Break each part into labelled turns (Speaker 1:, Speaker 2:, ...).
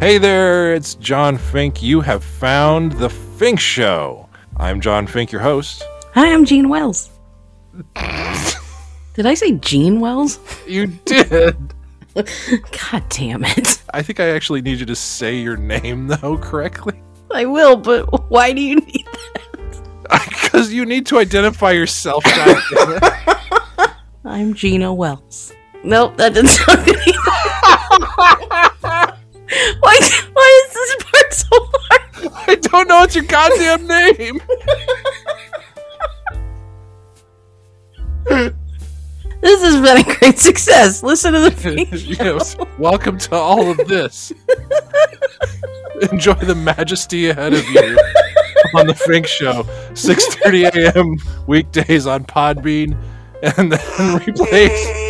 Speaker 1: Hey there, it's John Fink. You have found The Fink Show. I'm John Fink, your host.
Speaker 2: Hi, I'm Gene Wells. Did I say Gene Wells?
Speaker 1: You did.
Speaker 2: God damn it.
Speaker 1: I think I actually need you to say your name, though, correctly.
Speaker 2: I will, but why do you need that?
Speaker 1: Because you need to identify yourself. goddammit.
Speaker 2: I'm Gina Wells. Nope, that didn't sound good either. why, why is this part so hard?
Speaker 1: I don't know it's your goddamn name.
Speaker 2: This has been a great success. Listen to the feed.
Speaker 1: yes. Welcome to all of this. Enjoy the majesty ahead of you on the Fink Show, 6:30 a.m. weekdays on Podbean, and then replays.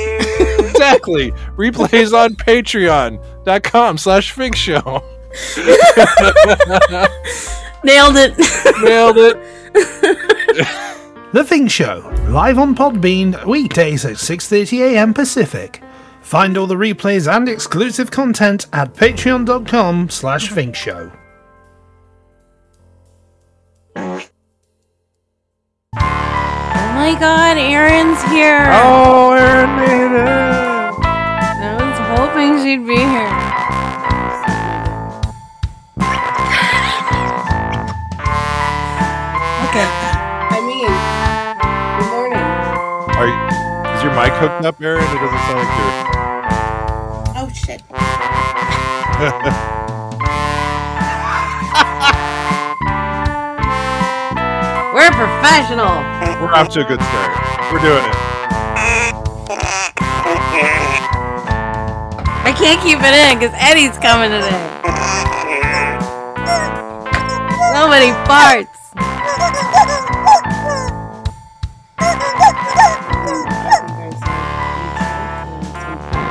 Speaker 1: exactly replays on Patreon.com/slash Fink Show.
Speaker 2: Nailed it. Oh
Speaker 1: Nailed it.
Speaker 3: The Thing Show, live on Podbean, weekdays at 6.30am Pacific. Find all the replays and exclusive content at patreon.com slash Show.
Speaker 2: oh my god, Erin's here.
Speaker 1: Oh, Aaron made it.
Speaker 2: I was hoping she'd be here.
Speaker 4: I mean, good morning.
Speaker 1: Are you, is your mic hooked up, Aaron? It doesn't sound like you're.
Speaker 4: Oh shit.
Speaker 2: We're professional.
Speaker 1: We're off to a good start. We're doing it.
Speaker 2: I can't keep it in because Eddie's coming today. So many farts.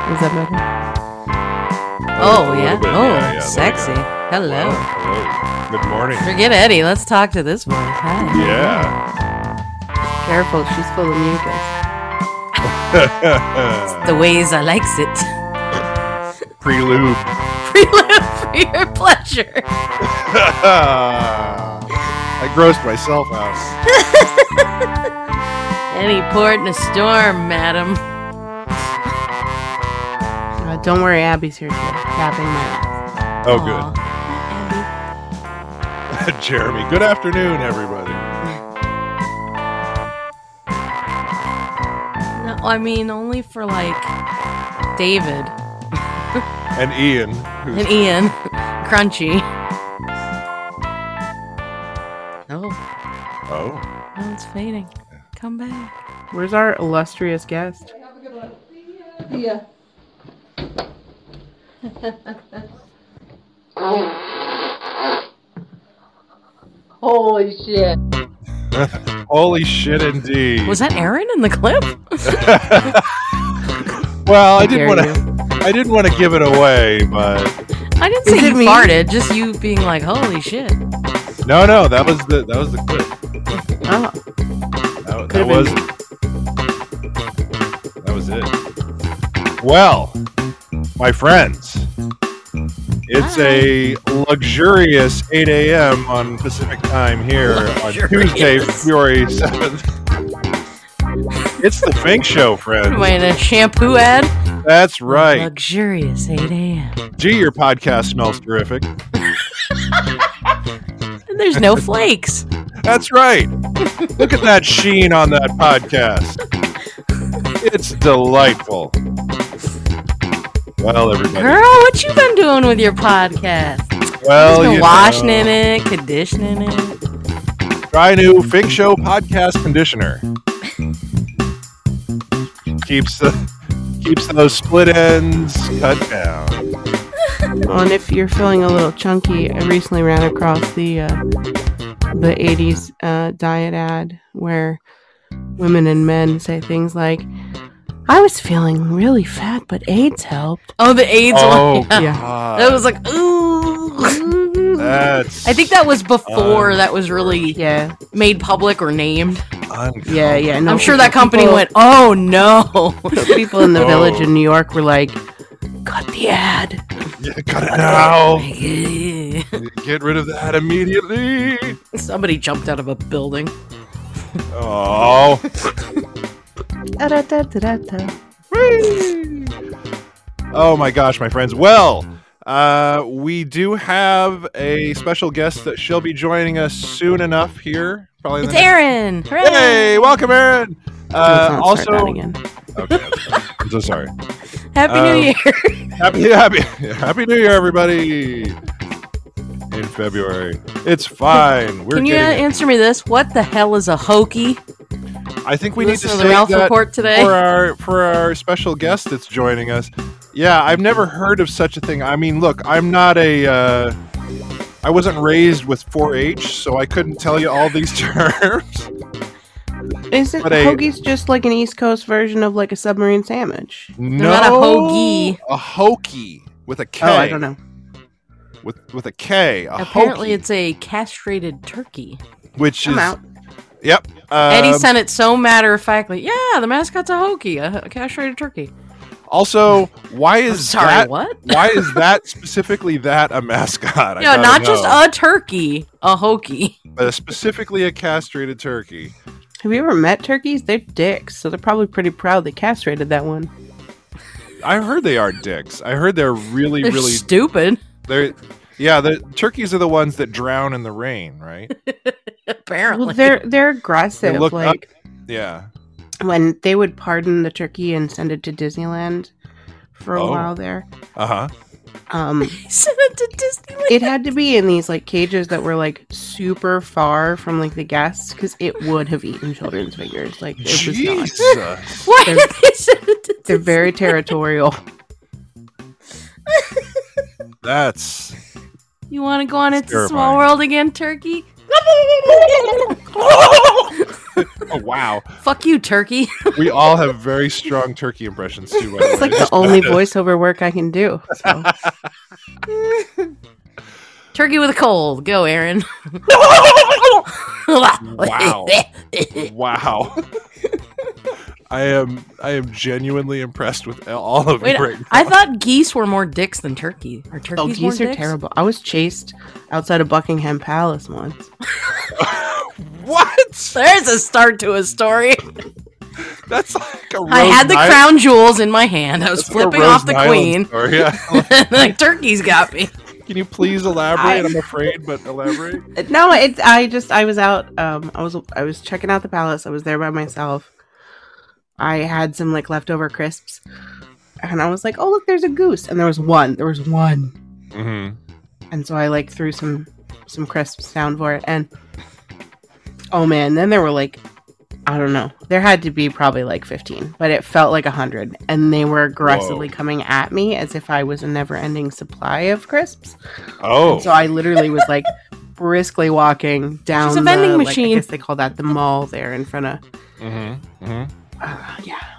Speaker 2: Is that better?
Speaker 1: A
Speaker 2: Oh,
Speaker 1: little
Speaker 2: yeah.
Speaker 1: bit,
Speaker 2: oh,
Speaker 1: yeah, yeah,
Speaker 2: sexy.
Speaker 1: there we go.
Speaker 2: Hello.
Speaker 1: Wow, Oh, hello. Good morning.
Speaker 2: Forget Eddie. Let's talk to this one. Hi.
Speaker 1: Yeah.
Speaker 4: Careful, she's full of mucus.
Speaker 2: The ways I likes it.
Speaker 1: Prelude.
Speaker 2: Prelude for your pleasure.
Speaker 1: Ah. I grossed myself out.
Speaker 2: Any port in a storm, madam.
Speaker 4: Uh, don't worry, Abby's here too. Tapping my ass.
Speaker 1: Oh,
Speaker 2: Aw.
Speaker 1: good. Jeremy. Good afternoon, everybody.
Speaker 2: No, I mean, only for like David
Speaker 1: And Ian. Who's,
Speaker 2: and Ian. Crunchy. Oh.
Speaker 1: oh.
Speaker 2: No, it's fading. Come back.
Speaker 4: Where's our illustrious guest?
Speaker 5: Holy shit.
Speaker 1: Holy shit, indeed.
Speaker 2: Was that Aaron in the clip?
Speaker 1: well, I didn't
Speaker 4: dare
Speaker 1: want to. I didn't want to give it away, but
Speaker 2: I didn't say
Speaker 4: Is it
Speaker 2: you
Speaker 4: me?
Speaker 2: farted, just you being like, holy shit.
Speaker 1: no, no, that was the that was the clip.
Speaker 4: Oh,
Speaker 1: That, that
Speaker 4: Could've
Speaker 1: was
Speaker 4: been
Speaker 1: that was it. Well, my friends, it's a luxurious 8 a.m. on Pacific time here on Tuesday, February 7th. It's the Fink Show,
Speaker 2: Am I
Speaker 1: friends.
Speaker 2: in a shampoo ad?
Speaker 1: That's right.
Speaker 2: Luxurious 8 a.m.
Speaker 1: Gee, your podcast smells terrific.
Speaker 2: And there's no flakes.
Speaker 1: That's right. Look at that sheen on that podcast. It's delightful. Well, everybody.
Speaker 2: Girl, what you been doing with your podcast?
Speaker 1: well,
Speaker 2: There's
Speaker 1: you
Speaker 2: no washing
Speaker 1: know,
Speaker 2: in it, conditioning it.
Speaker 1: Try new Fink Show podcast conditioner. keeps the keeps those split ends cut down.
Speaker 4: well, and if you're feeling a little chunky, I recently ran across the uh, the '80s uh, diet ad where women and men say things like, "I was feeling really fat, but AIDS helped."
Speaker 2: Oh, the AIDS
Speaker 1: Oh,
Speaker 4: Ah.
Speaker 2: one. Yeah.
Speaker 1: God.
Speaker 2: That was like,
Speaker 4: Mm-hmm.
Speaker 2: ooh.
Speaker 1: That's
Speaker 2: I think that was before
Speaker 1: Um,
Speaker 2: that was really
Speaker 4: Yeah,
Speaker 2: made public or named.
Speaker 1: uncomfortable.
Speaker 4: yeah, yeah. No,
Speaker 2: I'm sure that company
Speaker 4: people-
Speaker 2: went, oh no.
Speaker 4: But people in the
Speaker 1: Oh.
Speaker 4: village in New York were like, cut the ad.
Speaker 1: Yeah, cut it now.
Speaker 2: Yeah.
Speaker 1: Get rid of that immediately.
Speaker 2: Somebody jumped out of a building.
Speaker 1: Oh. Whee! Oh my gosh, my friends. Well, uh, we do have a special guest that she'll be joining us soon enough here. Probably in
Speaker 2: It's
Speaker 1: the next-
Speaker 2: Aaron. Hooray!
Speaker 1: Hey, welcome, Aaron.
Speaker 4: Let's
Speaker 1: Uh,
Speaker 4: not start that
Speaker 1: also,
Speaker 4: again.
Speaker 1: okay, I'm so sorry.
Speaker 2: Happy
Speaker 1: um,
Speaker 2: New Year.
Speaker 1: Happy, happy, happy New Year, everybody! In February, it's fine. We're
Speaker 2: Can you
Speaker 1: getting.
Speaker 2: answer me this? What the hell is a hokey?
Speaker 1: I think we need to
Speaker 2: Listen to
Speaker 1: save
Speaker 2: the Ralph
Speaker 1: that
Speaker 2: report today.
Speaker 1: for our for our special guest that's joining us. Yeah, I've never heard of such a thing. I mean, look, I'm not a. Uh, I wasn't raised with 4-H, so I couldn't tell you all these terms.
Speaker 4: Isn't
Speaker 1: But a-
Speaker 4: hoagies just like an East Coast version of like a submarine sandwich?
Speaker 1: no,
Speaker 2: not a hoagie.
Speaker 1: A hokey with a K.
Speaker 4: Oh, I don't know.
Speaker 1: With with a K. A
Speaker 2: Apparently,
Speaker 1: hokey,
Speaker 2: it's a castrated turkey.
Speaker 1: which
Speaker 4: I'm
Speaker 1: is
Speaker 4: out.
Speaker 1: yep. Um,
Speaker 2: Eddie sent it so matter of factly. Yeah, the mascot's a hokey, a, a castrated turkey.
Speaker 1: also, why
Speaker 2: I'm
Speaker 1: is
Speaker 2: sorry,
Speaker 1: that?
Speaker 2: what?
Speaker 1: why is that specifically that a mascot? I
Speaker 2: No,
Speaker 1: gotta
Speaker 2: not just
Speaker 1: know.
Speaker 2: a turkey, a hokey.
Speaker 1: but specifically a castrated turkey.
Speaker 4: Have you ever met turkeys? They're dicks, so they're probably pretty proud they castrated that one.
Speaker 1: I heard they are dicks. I heard they're really,
Speaker 2: They're
Speaker 1: really
Speaker 2: stupid,
Speaker 1: they're yeah. The turkeys are the ones that drown in the rain, right?
Speaker 2: apparently.
Speaker 4: Well, they're they're aggressive.
Speaker 1: They look up-
Speaker 4: like
Speaker 1: Yeah.
Speaker 4: when they would pardon the turkey and send it to Disneyland for a
Speaker 1: Oh.
Speaker 4: while there.
Speaker 1: Uh huh.
Speaker 4: Um,
Speaker 2: sent it to Disneyland.
Speaker 4: it had to be in these like cages that were like super far from like the guests because it would have eaten children's fingers. Like it was not.
Speaker 1: Jesus.
Speaker 2: Why
Speaker 4: They're-
Speaker 2: did they send it to
Speaker 4: They're
Speaker 2: Disneyland?
Speaker 4: very territorial.
Speaker 1: That's
Speaker 2: You want to go on It's a
Speaker 1: terrifying.
Speaker 2: Small World again, turkey?
Speaker 1: oh wow.
Speaker 2: Fuck you, turkey.
Speaker 1: We all have very strong turkey impressions too. by the
Speaker 4: It's
Speaker 1: way.
Speaker 4: like the only voiceover work I can do. So
Speaker 2: turkey with a cold. Go, Aaron.
Speaker 1: Wow. wow. I am I am genuinely impressed with all of
Speaker 2: Wait,
Speaker 1: you right
Speaker 2: I thought geese were more dicks than turkey. Are turkeys
Speaker 4: oh,
Speaker 2: more
Speaker 4: geese are
Speaker 2: dicks?
Speaker 4: terrible. I was chased outside of Buckingham Palace once.
Speaker 1: What?
Speaker 2: There's a start to a story.
Speaker 1: That's like a
Speaker 2: I had the
Speaker 1: Rose Ni-
Speaker 2: crown jewels in my hand. I was
Speaker 1: that's like a
Speaker 2: flipping
Speaker 1: Rose
Speaker 2: off the
Speaker 1: Nyland
Speaker 2: queen.
Speaker 1: story. Yeah.
Speaker 2: the turkeys got me.
Speaker 1: Can you please elaborate?
Speaker 4: I-
Speaker 1: I'm afraid, but elaborate.
Speaker 4: No, it's I just I was out. Um, I was I was checking out the palace. I was there by myself. I had some like leftover crisps, and I was like, "Oh look, there's a goose!" And there was one. There was one,
Speaker 1: Mm-hmm.
Speaker 4: and so I like threw some some crisps down for it. And oh man, then there were like I don't know. There had to be probably like fifteen, but it felt like hundred, and they were aggressively
Speaker 1: Whoa.
Speaker 4: coming at me as if I was a never-ending supply of crisps.
Speaker 1: Oh,
Speaker 4: And so I literally was like briskly walking down.
Speaker 2: She's a vending
Speaker 4: the, like, I
Speaker 2: machine.
Speaker 4: guess they call that the mall there in front of.
Speaker 1: Mm-hmm. Mm-hmm.
Speaker 4: Uh, yeah.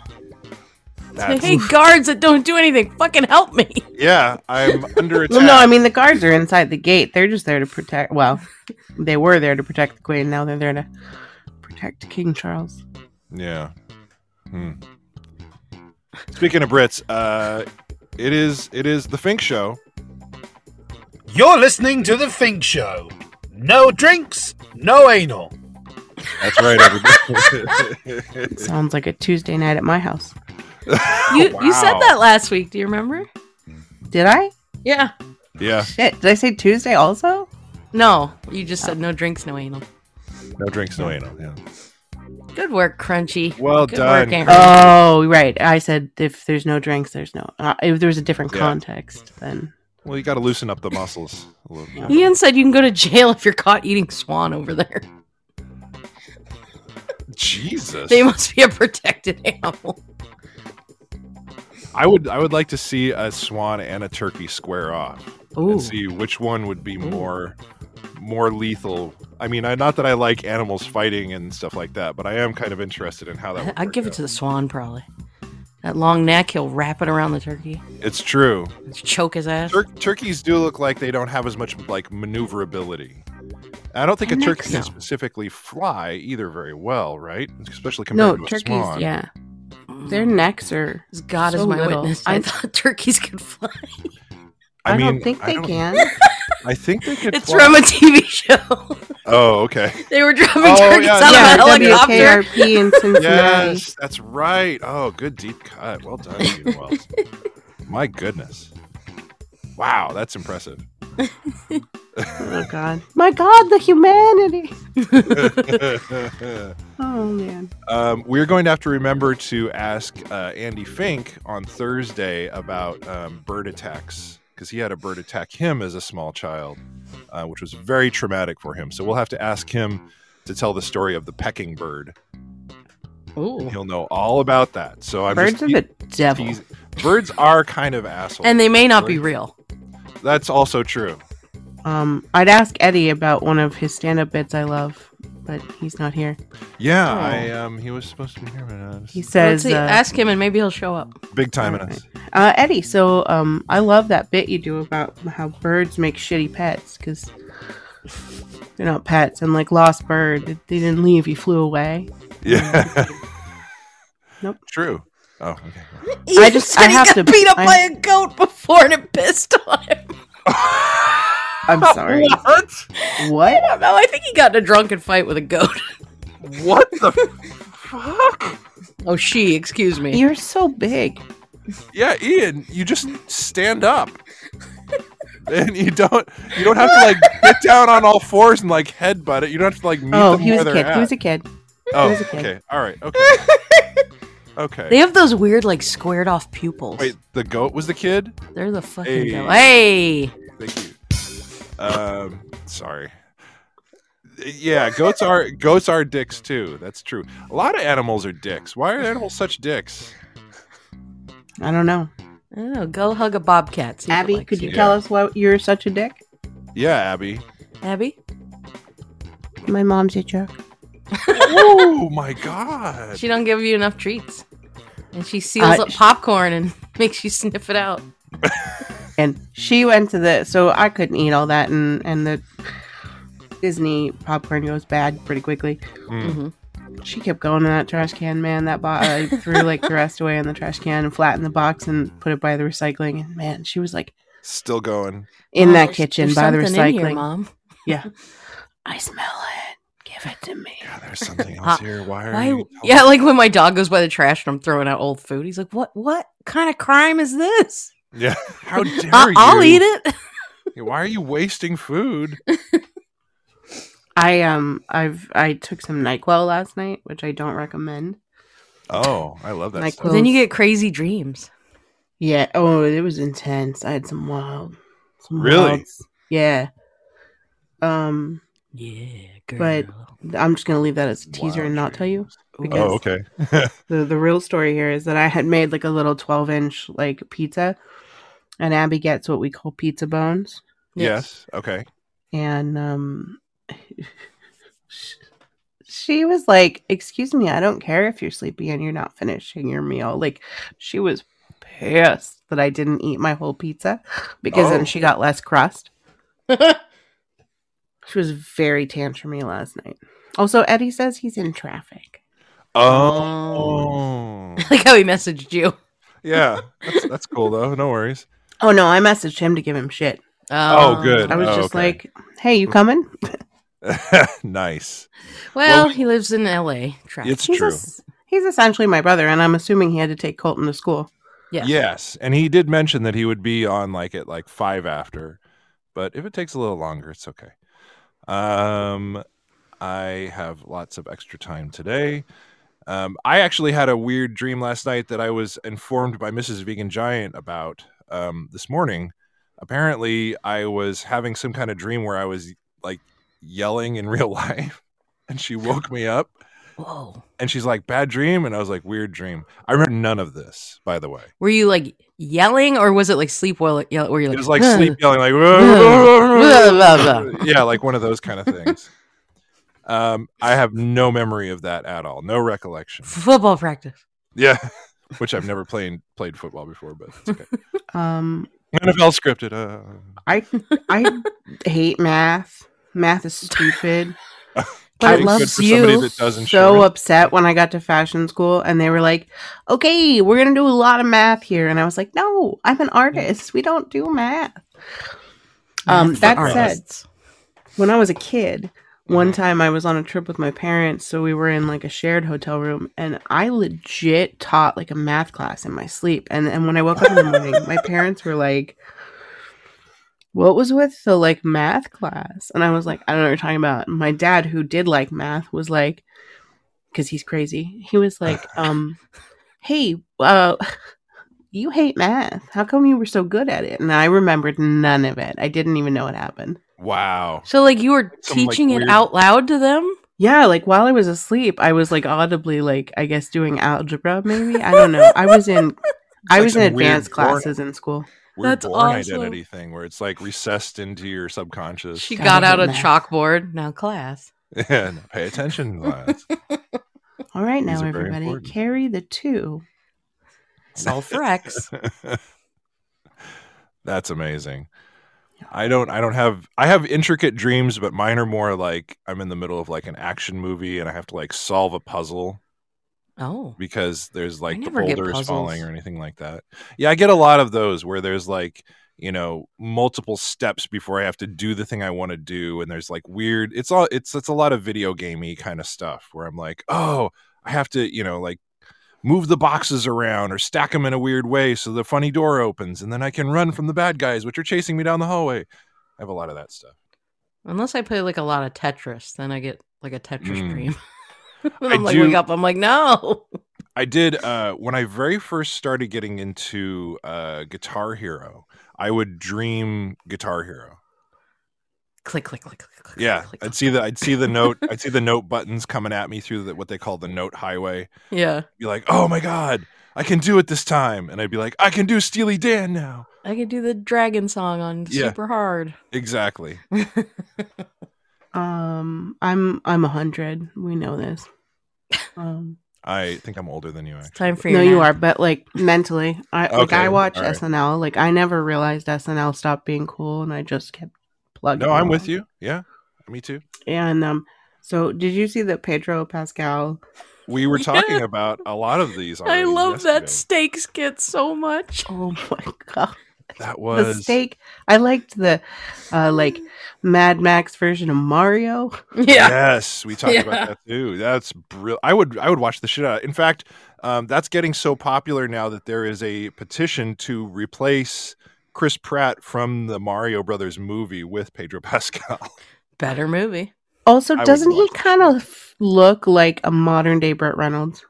Speaker 1: That's,
Speaker 2: hey, guards that don't do anything, fucking help me.
Speaker 1: yeah, I'm under attack.
Speaker 4: Well, no, I mean the guards are inside the gate. They're just there to protect. Well, they were there to protect the queen. Now they're there to protect King Charles.
Speaker 1: yeah. Hmm. Speaking of Brits, uh, it is it is the Fink show.
Speaker 3: You're listening to The Fink Show. No drinks, no anal.
Speaker 1: That's right, everybody.
Speaker 4: Sounds like a Tuesday night at my house.
Speaker 2: You you said
Speaker 1: Oh, Wow.
Speaker 2: that last week. Do you remember?
Speaker 4: Did I?
Speaker 2: Yeah.
Speaker 1: yeah,
Speaker 4: Shit. Did I say Tuesday also?
Speaker 2: No, you just said no drinks, no anal.
Speaker 1: no drinks, no anal. Yeah.
Speaker 2: Good work, Crunchy.
Speaker 1: Well
Speaker 2: Good
Speaker 1: done.
Speaker 2: work, Aaron.
Speaker 4: Oh, right. I said if there's no drinks, there's no. Uh, if there was a different
Speaker 1: Yeah.
Speaker 4: context, then
Speaker 1: Well, you got to loosen up the muscles a little bit.
Speaker 2: Ian said you can go to jail if you're caught eating swan over there.
Speaker 1: Jesus,
Speaker 2: They must be a protected animal.
Speaker 1: I would I would like to see a swan and a turkey square off.
Speaker 2: Ooh.
Speaker 1: and see which one would be more more lethal. I mean, I, not that I like animals fighting and stuff like that, but I am kind of interested in how that. Would
Speaker 2: I'd give it to the swan probably. That long neck, he'll wrap it around the turkey,
Speaker 1: It's true.
Speaker 2: choke his ass.
Speaker 1: Tur- turkeys do look like they don't have as much like maneuverability. I don't think a
Speaker 4: And
Speaker 1: turkey
Speaker 4: that's-
Speaker 1: can
Speaker 2: no.
Speaker 1: specifically fly either very well, right? Especially
Speaker 4: no
Speaker 1: compared to a
Speaker 4: turkeys.
Speaker 1: swan.
Speaker 4: Yeah, their necks are.
Speaker 2: As Mm. God
Speaker 4: So
Speaker 2: is my
Speaker 4: little.
Speaker 2: witness,
Speaker 4: I-
Speaker 2: I thought turkeys could fly.
Speaker 4: I,
Speaker 1: I, mean,
Speaker 4: don't think
Speaker 1: I
Speaker 4: they
Speaker 1: don't-
Speaker 4: can.
Speaker 1: I think they could.
Speaker 2: It's
Speaker 1: fly.
Speaker 2: from a TV show.
Speaker 1: Oh, okay.
Speaker 2: they were dropping
Speaker 1: Oh,
Speaker 2: turkeys
Speaker 1: yeah,
Speaker 2: out
Speaker 1: yeah,
Speaker 4: yeah,
Speaker 2: of a helicopter.
Speaker 4: WKRP in Cincinnati.
Speaker 1: Yes, that's right. Oh, good deep cut. Well done, Gene Wells. My goodness. Wow, that's impressive.
Speaker 4: Oh God. My God, the humanity.
Speaker 1: um,
Speaker 4: Oh man.
Speaker 1: we're going to have to remember to ask uh, Andy Fink on Thursday about um, bird attacks because he had a bird attack him as a small child, uh, which was very traumatic for him. So we'll have to ask him to tell the story of the pecking bird.
Speaker 2: Ooh.
Speaker 1: He'll know all about that. So I'm
Speaker 2: Birds
Speaker 1: just
Speaker 2: of the devil.
Speaker 1: teasing- Birds are kind of assholes.
Speaker 2: And they may not be real.
Speaker 1: That's also true.
Speaker 4: Um, I'd ask Eddie about one of his stand-up bits I love, but he's not here.
Speaker 1: Yeah,
Speaker 4: Oh.
Speaker 1: I um he was supposed to be here, but uh,
Speaker 4: He
Speaker 2: Let's
Speaker 4: says,
Speaker 2: see,
Speaker 4: uh,
Speaker 2: ask him and maybe he'll show up.
Speaker 1: big time in
Speaker 4: Alright.
Speaker 1: us.
Speaker 4: uh, Eddie. So, um, I love that bit you do about how birds make shitty pets because they're not pets and like lost bird. They they didn't leave. He flew away.
Speaker 1: Yeah.
Speaker 4: Nope.
Speaker 1: True. Oh, okay.
Speaker 4: I just- I have
Speaker 2: got
Speaker 4: to-
Speaker 2: beat up
Speaker 4: I-
Speaker 2: by a goat before and it pissed on him.
Speaker 4: I'm sorry.
Speaker 1: What?
Speaker 4: what?
Speaker 2: I don't know. I think he got in a drunken fight with a goat.
Speaker 1: What the fuck?
Speaker 2: Oh, she. Excuse me.
Speaker 4: You're so big.
Speaker 1: Yeah, Ian, you just stand up. And you don't you don't have to like get down on all fours and like headbutt it. You don't have to like meet
Speaker 4: Oh,
Speaker 1: them
Speaker 4: he was
Speaker 1: where
Speaker 4: a
Speaker 1: they're
Speaker 4: kid.
Speaker 1: at.
Speaker 4: He was a kid.
Speaker 1: oh,
Speaker 4: was a kid.
Speaker 1: okay. All right. Okay. Okay.
Speaker 2: They have those weird, like, squared off pupils.
Speaker 1: Wait, the goat was the kid?
Speaker 2: They're the fucking
Speaker 1: Hey.
Speaker 2: devil. Hey!
Speaker 1: Thank you. Um, sorry. Yeah, goats are goats are dicks too. That's true. A lot of animals are dicks. Why are animals such dicks?
Speaker 4: I don't know.
Speaker 2: I don't know. Oh, Go hug a bobcat. see if it
Speaker 4: Abby,
Speaker 2: likes
Speaker 4: could you
Speaker 1: Yeah.
Speaker 4: tell us why you're such a dick?
Speaker 1: Yeah, Abby.
Speaker 2: Abby?
Speaker 4: My mom's a jerk.
Speaker 1: oh my god.
Speaker 2: She don't give you enough treats. And she seals
Speaker 4: Uh,
Speaker 2: up popcorn and makes you sniff it out.
Speaker 4: and she went to the so i couldn't eat all that and and the disney popcorn goes bad pretty quickly
Speaker 1: Mm.
Speaker 2: Mm-hmm.
Speaker 4: she kept going in that trash can man that box i threw like the rest away in the trash can and flattened the box and put it by the recycling and man she was like
Speaker 1: Still going.
Speaker 4: in
Speaker 2: Oh,
Speaker 4: that
Speaker 2: there's-
Speaker 4: kitchen
Speaker 2: there's
Speaker 4: by the
Speaker 2: something in
Speaker 4: recycling
Speaker 2: here, Mom.
Speaker 4: i smell it give it to me
Speaker 1: God, Ah, there's something else here. Why are
Speaker 2: Uh, Why?
Speaker 1: you
Speaker 2: Yeah, like when my dog goes by the trash and I'm throwing out old food, he's like, "What? What kind of crime is this?
Speaker 1: Yeah. How dare
Speaker 2: I-
Speaker 1: you?
Speaker 2: I'll eat it."
Speaker 1: it. Why are you wasting food?
Speaker 4: i um i've i took some nyquil last night which i don't recommend
Speaker 1: Oh, I love that
Speaker 4: Like
Speaker 1: stuff.
Speaker 4: Well,
Speaker 2: then you get crazy dreams.
Speaker 4: yeah oh it was intense i had some wild some
Speaker 1: Really?
Speaker 4: wilds. yeah um
Speaker 2: Yeah,
Speaker 4: But- I'm just gonna leave that as a teaser
Speaker 1: Wild
Speaker 4: and not tell you. Because
Speaker 1: Oh, okay.
Speaker 4: the the real story here is that I had made like a little 12 inch like pizza, and Abby gets what we call pizza bones,
Speaker 1: Yes. Okay.
Speaker 4: and um, sh- she was like, "Excuse me, I don't care if you're sleepy and you're not finishing your meal." Like, she was pissed that I didn't eat my whole pizza because
Speaker 1: Oh.
Speaker 4: then she got less crust. She was very tantrumy last night. Also, Eddie says he's in traffic.
Speaker 1: Oh.
Speaker 2: like how he messaged you.
Speaker 1: yeah. That's, that's cool though. No worries.
Speaker 4: Oh no, I messaged him to give him shit.
Speaker 1: Oh,
Speaker 2: Um,
Speaker 1: good.
Speaker 4: I was
Speaker 1: Oh,
Speaker 4: just
Speaker 1: okay.
Speaker 4: like, "Hey, you coming?"
Speaker 1: nice.
Speaker 2: Well,
Speaker 1: Well,
Speaker 2: he lives in L.A. Traffic.
Speaker 1: It's
Speaker 4: He's
Speaker 1: true.
Speaker 4: es- he's essentially my brother, and I'm assuming he had to take Colton to school.
Speaker 2: yeah.
Speaker 1: Yes, and he did mention that he would be on like at like five after, but if it takes a little longer, it's okay. Um, I have lots of extra time today. Um, I actually had a weird dream last night that I was informed by Mrs. Vegan Giant about um, this morning. Apparently, I was having some kind of dream where I was like yelling in real life, and she woke me up
Speaker 2: Whoa.
Speaker 1: and she's like, "Bad dream," and I was like, "Weird dream." I remember none of this, by the way.
Speaker 2: Were you like yelling, or was it like sleep well? Yell, were you
Speaker 1: It
Speaker 2: like
Speaker 1: was like
Speaker 2: "Ugh."
Speaker 1: sleep yelling, like
Speaker 2: Blah, blah, blah.
Speaker 1: yeah, like one of those kind of things. Um, I have no memory of that at all, no recollection.
Speaker 2: football practice?
Speaker 1: Yeah, which I've never played played football before, but it's okay.
Speaker 4: Um,
Speaker 1: NFL scripted. Uh,
Speaker 4: I I hate math. Math is stupid.
Speaker 2: But
Speaker 1: Pretty
Speaker 2: it
Speaker 1: good
Speaker 2: loves
Speaker 1: for somebody
Speaker 2: you.
Speaker 1: that does
Speaker 4: so
Speaker 1: insurance.
Speaker 4: upset when I got to fashion school and they were like, okay, we're going to do a lot of math here. And I was like, no, I'm
Speaker 1: Mm.
Speaker 4: an artist. We don't do math. Um,
Speaker 2: For
Speaker 4: that said,
Speaker 2: artists.
Speaker 4: when I was a kid, one time I was on a trip with my parents. So we were in like a shared hotel room and I legit taught like a math class in my sleep. And, and when I woke up in the morning, my parents were like, what was with the like math class? And I was like, I don't know what you're talking about. And my dad, who did like math, was like, because he's crazy. He was like, um, hey, uh, you hate math. How come you were so good at it? And I remembered none of it. I didn't even know what happened.
Speaker 1: wow.
Speaker 2: So like you were
Speaker 1: Some, like,
Speaker 2: teaching it
Speaker 1: weird-
Speaker 2: out loud to them?
Speaker 4: Yeah, like while I was asleep, I was like audibly, like I guess doing algebra. Maybe I don't know. I was in, I
Speaker 1: like
Speaker 4: was
Speaker 1: some
Speaker 4: in
Speaker 1: weird
Speaker 4: advanced
Speaker 1: porn.
Speaker 4: classes in school.
Speaker 1: Weird
Speaker 2: That's
Speaker 1: born
Speaker 2: awesome.
Speaker 1: identity thing where it's like recessed into your subconscious.
Speaker 2: She
Speaker 4: Gotta
Speaker 2: got
Speaker 4: hate
Speaker 2: out a
Speaker 4: math.
Speaker 2: chalkboard. Now class.
Speaker 1: Yeah, no, pay attention, lads.
Speaker 4: All right,
Speaker 1: These
Speaker 4: now
Speaker 1: are very
Speaker 4: everybody,
Speaker 1: important.
Speaker 4: carry the two.
Speaker 2: Solve for X.
Speaker 1: That's amazing. I don't I don't have I have intricate dreams, but mine are more like I'm in the middle of like an action movie and I have to like solve a puzzle
Speaker 2: Oh.
Speaker 1: because there's like the
Speaker 2: never get
Speaker 1: boulder is falling
Speaker 2: puzzles.
Speaker 1: or anything like that. Yeah, I get a lot of those where there's like, you know, multiple steps before I have to do the thing I want to do and there's like weird it's all it's it's a lot of video gamey kind of stuff where I'm like, "Oh, I have to, you know, like move the boxes around or stack them in a weird way so the funny door opens and then I can run from the bad guys which are chasing me down the hallway." I have a lot of that stuff.
Speaker 2: Unless I play like a lot of Tetris, then I get like a Tetris
Speaker 1: Mm.
Speaker 2: dream. and
Speaker 1: I
Speaker 2: I'm like
Speaker 1: do-
Speaker 2: wake up, I'm like, no.
Speaker 1: I did uh, when I very first started getting into uh, Guitar Hero. I would dream Guitar Hero.
Speaker 2: Click, click, click, click, click.
Speaker 1: Yeah,
Speaker 2: click, click,
Speaker 1: I'd see the
Speaker 2: click.
Speaker 1: I'd see the note I'd see the note buttons coming at me through the, what they call the note highway.
Speaker 2: Yeah.
Speaker 1: Be like, oh my god, I can do it this time, and I'd be like, I can do Steely Dan now.
Speaker 2: I could do the dragon song on
Speaker 1: Yeah.
Speaker 2: super hard.
Speaker 1: Exactly.
Speaker 4: Um, I'm I'm a hundred. We know this. Um,
Speaker 1: I think I'm older than you.
Speaker 2: It's
Speaker 1: Actually.
Speaker 2: time for
Speaker 4: no,
Speaker 2: your
Speaker 4: you
Speaker 2: nap.
Speaker 4: are, but like mentally, I like
Speaker 1: Okay,
Speaker 4: I watch
Speaker 1: all right.
Speaker 4: SNL. Like I never realized SNL stopped being cool, and I just kept plugging.
Speaker 1: No, I'm with
Speaker 4: along.
Speaker 1: you. Yeah, me too.
Speaker 4: And um, so did you see that Pedro Pascal?
Speaker 1: We were
Speaker 2: Yeah.
Speaker 1: talking about a lot of these.
Speaker 2: I
Speaker 1: already
Speaker 2: love that
Speaker 1: yesterday.
Speaker 2: steak skit so much.
Speaker 4: Oh my god.
Speaker 1: That
Speaker 4: the
Speaker 1: was
Speaker 4: steak. I liked the uh, like Mad Max version of Mario.
Speaker 2: Yeah.
Speaker 1: Yes, we talked
Speaker 2: Yeah.
Speaker 1: about that too. That's brilliant. I would I would watch the shit out. of it. In fact, um, that's getting so popular now that there is a petition to replace Chris Pratt from the Mario Brothers movie with Pedro Pascal.
Speaker 2: Better movie.
Speaker 4: Also,
Speaker 1: I would
Speaker 4: doesn't he
Speaker 1: love to
Speaker 4: kind of look like a modern day Burt Reynolds?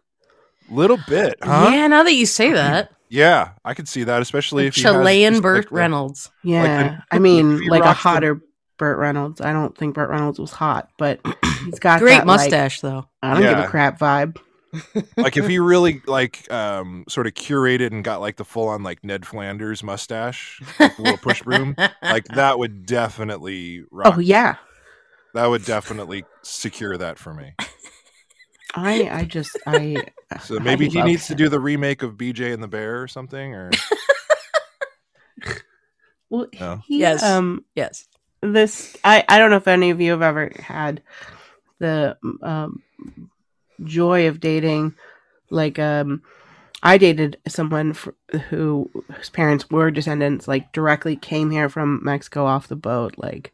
Speaker 1: Little bit, huh? Yeah,
Speaker 2: Yeah, now that you say that.
Speaker 1: I could see that, especially if he has
Speaker 2: Chilean
Speaker 1: just
Speaker 2: Burt
Speaker 1: like the-
Speaker 2: Reynolds.
Speaker 4: Yeah, I mean, like a hotter Burt Reynolds. I don't think Burt Reynolds was hot, but he's got
Speaker 2: Great
Speaker 4: that, like,
Speaker 2: mustache though.
Speaker 4: I don't give
Speaker 1: Yeah.
Speaker 4: a crap vibe.
Speaker 1: like if he really like um sort of curated and got like the full on like Ned Flanders mustache, like the little push broom, like that would definitely rock.
Speaker 4: Oh yeah,
Speaker 1: That would definitely secure that for me.
Speaker 4: I I just I.
Speaker 1: So
Speaker 4: I
Speaker 1: maybe he
Speaker 4: love
Speaker 1: needs
Speaker 4: him.
Speaker 1: to do the remake of BJ and the Bear or something, or
Speaker 4: Well,
Speaker 1: No.
Speaker 4: he,
Speaker 2: Yes.
Speaker 4: Um,
Speaker 2: Yes.
Speaker 4: this I, I don't know if any of you have ever had the um, joy of dating like um i dated someone fr who whose parents were descendants like directly came here from mexico off the boat like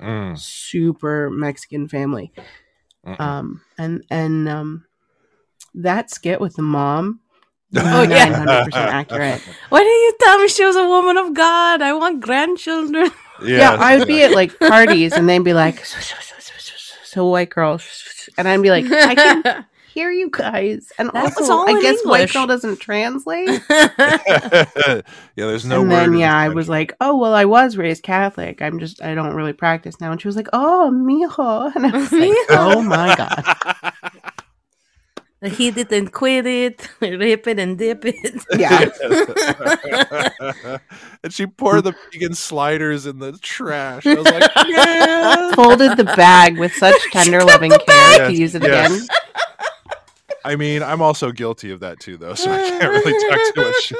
Speaker 1: Mm,
Speaker 4: super mexican family
Speaker 1: mm-mm.
Speaker 4: um and and um that skit with the mom
Speaker 2: Oh, yeah.
Speaker 4: 900% accurate
Speaker 2: Why didn't you tell me she was a woman of God? I want grandchildren.
Speaker 4: yeah,
Speaker 1: Yes,
Speaker 4: I would be
Speaker 1: yes.
Speaker 4: at like parties and they'd be like, so, so, so, so, so, so white girl. And I'd be like, I can hear you guys. And
Speaker 2: That was
Speaker 4: also,
Speaker 2: all
Speaker 4: I
Speaker 2: in
Speaker 4: guess white
Speaker 2: English.
Speaker 4: girl doesn't translate.
Speaker 1: yeah. There's no.
Speaker 4: and
Speaker 1: word
Speaker 4: then,
Speaker 1: in
Speaker 4: yeah, I
Speaker 1: Spanish.
Speaker 4: was like, oh, well, I was raised Catholic. I'm just, I don't really practice now. And she was like, oh, mijo. And I was like,
Speaker 2: Mijo.
Speaker 4: oh my God.
Speaker 2: Hit it and quit it, rip it and dip it.
Speaker 4: Yeah.
Speaker 1: and she poured the vegan sliders in the trash. I was like, yeah.
Speaker 4: Folded the bag with such tender, loving care to
Speaker 1: Yes,
Speaker 4: use it
Speaker 1: yes.
Speaker 4: again.
Speaker 1: I mean, I'm also guilty of that too, though, so I can't really talk too much. shit.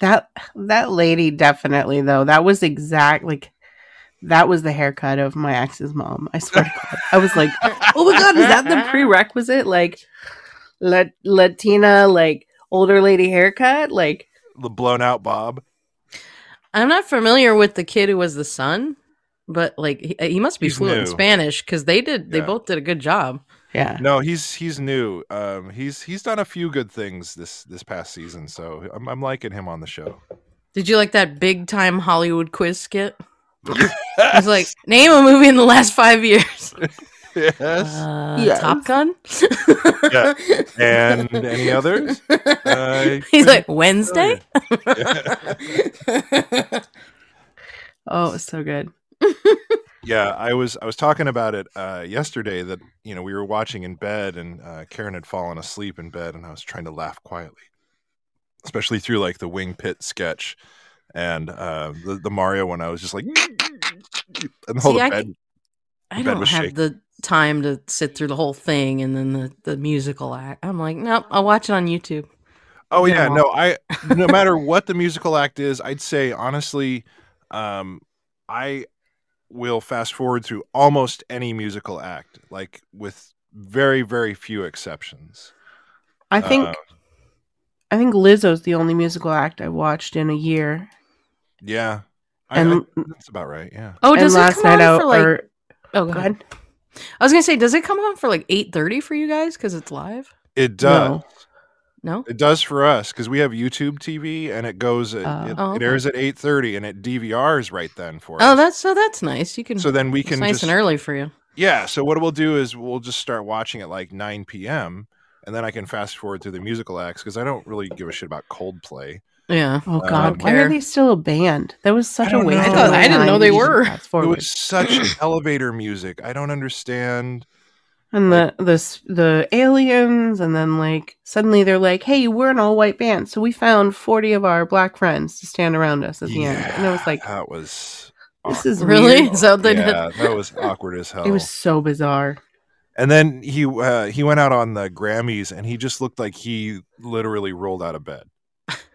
Speaker 4: That, that lady definitely, though, that was exact, like, That was the haircut of my ex's mom. I swear to God. I was like, oh my God, is that the prerequisite? Like, La- Latina, like, older lady haircut? Like,
Speaker 1: The blown out Bob.
Speaker 2: I'm not familiar with the kid who was the son, but like he, he must be
Speaker 1: He's
Speaker 2: fluent in
Speaker 1: new.
Speaker 2: Spanish because they did they
Speaker 1: Yeah.
Speaker 2: both did a good job.
Speaker 4: yeah.
Speaker 1: No, he's he's new. Um, he's he's done a few good things this this past season, so I'm, I'm liking him on the show.
Speaker 2: Did you like that big time Hollywood quiz skit? It's like name a movie in the last five years.
Speaker 1: yes.
Speaker 2: Uh,
Speaker 4: Yes.
Speaker 2: Top Gun.
Speaker 1: Yeah. And any others? I
Speaker 2: He's like Wednesday.
Speaker 4: Oh, it was so good.
Speaker 1: Yeah, I was I was talking about it uh, yesterday that you know we were watching in bed and uh, Karen had fallen asleep in bed and I was trying to laugh quietly, especially through like the wing pit sketch and uh, the, the Mario one. I was just like, and the whole
Speaker 2: See, I
Speaker 1: bed.
Speaker 2: I
Speaker 1: The bed
Speaker 2: don't
Speaker 1: was
Speaker 2: have
Speaker 1: shaking.
Speaker 2: the time to sit through the whole thing and then the, the musical act. I'm like, nope, I'll watch it on YouTube.
Speaker 1: Oh
Speaker 2: Yeah,
Speaker 1: yeah,
Speaker 2: well.
Speaker 1: no, I no matter what the musical act is, I'd say honestly, um, I will fast forward through almost any musical act, like with very very few exceptions.
Speaker 4: I think
Speaker 1: Uh,
Speaker 4: I think Lizzo's the only musical act I watched in a year.
Speaker 1: Yeah. I- I,
Speaker 4: And
Speaker 1: That's about right. Yeah.
Speaker 2: Oh,
Speaker 4: and
Speaker 2: does it
Speaker 4: last
Speaker 2: come
Speaker 4: night
Speaker 2: on
Speaker 4: out
Speaker 2: for like?
Speaker 4: or
Speaker 2: oh, go
Speaker 4: go
Speaker 2: ahead.
Speaker 4: ahead.
Speaker 2: I was gonna say, does it come on for like eight thirty for you guys because it's live?
Speaker 1: It does.
Speaker 4: No.
Speaker 2: No.
Speaker 1: It does for us because we have YouTube TV and it goes. At,
Speaker 4: Oh.
Speaker 1: it,
Speaker 2: Oh,
Speaker 1: it
Speaker 2: okay.
Speaker 1: airs at eight thirty and it DVRs right then for
Speaker 2: Oh,
Speaker 1: us.
Speaker 2: that's so that's nice. You can.
Speaker 1: so then we
Speaker 2: it's
Speaker 1: can
Speaker 2: nice
Speaker 1: just
Speaker 2: and early for you.
Speaker 1: yeah. So what we'll do is we'll just start watching at like nine p.m. and then I can fast forward through the musical acts because I don't really give a shit about Coldplay.
Speaker 2: Yeah.
Speaker 4: Oh
Speaker 1: I
Speaker 4: God,
Speaker 2: don't
Speaker 4: why
Speaker 2: care.
Speaker 4: are they still a band? That was
Speaker 1: Uh, I
Speaker 4: such a
Speaker 1: don't
Speaker 4: waste.
Speaker 1: know.
Speaker 4: of
Speaker 1: I thought- I
Speaker 4: my
Speaker 2: didn't know
Speaker 4: time
Speaker 2: they
Speaker 4: to
Speaker 2: were.
Speaker 4: fast
Speaker 1: It
Speaker 4: forward.
Speaker 1: was such elevator music. I don't understand.
Speaker 4: and the the s- the aliens, and then like suddenly they're like, "Hey, we're an all white band, so we found forty of our black friends to stand around us at the end." And I was like,
Speaker 1: that was
Speaker 4: "This is
Speaker 1: awkward.
Speaker 2: Really?
Speaker 4: weird.
Speaker 2: Is that what they did?
Speaker 1: yeah, that was awkward as hell.
Speaker 4: It was so bizarre.
Speaker 1: And then he uh, he went out on the Grammys and he just looked like he literally rolled out of bed.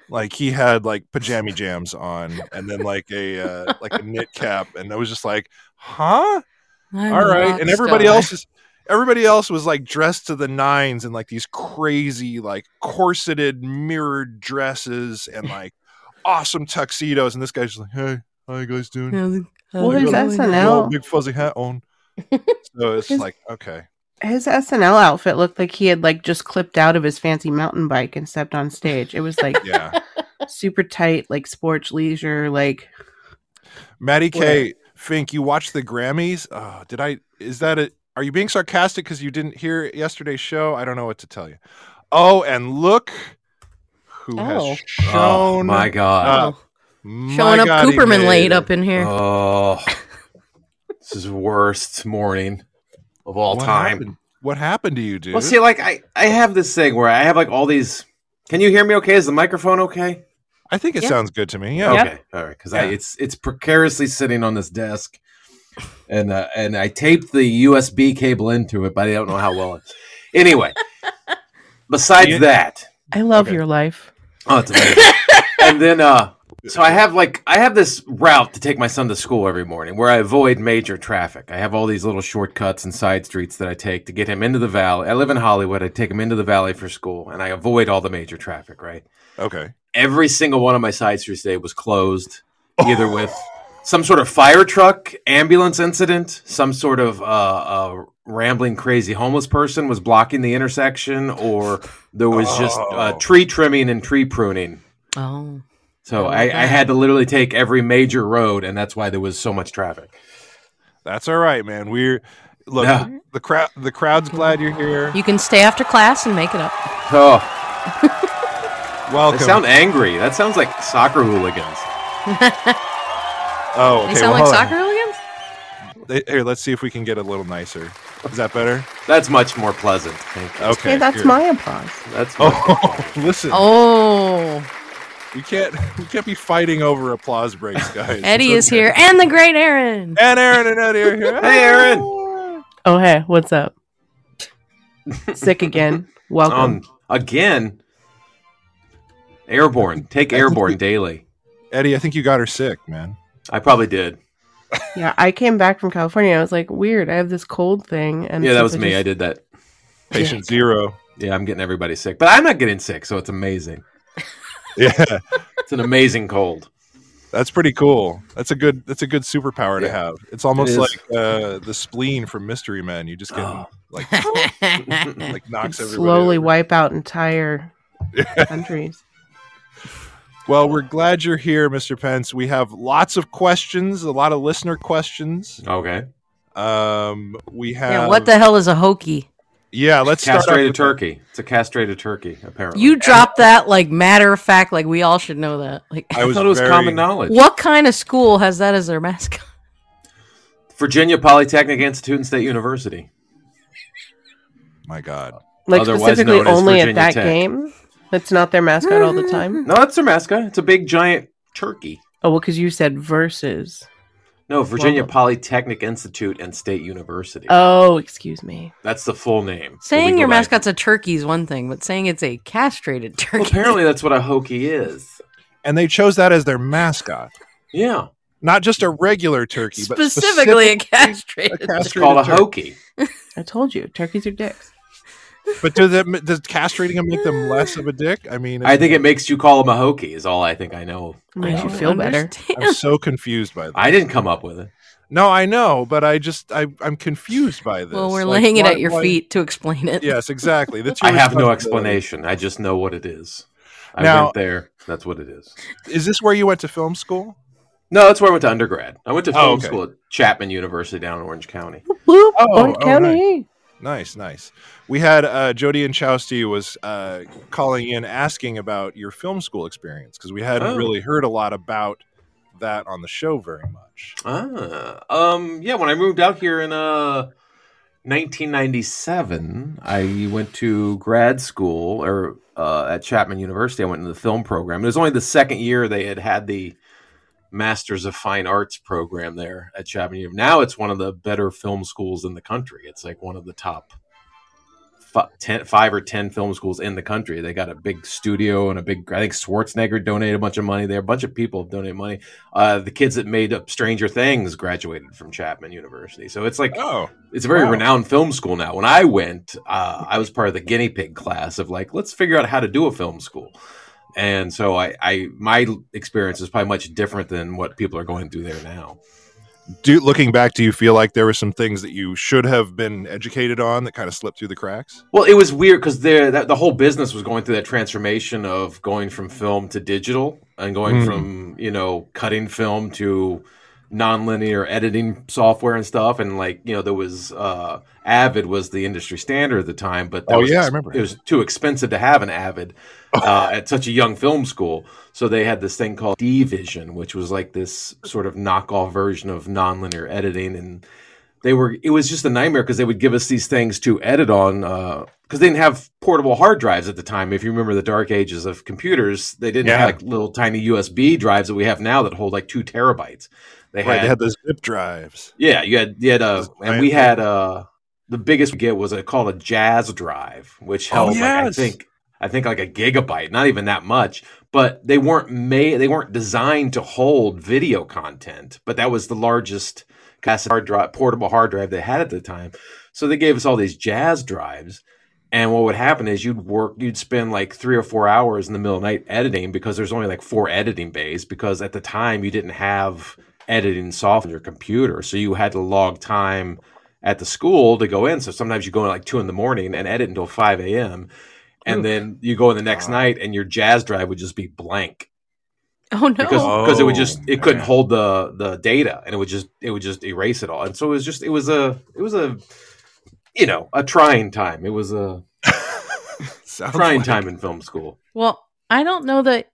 Speaker 1: Like he had like pajama jams on and then like a uh, like a knit cap and I was just like, "Huh?
Speaker 2: I'm
Speaker 1: All
Speaker 2: a
Speaker 1: right."
Speaker 2: rock
Speaker 1: And everybody
Speaker 2: star.
Speaker 1: else is everybody else was like dressed to the nines in like these crazy like corseted mirrored dresses and like awesome tuxedos and this guy's just like, "Hey, how you guys doing?"
Speaker 2: Yeah, the-
Speaker 4: Well,
Speaker 1: there's
Speaker 4: SNL.
Speaker 1: Little
Speaker 4: No.
Speaker 1: Big fuzzy hat on. So it's
Speaker 4: His-
Speaker 1: like, okay.
Speaker 4: His SNL outfit looked like he had like just clipped out of his fancy mountain bike and stepped on stage. It was like
Speaker 1: Yeah.
Speaker 4: super tight, like sports leisure, like
Speaker 1: Maddie K. Fink, you watched the Grammys. Oh, did I? Is that it? Are you being sarcastic because you didn't hear yesterday's show? I don't know what to tell you. Oh, and look who
Speaker 2: Oh.
Speaker 1: has
Speaker 6: Oh
Speaker 1: shown
Speaker 6: my god.
Speaker 1: up. My
Speaker 2: showing up
Speaker 1: God, he
Speaker 2: Cooperman
Speaker 1: made
Speaker 2: late
Speaker 1: it.
Speaker 2: up in here.
Speaker 6: oh, this is the worst morning of all
Speaker 1: What
Speaker 6: time.
Speaker 1: happened? What happened to you, dude?
Speaker 6: Well, see, like I, I have this thing where I have like all these. Can you hear me? Okay, is the microphone okay?
Speaker 1: I think it
Speaker 2: Yeah.
Speaker 1: sounds good to me. Yeah.
Speaker 6: Okay,
Speaker 4: Yep.
Speaker 6: all right, because
Speaker 1: Yeah.
Speaker 6: it's it's precariously sitting on this desk, and uh, and I taped the USB cable into it, but I don't know how well. it... Anyway, besides
Speaker 1: Yeah.
Speaker 6: that,
Speaker 4: I love
Speaker 1: Okay.
Speaker 4: your life.
Speaker 6: oh, it's amazing. and then uh, so I have like I have this route to take my son to school every morning where I avoid major traffic. I have all these little shortcuts and side streets that I take to get him into the valley. I live in Hollywood. I take him into the valley for school and I avoid all the major traffic, right?
Speaker 1: Okay.
Speaker 6: Every single one of my side streets today was closed
Speaker 1: Oh.
Speaker 6: either with some sort of fire truck, ambulance incident, some sort of uh, uh, rambling crazy homeless person was blocking the intersection, or there was just uh,
Speaker 1: Oh.
Speaker 6: tree trimming and tree pruning
Speaker 2: Oh,
Speaker 6: so
Speaker 2: Oh,
Speaker 6: I, I
Speaker 2: okay.
Speaker 6: had to literally take every major road, and that's why there was so much traffic.
Speaker 1: That's all right, man. We're look.
Speaker 6: Yeah.
Speaker 1: The crowd. The crowd's glad you're here.
Speaker 2: you can stay after class and make it up.
Speaker 6: Oh, they
Speaker 1: Welcome.
Speaker 6: sound angry. That sounds like soccer hooligans.
Speaker 1: oh, okay.
Speaker 2: they sound
Speaker 1: well,
Speaker 2: like
Speaker 1: hold on.
Speaker 2: soccer hooligans.
Speaker 1: They- Here, let's see if we can get a little nicer. Is that better?
Speaker 6: That's much more pleasant. Thank you.
Speaker 1: Okay.
Speaker 4: hey, that's
Speaker 1: good.
Speaker 4: my applause.
Speaker 6: That's much more
Speaker 1: Oh, listen.
Speaker 2: Oh,
Speaker 1: We can't we can't be fighting over applause breaks, guys.
Speaker 2: Eddie
Speaker 1: It's
Speaker 2: is
Speaker 1: okay.
Speaker 2: here, and the great Aaron.
Speaker 1: And Aaron and Eddie are here.
Speaker 6: Hey, Aaron.
Speaker 4: Oh hey, what's up? Sick again. Welcome.
Speaker 6: um, again. Airborne. Take airborne daily.
Speaker 1: Eddie, I think you got her sick, man.
Speaker 6: I probably did.
Speaker 4: Yeah, I came back from California. I was like, weird. I have this cold thing. And
Speaker 6: Yeah, that was
Speaker 4: something
Speaker 6: me.
Speaker 4: just-
Speaker 6: I did that.
Speaker 1: Patient zero.
Speaker 6: Yeah, I'm getting everybody sick, but I'm not getting sick, so it's amazing.
Speaker 1: Yeah,
Speaker 6: It's an amazing cold.
Speaker 1: that's pretty cool. That's a good. That's a good superpower to
Speaker 6: Yeah.
Speaker 1: have. It's almost
Speaker 6: is.
Speaker 1: like uh, the spleen from Mystery Men. You just get
Speaker 6: Oh.
Speaker 1: like
Speaker 2: That's
Speaker 1: like knocks
Speaker 4: could
Speaker 1: everybody.
Speaker 4: slowly
Speaker 1: over.
Speaker 4: wipe out entire countries.
Speaker 1: Well, we're glad you're here, Mr. Pence. We have lots of questions, a lot of listener questions.
Speaker 6: Okay,
Speaker 1: Um, we have
Speaker 2: yeah, what the hell is a hokey?
Speaker 1: Yeah, let's start. off
Speaker 6: castrated
Speaker 1: with-
Speaker 6: turkey. It's a castrated turkey. Apparently,
Speaker 2: You dropped that like matter of fact, like we all should know that. Like,
Speaker 1: I
Speaker 6: I
Speaker 1: was
Speaker 6: thought it was
Speaker 1: very-
Speaker 6: common knowledge.
Speaker 2: what kind of school has that as their mascot?
Speaker 6: Virginia Polytechnic Institute and State University.
Speaker 1: My God,
Speaker 4: Like
Speaker 6: Otherwise
Speaker 4: specifically
Speaker 6: known as
Speaker 4: only
Speaker 6: Virginia
Speaker 4: at that
Speaker 6: Tech.
Speaker 4: game. That's not their mascot all the time.
Speaker 6: No, that's their mascot. It's a big giant turkey.
Speaker 4: Oh well, because you said versus.
Speaker 6: No, Virginia
Speaker 4: Well-
Speaker 6: Polytechnic Institute and State University.
Speaker 4: Oh, excuse me.
Speaker 6: that's the full name.
Speaker 2: Saying
Speaker 6: But we
Speaker 2: your
Speaker 6: go by-
Speaker 2: mascot's a turkey is one thing, but saying it's a castrated
Speaker 6: Well,
Speaker 2: turkey.
Speaker 6: apparently, that's what a hokey is.
Speaker 1: and they chose that as their mascot,
Speaker 6: Yeah,
Speaker 1: not just a regular turkey, but
Speaker 2: specifically a
Speaker 1: a
Speaker 2: castrated.
Speaker 1: castrated
Speaker 6: it's called a
Speaker 1: turkey.
Speaker 6: hokey.
Speaker 4: I told you, turkeys are dicks.
Speaker 1: But does that does castrating them make them less of a dick? I mean,
Speaker 6: I think it makes you call him a hokey. Is all I think I know.
Speaker 4: It makes you
Speaker 2: don't
Speaker 4: feel better.
Speaker 2: understand.
Speaker 1: I'm so confused by that.
Speaker 6: I didn't come up with it.
Speaker 1: No, I know, but I just I I'm confused by this.
Speaker 2: Well, we're
Speaker 1: Like,
Speaker 2: laying it
Speaker 1: why-
Speaker 2: at your
Speaker 1: why-
Speaker 2: feet to explain it.
Speaker 1: Yes, exactly. The two
Speaker 6: I have no
Speaker 1: responsibilities.
Speaker 6: explanation. I just know what it is. I
Speaker 1: Now-
Speaker 6: went there. That's what it is.
Speaker 1: Is this where you went to film school?
Speaker 6: No, that's where I went to undergrad. I went to
Speaker 1: Oh,
Speaker 6: film
Speaker 1: okay.
Speaker 6: school at Chapman University down in Orange County.
Speaker 4: Whoop,
Speaker 1: Oh,
Speaker 4: Orange
Speaker 1: oh,
Speaker 4: County.
Speaker 1: Nice, nice. We had uh, Jody and Chousty was uh, calling in asking about your film school experience because we hadn't
Speaker 6: Oh.
Speaker 1: really heard a lot about that on the show very much.
Speaker 6: Ah, um, yeah. When I moved out here in uh, 1997, I went to grad school or uh, at Chapman University. I went into the film program. It was only the second year they had had the Masters of Fine Arts program there at Chapman. Uni. Now it's one of the better film schools in the country. It's like one of the top fi- ten, five or ten film schools in the country. They got a big studio and a big. I think Schwarzenegger donated a bunch of money there. A bunch of people have donated money uh, the kids that made up Stranger Things graduated from Chapman University. So it's like
Speaker 1: Oh,
Speaker 6: it's a very
Speaker 1: wow.
Speaker 6: renowned film school now. When I went, uh, I was part of the guinea pig class of like, let's figure out how to do a film school. And so I, I my experience is probably much different than what people are going through there now.
Speaker 1: do looking back, do you feel like there were some things that you should have been educated on that kind of slipped through the cracks?
Speaker 6: Well, it was weird because the whole business was going through that transformation of going from film to digital and going
Speaker 1: Mm.
Speaker 6: from you know cutting film to nonlinear editing software and stuff. And like you know, there was uh, Avid was the industry standard at the time, but that
Speaker 1: Oh,
Speaker 6: was
Speaker 1: yeah, I
Speaker 6: ex-
Speaker 1: remember
Speaker 6: it was too expensive to have an Avid uh, at such a young film school. So they had this thing called D Vision, which was like this sort of knockoff version of nonlinear editing and they were it was just a nightmare because they would give us these things to edit on because they didn't have portable hard drives at the time if you remember the dark ages of computers they didn't
Speaker 1: Yeah.
Speaker 6: have like little tiny usb drives that we have now that hold like two terabytes they
Speaker 1: Right,
Speaker 6: had
Speaker 1: they had those zip drives.
Speaker 6: yeah you had you had uh,
Speaker 1: Those
Speaker 6: and we
Speaker 1: giant-
Speaker 6: had uh the biggest we get was a, called a jazz drive which
Speaker 1: Oh,
Speaker 6: held like i
Speaker 1: yes.
Speaker 6: think i think like a gigabyte not even that much but they weren't made they weren't designed to hold video content but that was the largest cassette hard drive portable hard drive they had at the time so they gave us all these jazz drives and what would happen is you'd work you'd spend like three or four hours in the middle of the night editing because there's only like four editing bays because at the time you didn't have editing software on your computer so you had to log time at the school to go in so sometimes you go in like two in the morning and edit until 5 a.m and then you go in the next
Speaker 1: Wow.
Speaker 6: night and your jazz drive would just be blank
Speaker 2: Oh no.
Speaker 6: because
Speaker 1: Oh.
Speaker 6: because it would just it couldn't
Speaker 1: man.
Speaker 6: hold the the data and it would just it would just erase it all and so it was just it was a it was a you know a trying time it was a
Speaker 1: Sounds
Speaker 6: trying
Speaker 1: like-
Speaker 6: time in film school
Speaker 2: Well, I don't know that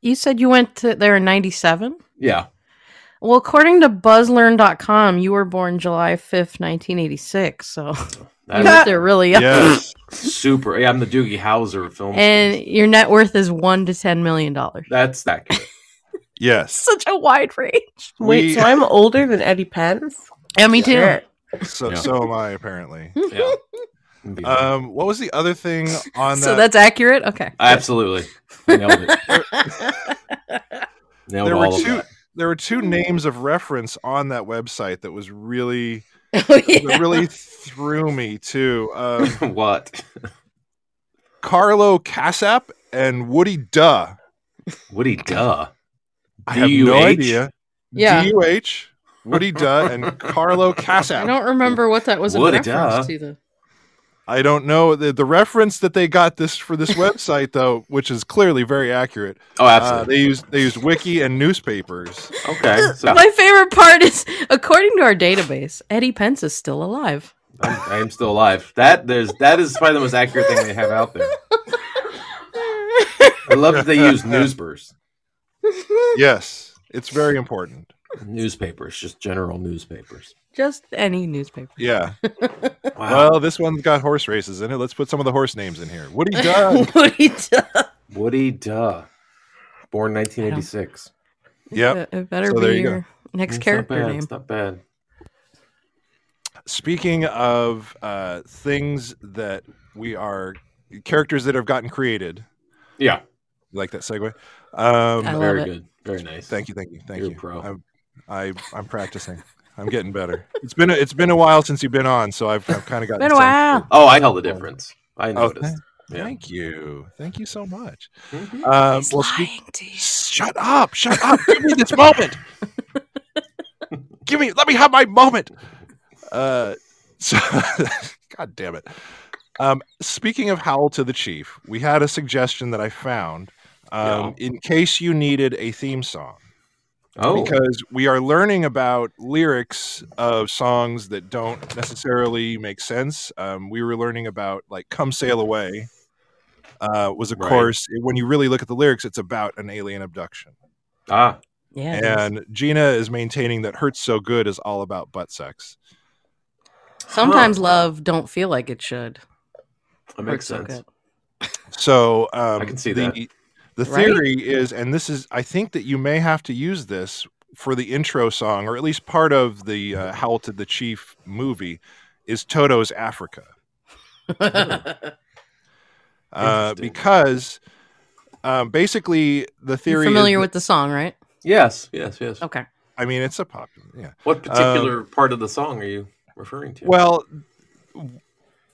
Speaker 2: you said you went to there in 97.
Speaker 6: yeah
Speaker 2: Well, according to buzzlearn.com, you were born July 5th, 1986. So you
Speaker 6: that
Speaker 2: went there really young.
Speaker 1: Yes.
Speaker 6: was super yeah i'm the doogie Howser of film
Speaker 2: And
Speaker 6: schools.
Speaker 2: your net worth is 1 to 10 million dollars.
Speaker 6: that's that
Speaker 1: yes.
Speaker 2: Such a wide range.
Speaker 4: Wait,
Speaker 1: We-
Speaker 4: so I'm older than Eddie Pence?
Speaker 2: Yeah, me too.
Speaker 4: Shit.
Speaker 1: So
Speaker 6: Yeah.
Speaker 1: so am I apparently.
Speaker 6: yeah
Speaker 1: Um, what was the other thing on that?
Speaker 2: So that's accurate. Okay.
Speaker 6: absolutely nailed it nailed
Speaker 1: there
Speaker 6: all
Speaker 1: were
Speaker 6: of
Speaker 1: two
Speaker 6: that.
Speaker 1: there were two names of reference on that website that was really
Speaker 2: oh, yeah.
Speaker 1: that really threw me too. Um,
Speaker 6: what?
Speaker 1: Carlo Casap and Woody Duh.
Speaker 6: Woody Duh.
Speaker 1: I have no
Speaker 6: DUH?
Speaker 1: idea.
Speaker 2: Yeah.
Speaker 1: DUH, Woody Duh, and Carlo Casap.
Speaker 2: I don't remember what that was a
Speaker 6: What a
Speaker 2: reference
Speaker 6: duh.
Speaker 2: to. The
Speaker 1: I don't know the, the reference that they got this for this website though, which is clearly very accurate.
Speaker 6: Oh,
Speaker 1: Uh,
Speaker 6: absolutely.
Speaker 1: they used they used wiki and newspapers.
Speaker 6: okay. So I'm,
Speaker 2: my favorite part is, according to our database, Eddie Pence is still alive.
Speaker 6: I am still alive. That there's that is probably the most accurate thing they have out there. I love that they use newspapers.
Speaker 1: Yes, it's very important.
Speaker 6: Newspapers, just general newspapers.
Speaker 2: Just any newspaper.
Speaker 1: Yeah.
Speaker 6: Wow.
Speaker 2: Um,
Speaker 1: Well, this one's got horse races in it. Let's put some of the horse names in here. Woody Duh.
Speaker 2: Woody Duh.
Speaker 6: Woody Duh. Born 1986.
Speaker 1: yep.
Speaker 2: It better
Speaker 1: So
Speaker 2: be
Speaker 1: there you
Speaker 2: your next
Speaker 6: It's not
Speaker 2: character
Speaker 6: bad.
Speaker 2: name.
Speaker 6: It's not bad.
Speaker 1: Speaking of uh, things that we are characters that have gotten created.
Speaker 6: Yeah.
Speaker 1: You like that segue? Um,
Speaker 2: I love
Speaker 6: Very
Speaker 2: it.
Speaker 6: good. Very nice.
Speaker 1: Thank you, thank you, thank
Speaker 6: You're
Speaker 1: you.
Speaker 6: a pro.
Speaker 1: I'm, I, I'm practicing. I'm getting better. It's been a, it's been a while since you've been on, so I've, I've kind of gotten
Speaker 2: Been a
Speaker 1: some-
Speaker 2: while.
Speaker 6: Oh, I tell the difference. I
Speaker 1: Oh,
Speaker 6: noticed. Yeah.
Speaker 1: Thank you, thank you so much.
Speaker 6: Mhm.
Speaker 1: Um,
Speaker 2: He's
Speaker 1: well, speak-
Speaker 2: lying to you.
Speaker 1: shut up, shut up. Give me this moment. Give me, let me have my moment. Uh, so, God damn it. Um, speaking of howl to the chief, we had a suggestion that I found. Um, In case you needed a theme song.
Speaker 6: Oh,
Speaker 1: because we are learning about lyrics of songs that don't necessarily make sense. Um, we were learning about like "Come Sail Away" uh, was, of
Speaker 6: Right.
Speaker 1: course, when you really look at the lyrics, it's about an alien abduction.
Speaker 6: ah,
Speaker 2: Yeah. it is.
Speaker 1: And Gina is maintaining that "Hurts So Good" is all about butt sex.
Speaker 2: Sometimes love don't feel like it should.
Speaker 6: that makes
Speaker 2: Works so
Speaker 6: sense.
Speaker 2: good.
Speaker 1: So um,
Speaker 6: I can see
Speaker 1: the,
Speaker 6: that.
Speaker 1: The
Speaker 2: Right?
Speaker 1: theory is, and this is, I think that you may have to use this for the intro song, or at least part of the
Speaker 6: Mm-hmm.
Speaker 1: uh, "Howl to the Chief" movie, is Toto's Africa. uh,
Speaker 6: Interesting.
Speaker 1: because um, basically the
Speaker 2: You're
Speaker 1: theory.
Speaker 2: familiar
Speaker 1: is-
Speaker 2: with the song, right?
Speaker 6: Yes, yes, yes.
Speaker 2: Okay.
Speaker 1: I mean, it's a popular. Yeah.
Speaker 6: What particular part of the song are you referring to?
Speaker 1: Well,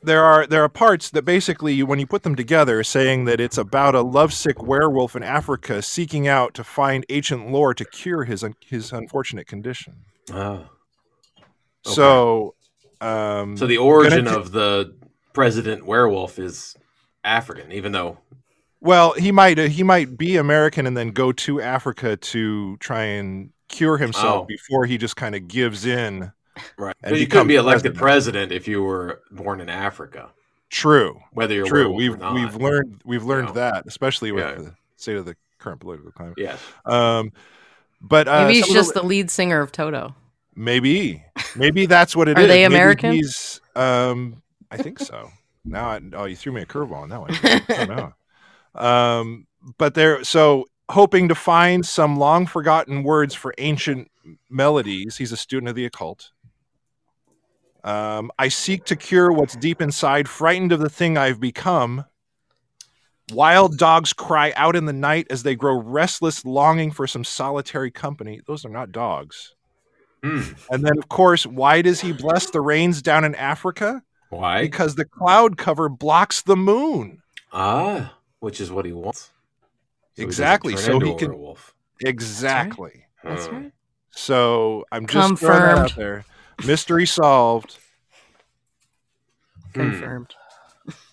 Speaker 1: there are there are parts that basically, when you put them together, saying that it's about a lovesick werewolf in Africa seeking out to find ancient lore to cure his un- his unfortunate condition.
Speaker 6: Ah. Okay.
Speaker 1: So, um,
Speaker 6: so the origin
Speaker 1: Gonna-
Speaker 6: of the president werewolf is African, even though
Speaker 1: well, he might he might be American and then go to Africa to try and cure himself
Speaker 6: Oh.
Speaker 1: before he just kind of gives in.
Speaker 6: right,
Speaker 1: And
Speaker 6: But you
Speaker 1: become
Speaker 6: couldn't be elected
Speaker 1: president.
Speaker 6: president. if you were born in Africa,
Speaker 1: True.
Speaker 6: whether you're
Speaker 1: True.
Speaker 6: werewolf or
Speaker 1: We've
Speaker 6: not.
Speaker 1: we've learned we've learned
Speaker 6: know.
Speaker 1: that, especially with
Speaker 6: Yeah.
Speaker 1: the state of the current political climate.
Speaker 6: Yes,
Speaker 1: Um, but uh, some
Speaker 2: Maybe he's
Speaker 1: of the-
Speaker 2: just the lead singer of Toto.
Speaker 1: maybe maybe that's what it is.
Speaker 2: Are they
Speaker 1: Maybe
Speaker 2: American?
Speaker 1: he's, um, I think so. now, I, oh, you threw me a curveball on that one. I don't know. Um, but they're so hoping to find some long forgotten words for ancient melodies. He's a student of the occult. Um, I seek to cure what's deep inside, frightened of the thing I've become. Wild dogs cry out in the night as they grow restless, longing for some solitary company. Those are not dogs.
Speaker 6: Hmm.
Speaker 1: And then, of course, why does he bless the rains down in Africa?
Speaker 6: why?
Speaker 1: Because the cloud cover blocks the moon.
Speaker 6: Ah, which is what he wants. So he doesn't
Speaker 1: Exactly,
Speaker 6: turn
Speaker 1: so
Speaker 6: into
Speaker 1: he
Speaker 6: a
Speaker 1: can-
Speaker 6: werewolf.
Speaker 1: Exactly.
Speaker 2: That's
Speaker 6: Hmm.
Speaker 2: right.
Speaker 1: So I'm just throwing that out
Speaker 2: Confirmed.
Speaker 1: there. Mystery solved.
Speaker 6: Hmm.
Speaker 2: Confirmed.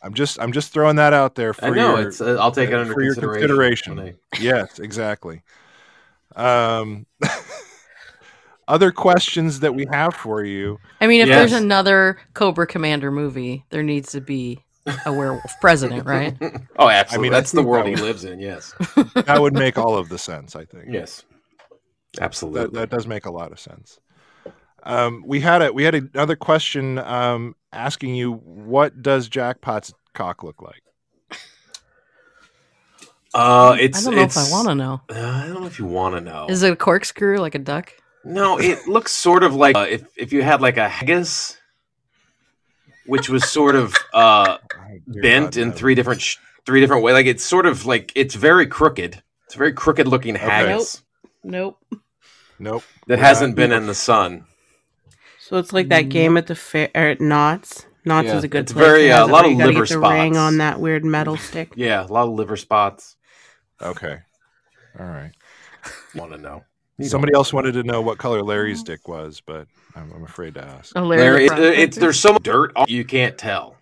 Speaker 1: I'm just I'm just throwing that out there for
Speaker 6: I know
Speaker 1: your
Speaker 6: it's. Uh, I'll take it
Speaker 1: uh,
Speaker 6: under
Speaker 1: for your
Speaker 6: consideration.
Speaker 1: consideration. yes, exactly. Um, other questions that we have for you?
Speaker 2: I mean, if
Speaker 6: Yes.
Speaker 2: there's another Cobra Commander movie, there needs to be a werewolf president, right?
Speaker 6: when I- oh, absolutely.
Speaker 1: I
Speaker 6: that's the
Speaker 1: think
Speaker 6: world
Speaker 1: that
Speaker 6: he
Speaker 1: would-
Speaker 6: lives in. Yes.
Speaker 1: That would make all of the sense, I think.
Speaker 6: Yes,
Speaker 1: that,
Speaker 6: absolutely.
Speaker 1: that does make a lot of sense. Um, we had a we had another question um, asking you what does Jackpot's cock look like?
Speaker 6: Uh, it's.
Speaker 2: I don't know
Speaker 6: it's,
Speaker 2: if I want to know.
Speaker 6: to. I don't know if you want to know.
Speaker 2: Is it a corkscrew like a duck?
Speaker 6: no, it looks sort of like uh, if if you had like a haggis, which was sort of uh
Speaker 1: Oh, dear
Speaker 6: bent
Speaker 1: God,
Speaker 6: in
Speaker 1: no.
Speaker 6: three different sh- three different ways. Like it's sort of like it's very crooked. It's a very crooked looking haggis.
Speaker 2: Nope.
Speaker 1: Nope.
Speaker 6: that hasn't been in the sun.
Speaker 4: So it's like that game at the fair or at Knots. Knots
Speaker 6: Mm-hmm. Yeah,
Speaker 4: is a good.
Speaker 6: it's
Speaker 4: place
Speaker 6: very,
Speaker 4: that
Speaker 6: uh,
Speaker 4: has
Speaker 6: a
Speaker 4: it,
Speaker 6: lot
Speaker 4: but
Speaker 6: of
Speaker 4: you gotta
Speaker 6: liver
Speaker 4: get the ring
Speaker 6: spots.
Speaker 4: on that weird metal stick.
Speaker 6: Yeah, a lot of liver spots.
Speaker 1: Okay. All right.
Speaker 6: Want to know?
Speaker 1: Somebody else wanted to know what color Larry's dick was, but I'm, I'm afraid to ask.
Speaker 2: A
Speaker 6: There
Speaker 2: Larry
Speaker 6: is,
Speaker 2: the
Speaker 6: it's,
Speaker 2: Prospector.
Speaker 6: there's so much dirt on- you can't tell.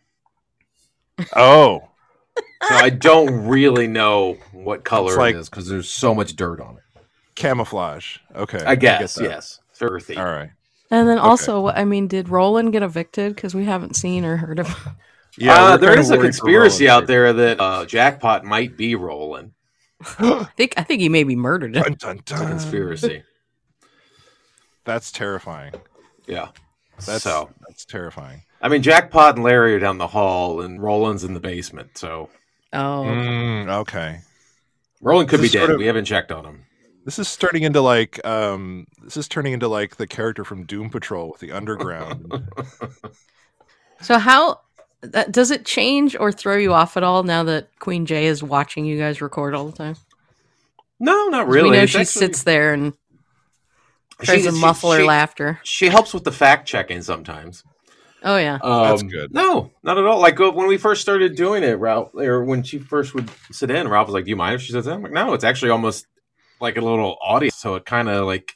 Speaker 1: Oh,
Speaker 6: So I don't really know what color
Speaker 1: It's like-
Speaker 6: it is because there's so much dirt on it.
Speaker 1: camouflage. Okay.
Speaker 6: I guess Uh,
Speaker 1: get that.
Speaker 6: yes, it's earthy.
Speaker 1: All right.
Speaker 2: and then also, what I mean, did Roland get evicted? Because we haven't seen or heard of him.
Speaker 6: Yeah,
Speaker 1: we're
Speaker 6: Uh, there
Speaker 1: kinda
Speaker 6: is a
Speaker 1: worried for
Speaker 6: conspiracy
Speaker 1: Roland
Speaker 6: out there that uh, jackpot might be rolling.
Speaker 2: I think I think he maybe murdered
Speaker 1: here.
Speaker 2: him.
Speaker 1: Dun, dun,
Speaker 6: It's a
Speaker 1: dun.
Speaker 6: conspiracy.
Speaker 1: That's terrifying.
Speaker 6: Yeah.
Speaker 1: That's
Speaker 6: so
Speaker 1: that's terrifying.
Speaker 6: I mean, Jackpot and Larry are down the hall, and Roland's in the basement. So
Speaker 2: Oh,
Speaker 1: Mm, okay.
Speaker 6: Roland could
Speaker 1: This
Speaker 6: be
Speaker 1: is
Speaker 6: dead.
Speaker 1: sort of-
Speaker 6: We haven't checked on him.
Speaker 1: This is starting into like um this is turning into like the character from Doom Patrol with the underground.
Speaker 2: so how that, does it change or throw you off at all now that Queen Jay is watching you guys record all the time?
Speaker 6: No, not
Speaker 2: 'Cause
Speaker 6: really.
Speaker 2: We know
Speaker 6: It's
Speaker 2: she
Speaker 6: actually-
Speaker 2: sits there and
Speaker 6: she-
Speaker 2: tries to
Speaker 6: she-
Speaker 2: muffle her
Speaker 6: she-
Speaker 2: laughter.
Speaker 6: She helps with the fact checking sometimes.
Speaker 2: Oh yeah.
Speaker 6: Um,
Speaker 1: That's good.
Speaker 6: No, not at all. Like uh, when we first started doing it, Ralph, or when she first would sit in, Ralph was like, "Do you mind if she sits in?" I'm like, "No, it's actually almost like a little audience, so it kind of like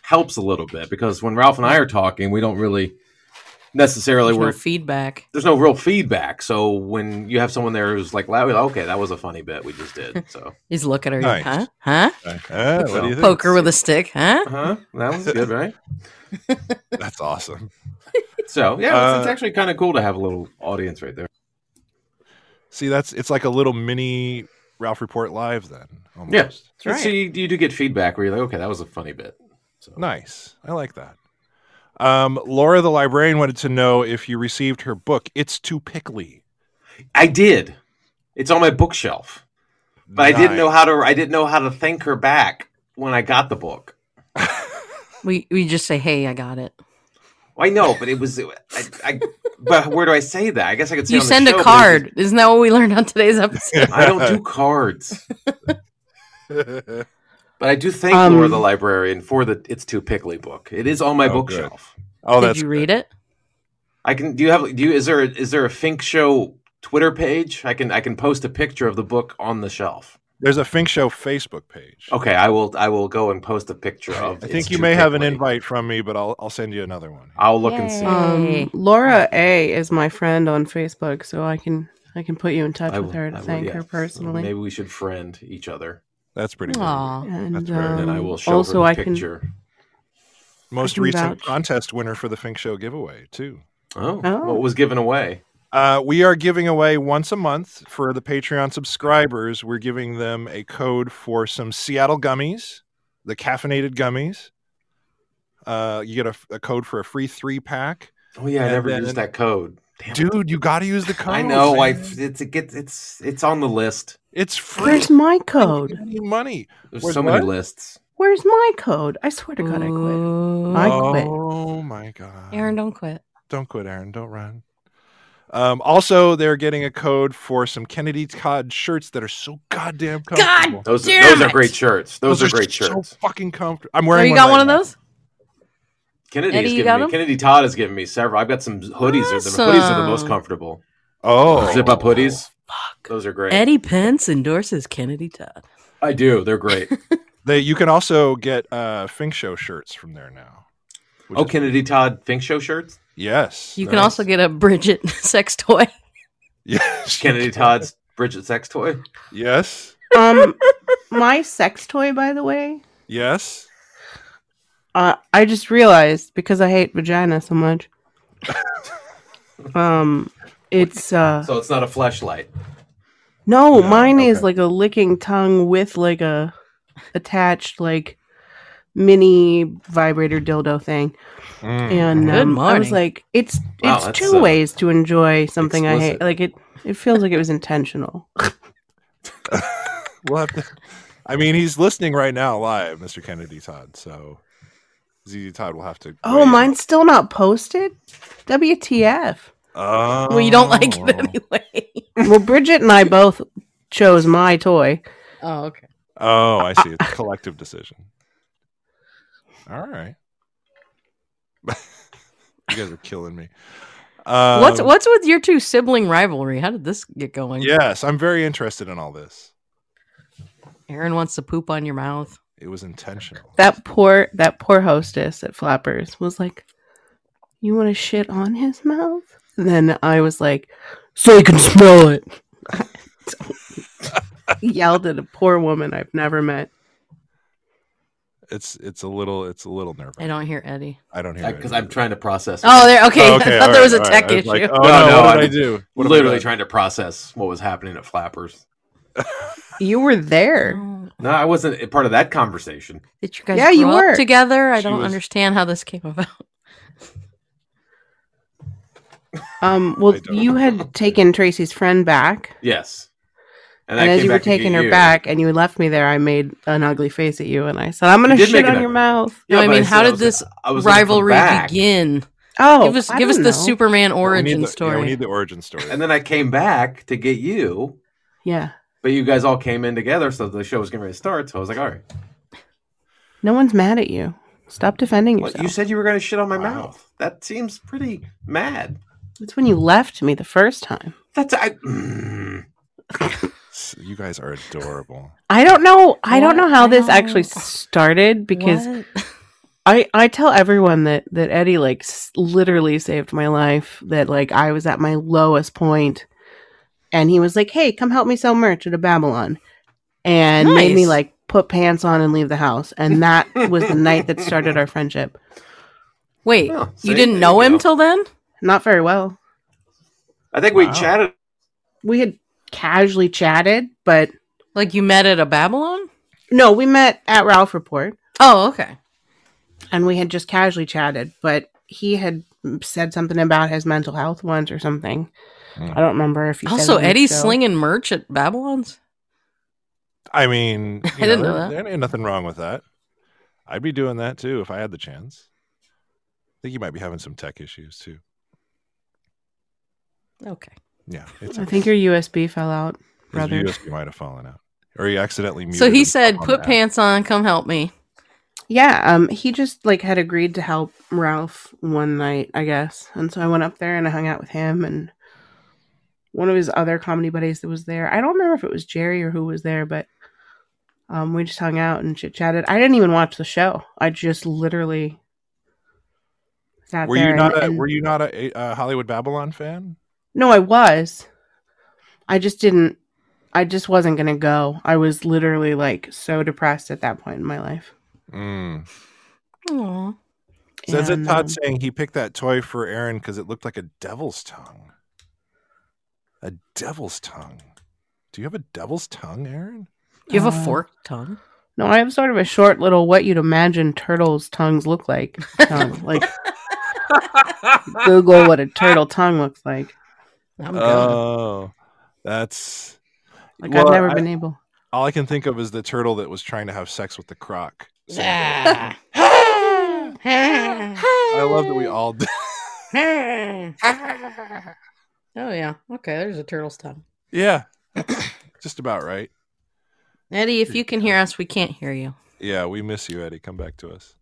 Speaker 6: helps a little bit because when Ralph and I are talking, we don't really necessarily
Speaker 2: There's no
Speaker 6: we're
Speaker 2: feedback.
Speaker 6: there's no real feedback. So when you have someone there who's like, loud, we're like, okay, that was a funny bit we just did. So,
Speaker 2: He's looking at her.
Speaker 1: Nice.
Speaker 2: Huh? Huh?
Speaker 1: Uh, what do you think?
Speaker 2: Poker with a stick. Huh?
Speaker 6: huh? Uh-huh. That was good, right?
Speaker 1: That's awesome.
Speaker 6: So, yeah, it's, it's
Speaker 1: Uh,
Speaker 6: actually kind of cool to have a little audience right there.
Speaker 1: See, that's it's like a little mini Ralph Report Live then. Almost.
Speaker 6: Yeah. So
Speaker 2: right.
Speaker 6: you, you do get feedback where you're like, okay, that was a funny bit. So,
Speaker 1: Nice. I like that. Um, Laura the librarian wanted to know if you received her book. It's too pickly.
Speaker 6: I did. It's on my bookshelf, but I didn't know how to. I didn't know how to thank her back when I got the book.
Speaker 2: We we just say, hey, I got it.
Speaker 6: Well, I know, but it was. I, I, but where do I say that? I guess I could say
Speaker 2: you
Speaker 6: on the
Speaker 2: send
Speaker 6: show, but
Speaker 2: a
Speaker 6: it's
Speaker 2: card. Isn't that what we learned on today's episode?
Speaker 6: just- I don't do cards.
Speaker 1: Nice.
Speaker 6: But I do thank
Speaker 4: Um,
Speaker 6: Laura the librarian for the "It's Too Pickly" book. It is on my
Speaker 1: Oh, good.
Speaker 6: bookshelf.
Speaker 1: oh,
Speaker 2: Did
Speaker 1: that's
Speaker 2: you read it?
Speaker 6: I can. Do you have? Do you? Is there? A, is there a Fink Show Twitter page? I can. I can post a picture of the book on the shelf.
Speaker 1: there's a Fink Show Facebook page.
Speaker 6: Okay, I will. I will go and post a picture of.
Speaker 1: I
Speaker 6: It's
Speaker 1: think you
Speaker 6: Too
Speaker 1: may have an
Speaker 6: Pickly.
Speaker 1: invite from me, but I'll I'll send you another one.
Speaker 6: I'll look and see.
Speaker 2: Yay. Hey.
Speaker 4: Um, Laura A is my friend on Facebook, so I can I can put you in touch
Speaker 6: I
Speaker 4: with
Speaker 6: will-
Speaker 4: her to
Speaker 6: I will,
Speaker 4: thank
Speaker 6: yeah.
Speaker 4: her personally.
Speaker 6: Maybe we should friend each other,
Speaker 1: That's pretty good.
Speaker 2: Aw.
Speaker 4: and
Speaker 1: That's fair.
Speaker 6: and then I
Speaker 4: um,
Speaker 6: will show
Speaker 4: also
Speaker 6: her the
Speaker 4: I can.
Speaker 6: picture.
Speaker 1: Most
Speaker 4: can
Speaker 1: recent
Speaker 4: vouch.
Speaker 1: contest winner for the Fink Show giveaway too.
Speaker 6: Oh,
Speaker 4: Oh.
Speaker 6: what was given away?
Speaker 1: Uh, we are giving away once a month for the Patreon subscribers. We're giving them a code for some Seattle gummies, the caffeinated gummies. Uh, you get a, a code for a free three pack.
Speaker 6: Oh yeah, I
Speaker 1: And
Speaker 6: never
Speaker 1: then-
Speaker 6: used that code. Damn it.
Speaker 1: Dude, you got to use the code.
Speaker 6: I know. I
Speaker 1: man.
Speaker 6: it's it gets it's it's on the list.
Speaker 1: it's free.
Speaker 4: Where's my
Speaker 1: You
Speaker 4: code?
Speaker 1: don't need money.
Speaker 6: There's
Speaker 1: Where's
Speaker 6: so many
Speaker 1: what?
Speaker 6: lists.
Speaker 4: Where's my code? I swear to God, I quit.
Speaker 2: Ooh.
Speaker 4: I quit.
Speaker 1: oh my god!
Speaker 2: Mm. Aaron, don't quit.
Speaker 1: don't quit, Aaron. Don't run. Um, also, they're getting a code for some Kennedy Todd shirts that are so goddamn comfortable.
Speaker 6: Those
Speaker 2: Damn
Speaker 6: those are
Speaker 2: it.
Speaker 6: great shirts. Those, are great
Speaker 1: so
Speaker 6: shirts.
Speaker 1: fucking comfortable. I'm
Speaker 2: Oh,
Speaker 1: wearing.
Speaker 2: you got
Speaker 1: right
Speaker 2: one of
Speaker 1: now.
Speaker 2: those?
Speaker 6: Kennedy
Speaker 2: Eddie,
Speaker 6: has
Speaker 2: you
Speaker 6: given
Speaker 2: got
Speaker 6: me.
Speaker 2: 'em?
Speaker 6: Kennedy Todd has given me several. I've got some hoodies. Are the hoodies are the most
Speaker 2: Awesome.
Speaker 6: comfortable.
Speaker 1: Oh,
Speaker 6: Zip up hoodies.
Speaker 2: Fuck.
Speaker 6: Those are great.
Speaker 2: Eddie Pence endorses Kennedy Todd.
Speaker 6: I do. They're great.
Speaker 1: They, you can also get uh, Fink Show shirts from there now. which
Speaker 6: oh,
Speaker 1: is-
Speaker 6: Kennedy Todd Fink Show shirts.
Speaker 1: Yes.
Speaker 2: You can also get a Bridget sex toy.
Speaker 1: yes.
Speaker 6: Kennedy Todd's Bridget sex toy.
Speaker 1: Yes.
Speaker 4: Um, my sex toy, by the way.
Speaker 1: Yes.
Speaker 4: Uh, I just realized because I hate vagina so much. um, it's uh
Speaker 6: So it's not a flashlight.
Speaker 4: no,
Speaker 1: No,
Speaker 4: mine is
Speaker 1: okay.
Speaker 4: like a licking tongue with like a attached like mini vibrator dildo thing, and
Speaker 2: Good
Speaker 4: um, I
Speaker 2: morning.
Speaker 4: was like, it's
Speaker 6: Mm. Wow,
Speaker 4: it's
Speaker 6: that's,
Speaker 4: two
Speaker 6: uh,
Speaker 4: ways to enjoy something I
Speaker 6: explicit.
Speaker 4: hate. Like it, it feels like it was intentional.
Speaker 1: we'll have to. I mean, he's listening right now live, Mr. Kennedy Todd. So ZZ Todd will have to.
Speaker 4: Oh, mine's still not posted. WTF?
Speaker 1: Oh.
Speaker 2: Well, you don't like it anyway.
Speaker 4: Well, Bridget and I both chose my toy.
Speaker 2: oh, okay.
Speaker 1: Oh, I see. It's a collective decision. All right. you guys are killing me. Um,
Speaker 2: what's what's with your two sibling rivalry? How did this get going?
Speaker 1: Yes, I'm very interested in all this.
Speaker 2: Aaron wants to poop on your mouth.
Speaker 1: It was intentional.
Speaker 4: That poor that poor hostess at Flappers was like, "You want to shit on his mouth?" And then I was like, "So you can smell it." Yelled at a poor woman I've never met.
Speaker 1: It's it's a little it's a little nerve.
Speaker 2: I don't hear Eddie.
Speaker 1: I don't hear it.
Speaker 6: because I'm trying to process. it.
Speaker 2: Oh, there. Okay,
Speaker 1: Oh,
Speaker 2: I
Speaker 1: all
Speaker 2: thought
Speaker 1: right,
Speaker 2: there was a
Speaker 1: all right.
Speaker 2: tech
Speaker 1: I was
Speaker 2: issue.
Speaker 1: like, oh
Speaker 6: No,
Speaker 1: no,
Speaker 6: no,
Speaker 1: what
Speaker 6: I
Speaker 1: did I do? What have I
Speaker 6: literally
Speaker 1: done?
Speaker 6: trying to process what was happening at Flappers.
Speaker 4: You were there.
Speaker 2: Oh.
Speaker 6: No, I wasn't a part of that conversation.
Speaker 2: Did you guys
Speaker 4: Yeah,
Speaker 2: grow
Speaker 4: you
Speaker 2: up
Speaker 4: were.
Speaker 2: together? I
Speaker 6: She
Speaker 2: don't
Speaker 6: was-
Speaker 2: understand how this came about.
Speaker 4: Um, well,
Speaker 1: I don't.
Speaker 4: you had taken Tracy's friend back,
Speaker 6: Yes.
Speaker 4: and,
Speaker 6: I
Speaker 4: as
Speaker 6: came
Speaker 4: you were
Speaker 6: back to get
Speaker 4: taking her
Speaker 6: you.
Speaker 4: back, and you left me there, I made an ugly face at you, and I said, "I'm
Speaker 6: You
Speaker 4: gonna
Speaker 6: did
Speaker 4: shit
Speaker 6: make an
Speaker 4: on your
Speaker 6: ugly-
Speaker 4: mouth."
Speaker 6: Yeah,
Speaker 2: no, I
Speaker 6: but
Speaker 2: mean, how
Speaker 6: said I
Speaker 2: did
Speaker 6: was gonna-
Speaker 2: this
Speaker 6: I was gonna come
Speaker 2: rivalry
Speaker 6: back.
Speaker 2: begin?
Speaker 4: Oh,
Speaker 2: give us
Speaker 4: I
Speaker 2: give us
Speaker 4: don't
Speaker 2: the
Speaker 4: know.
Speaker 2: Superman
Speaker 1: We need
Speaker 2: origin
Speaker 1: the-
Speaker 2: story.
Speaker 1: Yeah, we need the origin story.
Speaker 6: And then I came back to get you,
Speaker 4: Yeah,
Speaker 6: but you guys all came in together, so the show was getting ready to start. So I was like, all right.
Speaker 4: no one's mad at you. Stop defending
Speaker 6: Well,
Speaker 4: yourself.
Speaker 6: you said you were going to shit on my
Speaker 1: Wow.
Speaker 6: mouth. That seems pretty mad.
Speaker 4: That's when you left me the first time.
Speaker 6: That's I. Mm.
Speaker 1: you guys are adorable.
Speaker 4: I don't know. I don't
Speaker 2: What?
Speaker 4: know how
Speaker 2: I
Speaker 4: this actually
Speaker 2: don't-
Speaker 4: started because
Speaker 2: What?
Speaker 4: I I tell everyone that that Eddie like s- literally saved my life. That like I was at my lowest point, and he was like, "Hey, come help me sell merch at a Babylon," and made me
Speaker 2: Nice.
Speaker 4: like put pants on and leave the house. And that was the night that started our friendship.
Speaker 2: wait,
Speaker 6: Oh, see,
Speaker 2: you didn't
Speaker 6: there
Speaker 2: know
Speaker 6: you
Speaker 2: him
Speaker 6: go.
Speaker 2: till then?
Speaker 4: Not very well.
Speaker 6: I think we
Speaker 1: Wow.
Speaker 6: chatted.
Speaker 4: We had casually chatted, but
Speaker 2: Like you met at a Babylon?
Speaker 4: no, we met at Ralph Report.
Speaker 2: Oh, okay.
Speaker 4: and we had just casually chatted, but he had said something about his mental health once or something.
Speaker 1: Hmm.
Speaker 4: I don't remember if he said
Speaker 2: Also,
Speaker 4: it or
Speaker 2: Eddie's
Speaker 4: so.
Speaker 2: slinging merch at Babylon's.
Speaker 1: I mean, you
Speaker 2: didn't know
Speaker 1: there-
Speaker 2: that.
Speaker 1: There ain't nothing wrong with that. I'd be doing that too if I had the chance. I think you might be having some tech issues too.
Speaker 2: Okay.
Speaker 1: Yeah, it's
Speaker 4: I think your USB fell out,
Speaker 1: His
Speaker 4: brother.
Speaker 1: USB might have fallen out, or he accidentally muted.
Speaker 2: So he
Speaker 1: himself
Speaker 2: said,
Speaker 1: on
Speaker 2: "Put
Speaker 1: that.
Speaker 2: pants on, come help me."
Speaker 4: Yeah, um, he just like had agreed to help Ralph one night, I guess, and so I went up there and I hung out with him and one of his other comedy buddies that was there. I don't remember if it was Jerry or who was there, but um, we just hung out and chit chatted. I didn't even watch the show. I just literally sat
Speaker 1: Were
Speaker 4: there.
Speaker 1: you not
Speaker 4: and-
Speaker 1: a
Speaker 4: and-
Speaker 1: Were you not a, uh Hollywood Babylon fan?
Speaker 4: No, I was. I just didn't. I just wasn't gonna go. I was literally like so depressed at that point in my life.
Speaker 1: Mm.
Speaker 2: Aw.
Speaker 1: Says it
Speaker 4: And,
Speaker 1: Todd
Speaker 4: um,
Speaker 1: saying he picked that toy for Aaron because it looked like a devil's tongue. A devil's tongue. Do you have a devil's tongue, Aaron?
Speaker 2: Do you have a
Speaker 4: Uh,
Speaker 2: forked tongue?
Speaker 4: No, I have sort of a short little what you'd imagine turtles' tongues look like. Tongue. like Google what a turtle tongue looks like.
Speaker 2: I'm good.
Speaker 1: Oh, that's
Speaker 4: Like
Speaker 1: Well,
Speaker 4: I've never
Speaker 1: I-
Speaker 4: been able.
Speaker 1: all I can think of is the turtle that was trying to have sex with the croc. So
Speaker 2: Ah.
Speaker 1: I love that we all did.
Speaker 2: oh yeah. Okay, there's a turtle's tongue.
Speaker 1: yeah, just about right.
Speaker 2: Eddie, if you can hear us, we can't hear you.
Speaker 1: Yeah, we miss you, Eddie. Come back to us.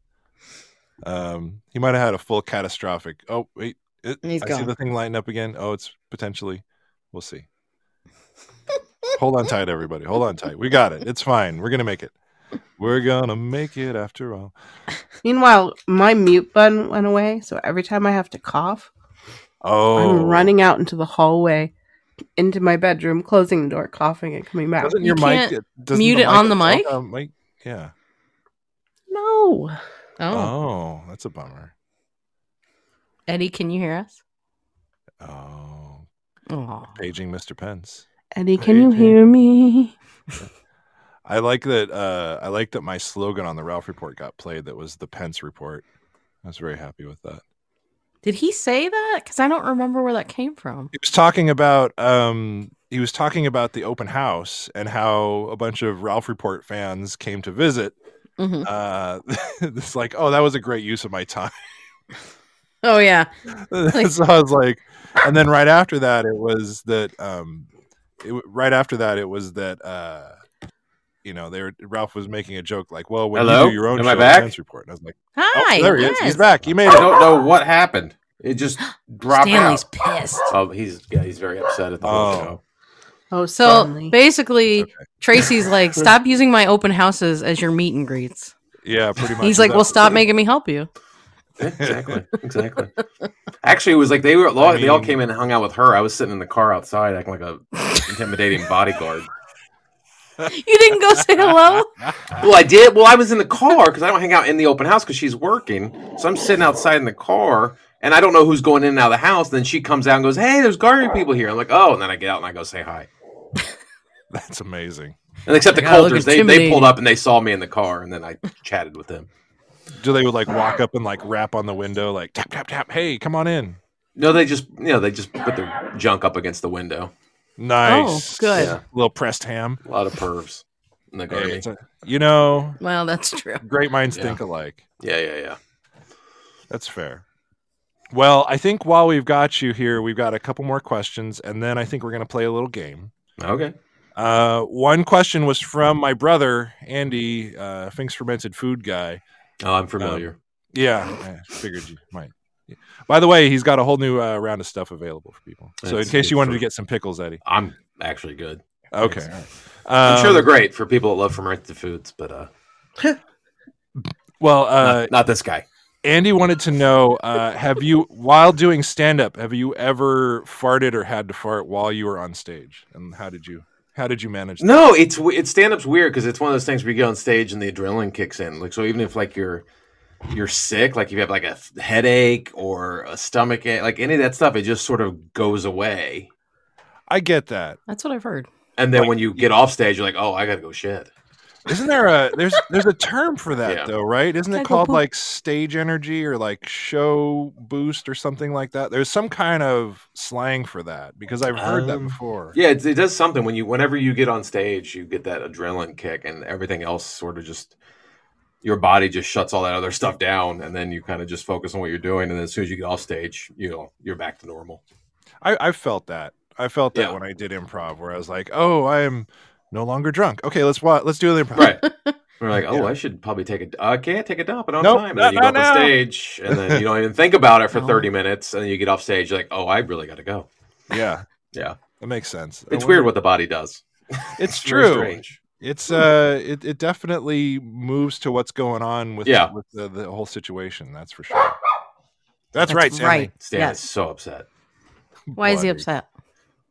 Speaker 1: Um, he might have had a full catastrophic. Oh wait, it,
Speaker 2: He's
Speaker 1: I see
Speaker 2: gone.
Speaker 1: the thing lighting up again. Oh, it's potentially. We'll see. Hold on tight, everybody. Hold on tight. We got it. It's fine. We're gonna make it. We're gonna make it after all.
Speaker 4: Meanwhile, my mute button went away, so every time I have to cough,
Speaker 1: Oh,
Speaker 4: I'm running out into the hallway, into my bedroom, closing the door, coughing, and coming back.
Speaker 1: Doesn't
Speaker 2: You
Speaker 1: your mic
Speaker 2: can't
Speaker 1: get- doesn't
Speaker 2: mute it on the
Speaker 1: itself
Speaker 2: mic?
Speaker 1: have mic? Yeah.
Speaker 4: No,
Speaker 2: Oh,
Speaker 1: Oh, that's a bummer.
Speaker 2: Eddie, can you hear us?
Speaker 1: Oh,
Speaker 2: Oh,
Speaker 1: paging Mr. Pence.
Speaker 4: Eddie, can you
Speaker 1: Aging.
Speaker 4: hear me?
Speaker 1: I like that. Uh, I like that my slogan on the Ralph Report got played. That was the Pence Report. I was very happy with that.
Speaker 2: did he say that? Because I don't remember where that came from.
Speaker 1: He was talking about. Um, he was talking about the open house and how a bunch of Ralph Report fans came to visit.
Speaker 2: Mhm.
Speaker 1: Uh, it's like, oh, that was a great use of my time.
Speaker 2: Oh yeah.
Speaker 1: so I was like, and then right after that, it was that. Um, it, w- right after that, it was that. Uh, you know, they were, Ralph was making a joke like, "Well, when
Speaker 6: Hello?
Speaker 1: you do your own
Speaker 6: Am
Speaker 1: show
Speaker 6: I
Speaker 1: and
Speaker 6: back?
Speaker 1: dance report," and I was like, "Oh,
Speaker 2: Hi.
Speaker 1: there he is. He's back. He made
Speaker 6: I
Speaker 1: it."
Speaker 6: don't know what happened. It just dropped
Speaker 2: Stanley's
Speaker 6: out.
Speaker 2: pissed.
Speaker 6: Oh, he's yeah, he's very upset at the whole
Speaker 1: Oh.
Speaker 6: show.
Speaker 4: Oh,
Speaker 2: So
Speaker 4: Stanley.
Speaker 2: basically,
Speaker 1: Okay.
Speaker 2: Tracy's like, stop using my open houses as your meet and greets.
Speaker 1: Yeah, pretty much.
Speaker 2: He's like,
Speaker 1: That-
Speaker 2: well, stop making me help you.
Speaker 6: Yeah, exactly, exactly. Actually, it was like they were. all they all
Speaker 1: mean-
Speaker 6: came in and hung out with her. I was sitting in the car outside, acting like a intimidating bodyguard.
Speaker 2: You didn't go say hello?
Speaker 6: Well, I did. Well, I was in the car because I don't hang out in the open house because she's working. So I'm sitting outside in the car, and I don't know who's going in and out of the house. Then she comes out and goes, "Hey, there's gardening people here." I'm like, "Oh," and then I get out and I go say hi.
Speaker 1: That's amazing.
Speaker 6: And except the
Speaker 2: Yeah, look
Speaker 6: Coulters, they, they
Speaker 2: intimidating.
Speaker 6: pulled up and they saw me in the car, and then I chatted with them.
Speaker 1: Do they like walk up and like rap on the window, like tap tap tap? Hey, come on in.
Speaker 6: No, they just you know they just put their junk up against the window.
Speaker 1: Nice.
Speaker 2: Oh, good.
Speaker 6: Yeah.
Speaker 1: Little pressed ham.
Speaker 6: A lot of pervs in the
Speaker 1: Hey,
Speaker 6: garden.
Speaker 1: it's a- you know,
Speaker 2: Well, that's true.
Speaker 1: great minds
Speaker 6: Yeah.
Speaker 1: think alike.
Speaker 6: Yeah, yeah, yeah.
Speaker 1: That's fair. Well, I think while we've got you here, we've got a couple more questions, and then I think we're going to play a little game.
Speaker 6: Okay.
Speaker 1: Uh, one question was from my brother, Andy, uh, Fink's Fermented Food Guy.
Speaker 6: Oh, I'm familiar.
Speaker 1: Yeah, I figured you might. By the way, he's got a whole new uh, round of stuff available for people. So, in
Speaker 6: That's
Speaker 1: case
Speaker 6: good
Speaker 1: you wanted
Speaker 6: for-
Speaker 1: to get some pickles, Eddie.
Speaker 6: I'm actually good.
Speaker 1: Okay.
Speaker 6: Thanks.
Speaker 1: all right.
Speaker 6: I'm sure
Speaker 1: Um,
Speaker 6: they're great for people that love fermented foods, but uh,
Speaker 1: Well,
Speaker 6: not-
Speaker 1: uh,
Speaker 6: not, this guy.
Speaker 1: Andy wanted to know uh, have you, while doing stand up, have you ever farted or had to fart while you were on stage? And how did you? How did you manage? That?
Speaker 6: No, it's we- it's stand up's weird because it's one of those things where you get on stage and the adrenaline kicks in. Like so, even if like you're you're sick, like if you have like a f- headache or a stomach ache, like any of that stuff, it just sort of goes away.
Speaker 1: I get that.
Speaker 2: That's what I've heard.
Speaker 6: And then
Speaker 1: Like,
Speaker 6: when you get off stage, you're like, oh, I gotta go shit.
Speaker 1: Isn't there a there's there's a term for that
Speaker 6: Yeah.
Speaker 1: though, right? Isn't
Speaker 2: Gotta
Speaker 1: it
Speaker 2: go
Speaker 1: called
Speaker 2: poop.
Speaker 1: like stage energy or like show boost or something like that? There's some kind of slang for that because I've heard that
Speaker 6: Um,
Speaker 1: before.
Speaker 6: Yeah, it, it does something when you whenever you get on stage, you get that adrenaline kick, and everything else sort of just your body just shuts all that other stuff down, and then you kind of just focus on what you're doing, and then as soon as you get off stage, you know you're back to normal.
Speaker 1: I, I felt that. I felt that
Speaker 6: Yeah.
Speaker 1: when I did improv, where I was like, "Oh, I am no longer drunk. Okay, let's wa- let's do the improv."
Speaker 6: Right. We're like, oh,
Speaker 1: Yeah.
Speaker 6: I should probably take a. I can't take a dump at on
Speaker 1: Nope,
Speaker 6: time. And
Speaker 1: not-
Speaker 6: then you go
Speaker 1: not
Speaker 6: up on
Speaker 1: now.
Speaker 6: stage, and then you don't even think about it for
Speaker 2: No.
Speaker 6: 30 minutes, and then you get off stage, you're like, oh, I really got to go.
Speaker 1: Yeah,
Speaker 6: Yeah,
Speaker 1: that makes sense. I
Speaker 6: it's
Speaker 1: wonder-
Speaker 6: weird what the body does.
Speaker 1: It's
Speaker 6: very
Speaker 1: true.
Speaker 6: strange.
Speaker 1: It's uh, it, it definitely moves to what's going on with
Speaker 6: Yeah.
Speaker 1: with the, the whole situation. That's for sure. That's,
Speaker 2: That's
Speaker 1: right, Sammy.
Speaker 2: right.
Speaker 6: Stan
Speaker 2: Yes.
Speaker 6: is so upset.
Speaker 2: Why is he
Speaker 1: Bloody-
Speaker 2: upset?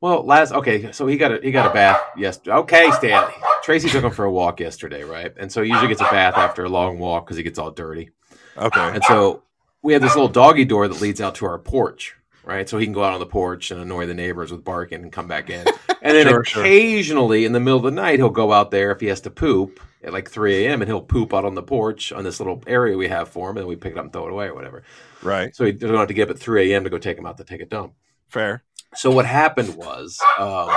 Speaker 6: Well, last okay, so he got a he got a bath yesterday. Okay, Stan. Tracy took him for a walk yesterday, right? And so he usually gets a bath after a long walk because he gets all dirty.
Speaker 1: Okay.
Speaker 6: And so we have this little doggy door that leads out to our porch, right? So he can go out on the porch and annoy the neighbors with barking and come back in. And then
Speaker 1: Sure, sure.
Speaker 6: occasionally in the middle of the night, he'll go out there if he has to poop at like 3 a.m. and he'll poop out on the porch on this little area we have for him. And we pick it up and throw it away or whatever.
Speaker 1: Right.
Speaker 6: So he doesn't have to get up at 3 a.m. to go take him out to take a dump.
Speaker 1: Fair.
Speaker 6: So what happened was um,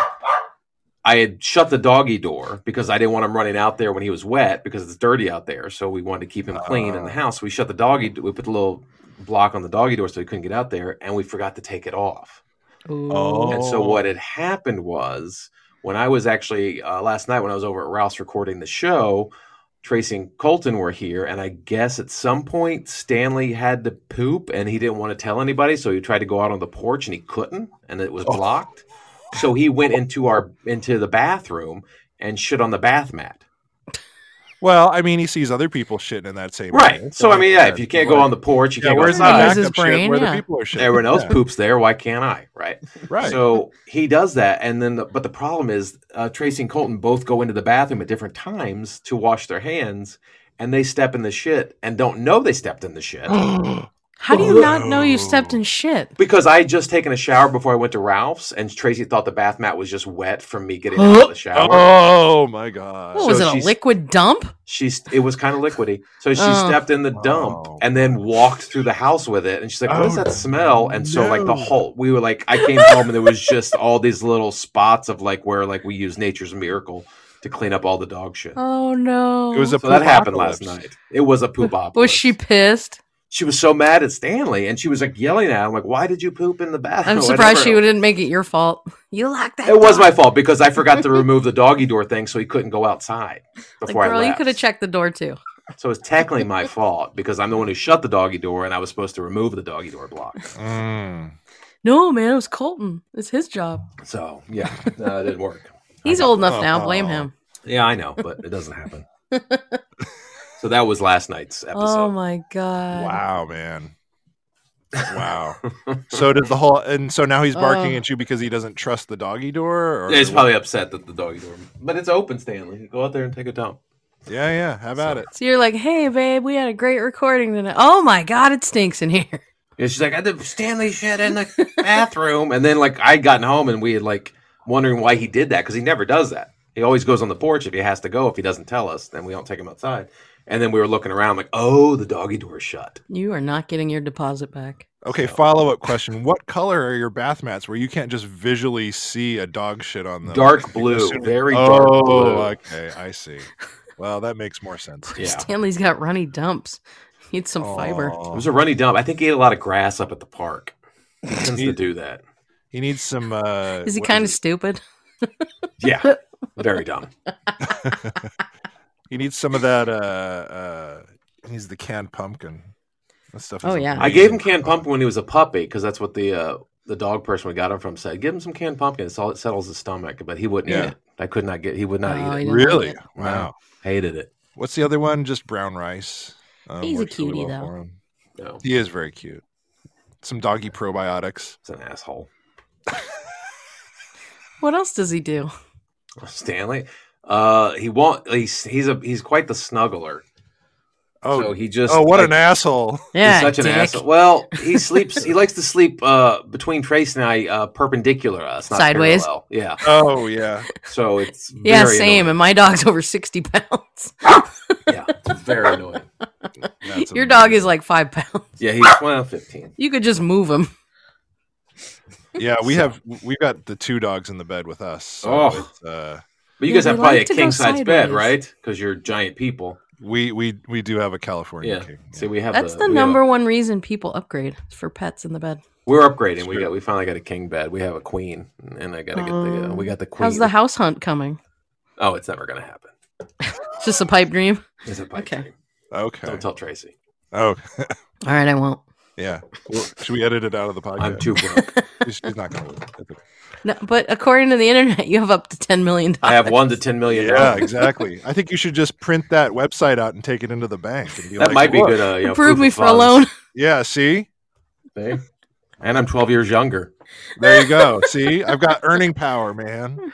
Speaker 6: I had shut the doggy door because I didn't want him running out there when he was wet because it's dirty out there. So we wanted to keep him clean in the
Speaker 1: Ah.
Speaker 6: house. We shut the doggy. We put the little block on the doggy door so he couldn't get out there, and we forgot to take it off.
Speaker 1: Oh.
Speaker 6: And so what had happened was when I was actually uh, last night when I was over at Rouse recording the show. Tracy and Colton were here, and I guess at some point Stanley had to poop, and he didn't want to tell anybody, so he tried to go out on the porch, and he couldn't, and it was
Speaker 1: Oh.
Speaker 6: blocked. So he went into our into the bathroom and shit on the bath mat.
Speaker 1: Well, I mean, he sees other people shitting in that same. area,
Speaker 6: Right. So I mean, yeah, if you can't go on the
Speaker 1: Yeah,
Speaker 6: porch, you can't go
Speaker 1: where's the
Speaker 2: He
Speaker 6: outside.
Speaker 2: knows his
Speaker 1: backup shit
Speaker 2: brain,
Speaker 1: where
Speaker 2: yeah.
Speaker 1: the people are shitting?
Speaker 6: Everyone else
Speaker 1: Yeah,
Speaker 6: poops there. Why can't I? Right.
Speaker 1: Right.
Speaker 6: So he does that, and then the, but the problem is uh, Tracy and Colton both go into the bathroom at different times to wash their hands, and they step in the shit and don't know they stepped in the shit
Speaker 2: How do you not know you stepped in shit?
Speaker 6: because I had just taken a shower before I went to Ralph's, and Tracy thought the bath mat was just wet from me getting out of the shower.
Speaker 1: oh my god.
Speaker 2: What was
Speaker 6: So
Speaker 2: it, a
Speaker 6: she's-
Speaker 2: liquid dump?
Speaker 6: She's it was kind of liquidy, so she
Speaker 2: Oh.
Speaker 6: stepped in the dump
Speaker 1: Oh.
Speaker 6: and then walked through the house with it. And she's like, "What does
Speaker 1: Oh,
Speaker 6: that smell?" And so like
Speaker 1: no.
Speaker 6: the whole we were like, I came home and there was just all these little spots of like where like we use nature's miracle to clean up all the dog shit.
Speaker 2: Oh no.
Speaker 1: It was a
Speaker 6: so that happened
Speaker 1: poopocalypse.
Speaker 6: last night. It was a poop
Speaker 2: Was she pissed?
Speaker 6: she was so mad at Stanley and she was like yelling at him, like, why did you poop in the bathroom?
Speaker 2: I'm
Speaker 6: I
Speaker 2: surprised
Speaker 6: never-
Speaker 2: she didn't make it your fault. You locked that.
Speaker 6: It was
Speaker 2: door.
Speaker 6: my fault because I forgot to remove the doggy door thing so he couldn't go outside
Speaker 2: Like,
Speaker 6: before I
Speaker 2: girl, you
Speaker 6: left.
Speaker 2: could have checked the door too.
Speaker 6: So it's technically my fault because I'm the one who shut the doggy door and I was supposed to remove the doggy door block.
Speaker 1: Mm.
Speaker 2: No, man, it was Colton. It's his job.
Speaker 6: So yeah, no, it didn't work.
Speaker 2: He's old enough now. Blame
Speaker 1: Oh.
Speaker 2: him.
Speaker 6: Yeah, I know, but it doesn't happen. so that was last night's
Speaker 2: Oh
Speaker 6: episode.
Speaker 2: my god.
Speaker 1: Wow, man. Wow. so did the whole, and so now he's barking
Speaker 2: Oh.
Speaker 1: at you because he doesn't trust the doggy door. Or
Speaker 6: Yeah, he's probably upset that the doggy door, but it's open, Stanley. Go out there and take a dump.
Speaker 1: Yeah, yeah. How about it?
Speaker 2: So you're like, hey, babe, we had a great recording tonight. Oh my god, it stinks in here.
Speaker 6: Yeah, she's like, I did Stanley shit in the bathroom, and then like I'd gotten home and we had like wondering why he did that because he never does that. He always goes on the porch if he has to go. If he doesn't tell us, then we don't take him outside. And then we were looking around like, oh, the doggy door is shut.
Speaker 2: You are not getting your deposit back.
Speaker 1: Okay,
Speaker 6: So-
Speaker 1: follow up question. What color are your bath mats where you can't just visually see a dog shit on them?
Speaker 6: Dark
Speaker 1: You
Speaker 6: blue,
Speaker 1: assume-
Speaker 6: very dark
Speaker 1: oh,
Speaker 6: blue.
Speaker 1: okay. I see. Well, that makes more sense.
Speaker 6: Yeah.
Speaker 2: Stanley's got runny dumps. Needs some fiber.
Speaker 1: Aw.
Speaker 6: It was a runny dump. I think he ate a lot of grass up at the park. He tends to do that.
Speaker 1: He needs some. Uh,
Speaker 2: Is he
Speaker 1: what
Speaker 2: kind of
Speaker 1: it?
Speaker 2: stupid?
Speaker 6: Yeah, very dumb.
Speaker 1: He needs some of that. Uh, uh, he needs the canned pumpkin. That stuff.
Speaker 2: Oh,
Speaker 1: is
Speaker 2: yeah.
Speaker 6: I gave him
Speaker 1: amazing.
Speaker 6: canned pumpkin when he was a puppy because that's what the uh, the dog person we got him from said. Give him some canned pumpkin. It's all it settles his stomach, but he wouldn't
Speaker 1: Yeah.
Speaker 6: eat it. I could not get. He would not
Speaker 2: Oh,
Speaker 6: eat
Speaker 2: he
Speaker 6: it.
Speaker 2: didn't like
Speaker 1: Really?
Speaker 2: it.
Speaker 1: Wow.
Speaker 6: Hated it.
Speaker 1: What's the other one? Just brown rice. Um,
Speaker 2: He's a
Speaker 1: works really
Speaker 2: cutie, though.
Speaker 1: for him.
Speaker 6: No,
Speaker 1: He is very cute. Some doggy probiotics.
Speaker 6: it's an asshole.
Speaker 2: What else does he do?
Speaker 6: Stanley. Uh, he won't. He's he's a he's quite the snuggler.
Speaker 1: Oh,
Speaker 6: so he just.
Speaker 1: oh, what
Speaker 6: like,
Speaker 1: an asshole!
Speaker 2: Yeah,
Speaker 6: he's such an
Speaker 2: dick.
Speaker 6: asshole. Well, he sleeps. he likes to sleep uh, between Trace and I, uh, perpendicular us, not
Speaker 2: Sideways.
Speaker 6: parallel. Yeah.
Speaker 1: Oh yeah.
Speaker 6: So it's
Speaker 2: Yeah,
Speaker 6: very
Speaker 2: same.
Speaker 6: Annoying.
Speaker 2: And my dog's over sixty pounds.
Speaker 6: Yeah, it's very annoying.
Speaker 1: That's
Speaker 2: Your dog
Speaker 1: amazing.
Speaker 2: is like five pounds.
Speaker 6: Yeah, he's well, fifteen.
Speaker 2: You could just move him.
Speaker 1: Yeah, we
Speaker 6: So-
Speaker 1: have we've got the two dogs in the bed with us. So
Speaker 6: Oh.
Speaker 1: it's, uh,
Speaker 6: But you
Speaker 2: Yeah,
Speaker 6: guys
Speaker 2: they
Speaker 6: have probably
Speaker 2: like
Speaker 6: a
Speaker 2: to go
Speaker 6: king size bed,
Speaker 2: sideways.
Speaker 6: right? Because you're giant people.
Speaker 1: we we we do have a California
Speaker 6: Yeah.
Speaker 1: king. yeah.
Speaker 6: See, we have
Speaker 2: That's the
Speaker 6: we have-
Speaker 2: number one reason people upgrade is for pets in the bed.
Speaker 6: we're upgrading. We
Speaker 1: Screw.
Speaker 6: got we finally got a king bed. We have a queen, and I gotta get the uh,
Speaker 4: Um,
Speaker 6: we got the queen.
Speaker 2: How's the house hunt coming?
Speaker 6: oh, it's never gonna happen.
Speaker 2: It's just a pipe dream.
Speaker 6: It's a pipe
Speaker 2: Okay.
Speaker 6: dream.
Speaker 1: okay.
Speaker 6: Don't tell Tracy.
Speaker 1: Oh
Speaker 2: All right, I won't.
Speaker 1: yeah. Well, should we edit it out of the podcast?
Speaker 6: I'm too broke.
Speaker 1: She's she's not gonna. Look. It's okay.
Speaker 2: No, but according to the internet, you have up to ten million dollars.
Speaker 6: I have one to ten million.
Speaker 1: Yeah,
Speaker 6: dollars.
Speaker 1: exactly. I think you should just print that website out and take it into the bank. And be
Speaker 6: that
Speaker 1: like,
Speaker 6: might be
Speaker 1: "Look."
Speaker 6: good. Uh, you know,
Speaker 2: Approve
Speaker 6: proof
Speaker 2: me
Speaker 6: of
Speaker 2: for a
Speaker 6: funds.
Speaker 2: loan.
Speaker 1: Yeah. See,
Speaker 6: See? And I'm 12 years younger.
Speaker 1: there you go. see, I've got earning power, man.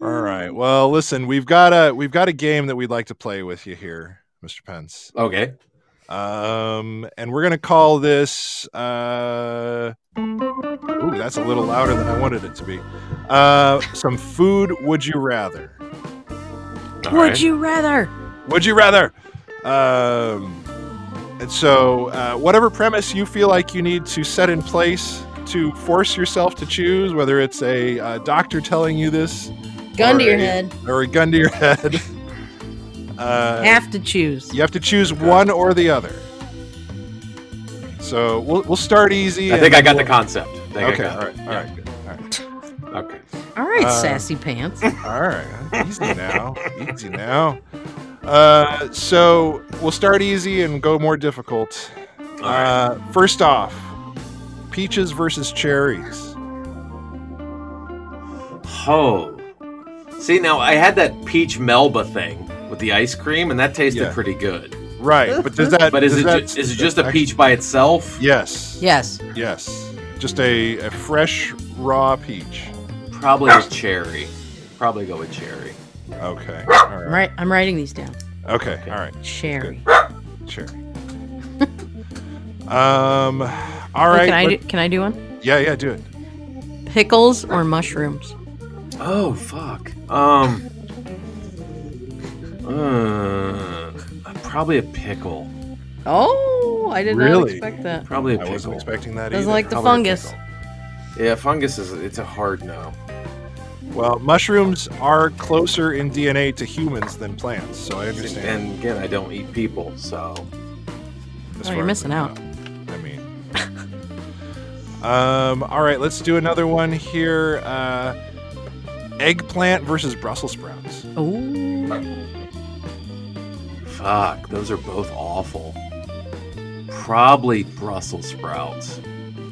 Speaker 1: All right. Well, listen, we've got a we've got a game that we'd like to play with you here, Mr. Pence.
Speaker 6: Okay.
Speaker 1: Um, and we're gonna call this. Uh, ooh, that's a little louder than I wanted it to be. Uh, some food. Would you rather?
Speaker 6: All
Speaker 2: Would
Speaker 6: right.
Speaker 2: you rather?
Speaker 1: Would you rather? Um, and so, uh, whatever premise you feel like you need to set in place to force yourself to choose, whether it's a uh, doctor telling you this,
Speaker 2: Gun to your
Speaker 1: Alrighty.
Speaker 2: head.
Speaker 1: or a gun to your head, uh,
Speaker 2: Have to choose.
Speaker 1: You have to choose one or the other. So we'll, we'll start easy.
Speaker 6: I
Speaker 1: and
Speaker 6: think I
Speaker 1: then
Speaker 6: got the
Speaker 1: we'll-
Speaker 6: concept. I think I
Speaker 1: Okay. All
Speaker 6: got
Speaker 1: right. All right. Good. All right.
Speaker 6: it. Okay.
Speaker 2: All right,
Speaker 1: Uh,
Speaker 2: sassy pants.
Speaker 1: All right. Easy now. Easy now. Uh, so we'll start easy and go more difficult.
Speaker 6: All right.
Speaker 1: Uh, first off, peaches versus cherries.
Speaker 6: Oh. See, now I had that peach Melba thing with the ice cream, and that tasted
Speaker 1: Yeah.
Speaker 6: pretty good.
Speaker 1: Right. But does that?
Speaker 6: But is
Speaker 1: does
Speaker 6: it,
Speaker 1: that-
Speaker 6: ju- is it just a peach by itself?
Speaker 1: Yes.
Speaker 2: Yes.
Speaker 1: Yes. Just a, a fresh raw peach.
Speaker 6: Probably with cherry. Probably go with cherry.
Speaker 1: Okay. All right.
Speaker 2: I'm right. I'm writing these down.
Speaker 1: Okay. All right.
Speaker 2: Sherry.
Speaker 1: Sure. um. All
Speaker 2: Oh,
Speaker 1: right.
Speaker 2: can I do,
Speaker 1: let-
Speaker 2: can I do one?
Speaker 1: yeah, yeah, do it.
Speaker 2: Pickles or mushrooms?
Speaker 6: Oh, fuck. Um. uh, probably a pickle.
Speaker 2: Oh, I did not
Speaker 1: Really?
Speaker 2: expect that.
Speaker 6: Probably a
Speaker 1: I
Speaker 6: pickle.
Speaker 1: wasn't expecting that.
Speaker 2: Doesn't
Speaker 1: either.
Speaker 2: like the
Speaker 1: Probably a
Speaker 2: fungus.
Speaker 1: pickle.
Speaker 6: Yeah, fungus is it's a hard no.
Speaker 1: Well, mushrooms are closer in DNA to humans than plants, so I understand.
Speaker 6: And again, I don't eat people, so
Speaker 1: as
Speaker 2: Oh, you're
Speaker 1: far as
Speaker 2: missing
Speaker 1: I
Speaker 2: out.
Speaker 1: know. I mean, um, all right, let's do another one here. Uh, eggplant versus Brussels sprouts.
Speaker 2: Oh,
Speaker 6: Fuck, those are both awful. Probably Brussels sprouts.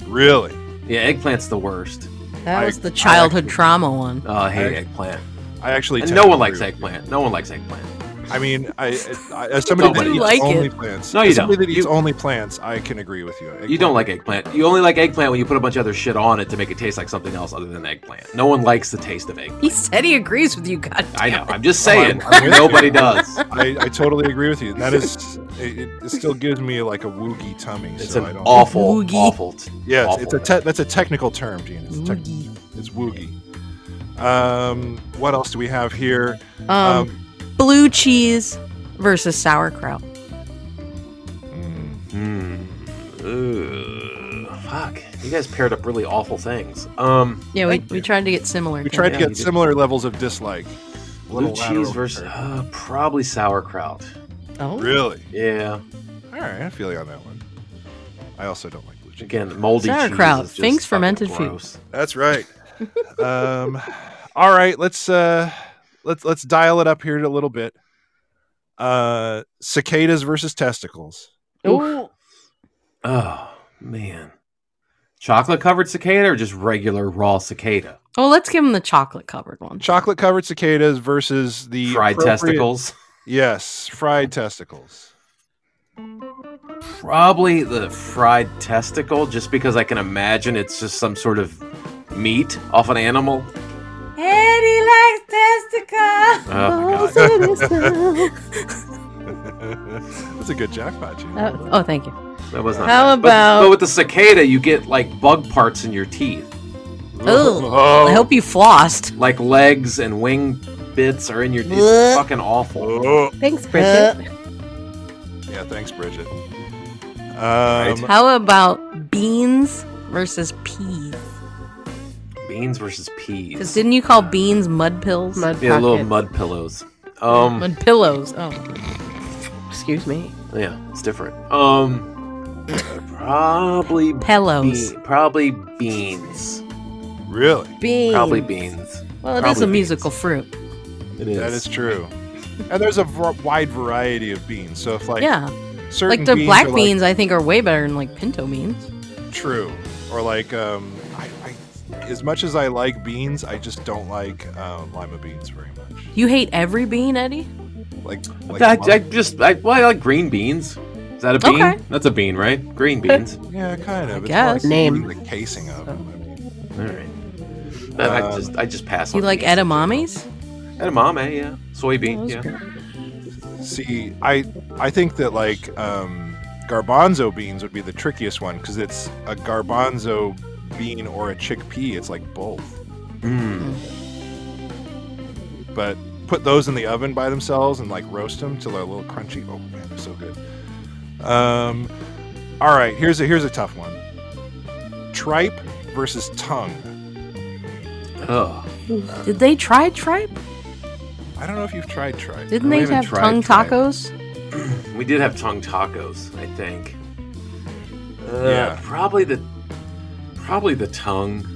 Speaker 1: Really?
Speaker 6: Yeah, eggplant's the worst.
Speaker 2: that
Speaker 1: I-
Speaker 2: was the childhood
Speaker 1: actually-
Speaker 2: trauma one.
Speaker 6: Oh, I hate
Speaker 1: I-
Speaker 6: eggplant.
Speaker 1: I actually.
Speaker 6: And
Speaker 1: tend
Speaker 6: no
Speaker 1: to
Speaker 6: one likes
Speaker 1: agree with
Speaker 6: eggplant. No one likes eggplant.
Speaker 1: you. I mean, I, I as somebody that
Speaker 6: Nobody
Speaker 1: eats
Speaker 2: likes it.
Speaker 1: only plants,
Speaker 6: No,
Speaker 1: as
Speaker 6: you
Speaker 1: somebody
Speaker 6: don't.
Speaker 1: that eats
Speaker 6: You-
Speaker 1: only plants, I can agree with you.
Speaker 6: You don't like eggplant. You only like eggplant when you put a bunch of other shit on it to make it taste like something else other than eggplant. No one likes the taste of eggplant.
Speaker 2: He said he agrees with you. God
Speaker 6: I know.
Speaker 2: damn
Speaker 6: I'm just
Speaker 1: No, Oh, I'm-
Speaker 6: saying.
Speaker 1: I'm with you.
Speaker 6: nobody does.
Speaker 1: I, I totally agree with you. That is, it, it- it still gives me like a woogie tummy.
Speaker 6: It's
Speaker 1: so
Speaker 6: an
Speaker 1: I don't.
Speaker 6: awful,
Speaker 2: Woogie.
Speaker 6: awful. t-
Speaker 1: yeah, it's, it's a
Speaker 6: awful.
Speaker 1: te- that's a technical term, Gene. It's, a tec- it's woogie. Um, what else do we have here?
Speaker 2: it. Um,
Speaker 6: oh,
Speaker 2: blue cheese versus sauerkraut.
Speaker 1: mm,
Speaker 6: Hmm. Ugh. Fuck. You guys paired up really awful things. Um,
Speaker 2: Yeah, we,
Speaker 1: Thank
Speaker 2: we
Speaker 1: you.
Speaker 2: tried to get similar.
Speaker 1: we tried
Speaker 6: yeah,
Speaker 1: to get
Speaker 6: you did.
Speaker 1: similar levels of dislike. A
Speaker 6: blue
Speaker 1: little
Speaker 6: cheese
Speaker 1: lateral
Speaker 6: versus
Speaker 1: there.
Speaker 6: uh, probably sauerkraut.
Speaker 2: Oh,
Speaker 1: Really?
Speaker 6: Yeah.
Speaker 1: All right, I feel you on that one. I also don't like blue cheese.
Speaker 6: Again, moldy
Speaker 2: Sauerkraut,
Speaker 6: cheese. is just
Speaker 2: things
Speaker 6: fucking
Speaker 2: fermented food.
Speaker 6: gross.
Speaker 1: That's right. um, all right, let's uh, let's let's dial it up here a little bit. Uh, cicadas versus testicles.
Speaker 2: Oof.
Speaker 6: Oh man. Chocolate covered cicada or just regular raw cicada?
Speaker 2: Well, Oh, let's give him the chocolate covered one.
Speaker 1: Chocolate covered cicadas versus the
Speaker 6: Fried
Speaker 1: appropriate-
Speaker 6: testicles.
Speaker 1: Yes, fried testicles.
Speaker 6: Probably the fried testicle, just because I can imagine it's just some sort of meat off an animal.
Speaker 2: Eddie likes testicles.
Speaker 6: Oh my god.
Speaker 1: That's a good jackpot, Gene.
Speaker 2: Uh, oh, thank you.
Speaker 6: That was not.
Speaker 2: How
Speaker 6: bad. But-
Speaker 2: about-
Speaker 6: But, with the cicada, you get like bug parts in your teeth,
Speaker 2: I hope you flossed.
Speaker 6: like legs and wing bits are in your.
Speaker 2: Blech.
Speaker 6: It's fucking awful.
Speaker 1: Oh.
Speaker 4: Thanks, Bridget.
Speaker 1: Yeah, thanks, Bridget. Um,
Speaker 2: How about beans versus peas?
Speaker 6: Beans versus peas.
Speaker 2: Because didn't you call beans mud pills?
Speaker 4: Mud
Speaker 6: yeah, little
Speaker 4: pocket.
Speaker 6: mud pillows. Um,
Speaker 2: Mud pillows. Oh,
Speaker 4: Excuse me.
Speaker 6: yeah, it's different. Um, probably
Speaker 2: pillows.
Speaker 6: be- probably beans.
Speaker 1: really,
Speaker 4: Beans.
Speaker 6: Probably beans.
Speaker 2: Well, it is
Speaker 6: Probably
Speaker 2: a
Speaker 6: beans.
Speaker 2: musical fruit.
Speaker 6: It is.
Speaker 1: that is true. And there's a v- wide variety of beans. So if like
Speaker 2: yeah,
Speaker 1: certain
Speaker 2: like the
Speaker 1: beans
Speaker 2: black
Speaker 1: are, like,
Speaker 2: beans, I think are way better than like pinto beans.
Speaker 1: True. Or like, um, I, I, as much as I like beans, I just don't like uh, lima beans very much.
Speaker 2: You hate every bean, Eddie?
Speaker 1: Like, like
Speaker 6: I,
Speaker 1: lima-
Speaker 6: I just I, well, I like green beans. Is that a bean?
Speaker 2: Okay.
Speaker 6: That's a bean, right? Green beans.
Speaker 1: yeah, kind of. It's
Speaker 2: guess.
Speaker 1: more like
Speaker 4: Name.
Speaker 1: eating the casing of. them. I mean,
Speaker 6: All right. That- I
Speaker 1: Um,
Speaker 6: just I just pass
Speaker 2: You
Speaker 6: on.
Speaker 2: like Oh,
Speaker 6: beans.
Speaker 2: edamames?
Speaker 6: Edamame, yeah. Soybean,
Speaker 2: Those
Speaker 6: yeah.
Speaker 2: are-
Speaker 1: See, I I think that like um, garbanzo beans would be the trickiest one because it's a garbanzo bean or a chickpea. It's like both.
Speaker 6: Mm.
Speaker 1: But put those in the oven by themselves and like roast them till they're a little crunchy. Oh man, they're so good. Um, all right, here's a here's a tough one. Tripe versus tongue.
Speaker 6: Mm, Ugh.
Speaker 2: Did they try tripe?
Speaker 1: I don't know if you've tried tripe.
Speaker 2: Didn't
Speaker 6: We
Speaker 2: they
Speaker 6: haven't
Speaker 2: have
Speaker 6: tried
Speaker 2: tongue
Speaker 1: tripe.
Speaker 2: tacos?
Speaker 6: We did have tongue tacos, I think. Uh,
Speaker 1: Yeah.
Speaker 6: Probably the probably the tongue.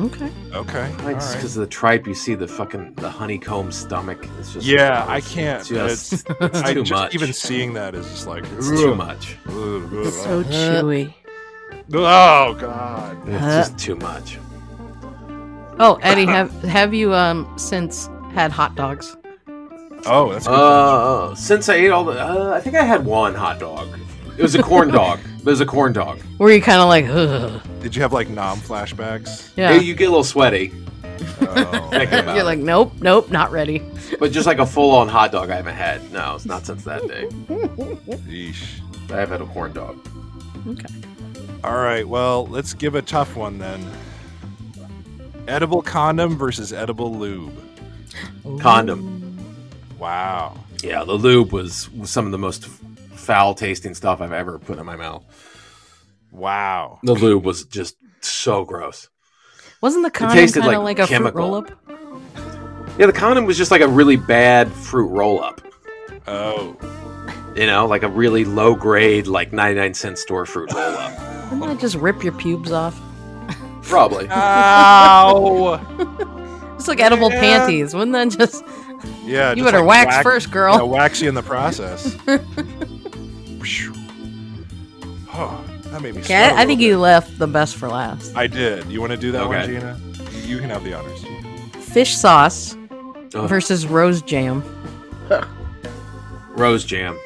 Speaker 2: Okay.
Speaker 1: Okay.
Speaker 6: Probably
Speaker 1: all
Speaker 6: just
Speaker 1: right.
Speaker 6: because of the tripe, you see the fucking the honeycomb stomach. It's just
Speaker 1: Yeah,
Speaker 6: gross.
Speaker 1: I can't.
Speaker 6: It's just
Speaker 1: It's,
Speaker 6: it's
Speaker 1: I
Speaker 6: too
Speaker 1: just
Speaker 6: much.
Speaker 1: even seeing that is just like
Speaker 6: it's too much.
Speaker 4: It's so chewy.
Speaker 1: Oh God!
Speaker 6: It's
Speaker 2: Huh.
Speaker 6: just too much.
Speaker 2: Oh, Eddie, have have you um since had hot dogs?
Speaker 1: Oh, that's a good.
Speaker 6: Uh, since I ate all the, uh, I think I had one hot dog. It was a corn dog. It was a corn dog.
Speaker 2: Were you kind of like, Ugh.
Speaker 1: Did you have like nom flashbacks?
Speaker 2: yeah?
Speaker 6: You- You get a little sweaty,
Speaker 1: Oh,
Speaker 6: Thinking about
Speaker 2: You're
Speaker 6: it.
Speaker 2: like, nope, nope, not ready.
Speaker 6: but just like a full-on hot dog, I haven't had. No, it's not since that day.
Speaker 1: yeesh.
Speaker 6: I have had a corn dog.
Speaker 1: All right, well, let's give a tough one then. Edible condom versus edible lube.
Speaker 6: Condom.
Speaker 1: Wow.
Speaker 6: Yeah, the lube was some of the most foul-tasting stuff I've ever put in my mouth.
Speaker 1: Wow.
Speaker 6: The lube was just so gross.
Speaker 2: Wasn't the condom
Speaker 6: tasted
Speaker 2: kind of like,
Speaker 6: like
Speaker 2: a fruit
Speaker 6: chemical.
Speaker 2: roll up?
Speaker 6: Yeah, the condom was just like a really bad fruit roll-up.
Speaker 1: Oh.
Speaker 6: You know, like a really low grade, like 99 cent store fruit roll up.
Speaker 2: Wouldn't that just rip your pubes off?
Speaker 6: Probably.
Speaker 1: Ow!
Speaker 2: It's like edible
Speaker 1: Yeah.
Speaker 2: panties. Wouldn't that just?
Speaker 1: Yeah.
Speaker 2: You
Speaker 1: just,
Speaker 2: better
Speaker 1: like,
Speaker 2: wax
Speaker 1: whack-
Speaker 2: first, girl.
Speaker 1: Yeah, wax you in the process. oh, that made me.
Speaker 2: Okay,
Speaker 1: sweat a
Speaker 2: I, I think
Speaker 1: little
Speaker 2: you left the best for last.
Speaker 1: bit. I did. You want to do that one,
Speaker 6: Okay.
Speaker 1: Gina? You can have the honors.
Speaker 2: Fish sauce
Speaker 6: Ugh.
Speaker 2: versus rose jam.
Speaker 6: Rose jam.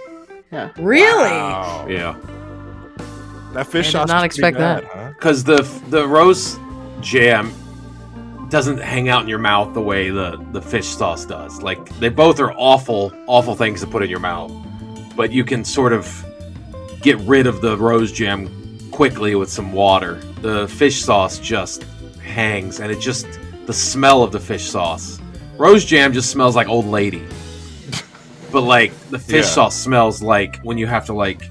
Speaker 2: Really?
Speaker 1: Wow.
Speaker 6: Yeah.
Speaker 1: That fish
Speaker 2: I did
Speaker 1: sauce.
Speaker 2: not
Speaker 1: is
Speaker 2: expect
Speaker 1: pretty bad,
Speaker 2: that.
Speaker 1: Huh?
Speaker 6: Because the the rose jam doesn't hang out in your mouth the way the, the fish sauce does. Like they both are awful, awful things to put in your mouth, but you can sort of get rid of the rose jam quickly with some water. The fish sauce just hangs, and it just the smell of the fish sauce. Rose jam just smells like old lady, but like the fish
Speaker 1: Yeah.
Speaker 6: sauce smells like when you have to like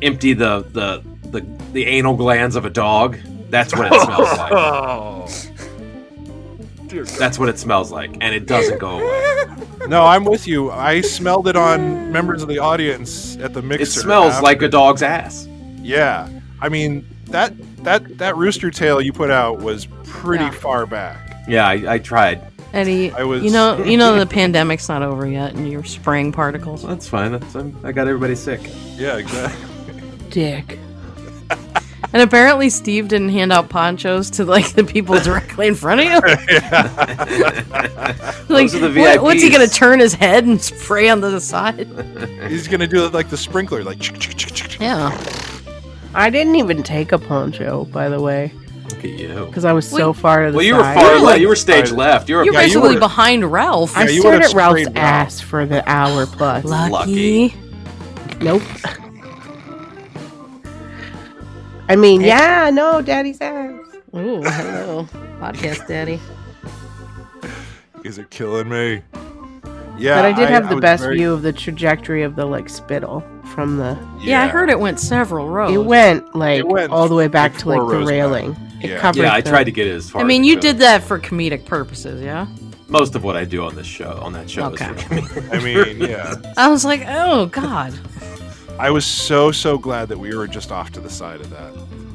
Speaker 6: empty the the the, the anal glands of a dog. That's what it smells like.
Speaker 1: Oh. Dear God.
Speaker 6: That's what it smells like, and it doesn't go away.
Speaker 1: No, I'm with you. I smelled it on members of the audience at the mixer.
Speaker 6: It smells
Speaker 1: after-
Speaker 6: like a dog's ass.
Speaker 1: Yeah, I mean that that that rooster tail you put out was pretty
Speaker 2: Yeah.
Speaker 1: far back.
Speaker 6: Yeah, I, I tried.
Speaker 2: Eddie,
Speaker 1: I was-
Speaker 2: you know, you know the pandemic's not over yet, and you're spraying particles.
Speaker 6: That's fine. That's, I'm, I got everybody sick.
Speaker 1: Yeah, exactly.
Speaker 4: Dick.
Speaker 2: And apparently, Steve didn't hand out ponchos to like the people directly in front of you. like,
Speaker 6: Those are the
Speaker 2: what- what's he gonna
Speaker 6: VIPs.
Speaker 2: turn his head and spray on the side?
Speaker 1: He's gonna do it like the sprinkler, like. chick, chick, chick, chick, chick.
Speaker 2: Yeah.
Speaker 4: I didn't even take a poncho, by the way,
Speaker 6: Look at you.
Speaker 4: because I was so
Speaker 2: Wait.
Speaker 4: far to the
Speaker 6: Well, you were
Speaker 4: side.
Speaker 6: far
Speaker 1: You're
Speaker 6: left.
Speaker 1: like-
Speaker 6: You were stage left. You were,
Speaker 2: You're
Speaker 1: Yeah, you
Speaker 2: basically
Speaker 1: were-
Speaker 2: behind Ralph.
Speaker 4: I
Speaker 1: Yeah, you
Speaker 4: stared
Speaker 1: would've
Speaker 4: at Ralph's
Speaker 1: screamed out.
Speaker 4: ass for the hour plus.
Speaker 2: lucky.
Speaker 6: lucky.
Speaker 4: Nope. I mean, yeah, no, daddy's ass.
Speaker 2: Ooh, hello, podcast daddy.
Speaker 1: Is it killing me? Yeah,
Speaker 4: but I did have the
Speaker 1: was
Speaker 4: best
Speaker 1: very-
Speaker 4: view of the trajectory of the like spittle from the.
Speaker 2: Yeah, I heard it went several rows.
Speaker 4: It went like
Speaker 1: It went
Speaker 4: all the way back to
Speaker 1: four
Speaker 4: like the
Speaker 1: rows back.
Speaker 4: railing. It
Speaker 1: Yeah.
Speaker 4: covered.
Speaker 6: Yeah, I
Speaker 4: the-
Speaker 6: tried to get it as far.
Speaker 2: I
Speaker 6: as
Speaker 2: mean,
Speaker 6: I
Speaker 2: you
Speaker 6: could.
Speaker 2: did that for comedic purposes, yeah.
Speaker 6: most of what I do on this show. On that show.
Speaker 2: Okay.
Speaker 6: Is for me.
Speaker 1: I mean, yeah,
Speaker 2: I was like, oh god.
Speaker 1: I was so so glad that we were just off to the side of that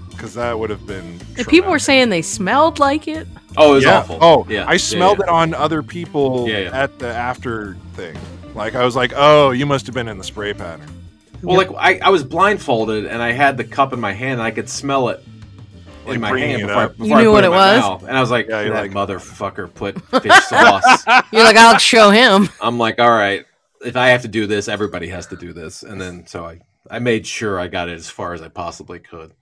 Speaker 1: because that would have been.
Speaker 2: If people were
Speaker 1: traumatic.
Speaker 2: saying they smelled like it,
Speaker 6: Oh, it was
Speaker 1: yeah.
Speaker 6: awful.
Speaker 1: Oh,
Speaker 6: yeah.
Speaker 1: I smelled it on other people
Speaker 6: Yeah, yeah.
Speaker 1: at the after thing. Like I was like, oh, you must have been in the spray pattern.
Speaker 6: it. Well, like I, I was blindfolded and I had the cup in my hand and I could smell it.
Speaker 1: Like
Speaker 6: in my
Speaker 1: bringing
Speaker 6: hand
Speaker 1: it
Speaker 6: before, I,
Speaker 1: up.
Speaker 6: before
Speaker 2: You
Speaker 6: I
Speaker 2: knew
Speaker 6: put
Speaker 2: what
Speaker 6: it,
Speaker 2: it
Speaker 6: in my
Speaker 2: was?
Speaker 6: mouth. and I was like,
Speaker 1: Yeah, you're
Speaker 6: "That
Speaker 1: like-
Speaker 6: motherfucker put fish sauce."
Speaker 2: you're like, I'll show him.
Speaker 6: I'm like, "All right, if I have to do this, everybody has to do this." And then so I, I made sure I got it as far as I possibly could.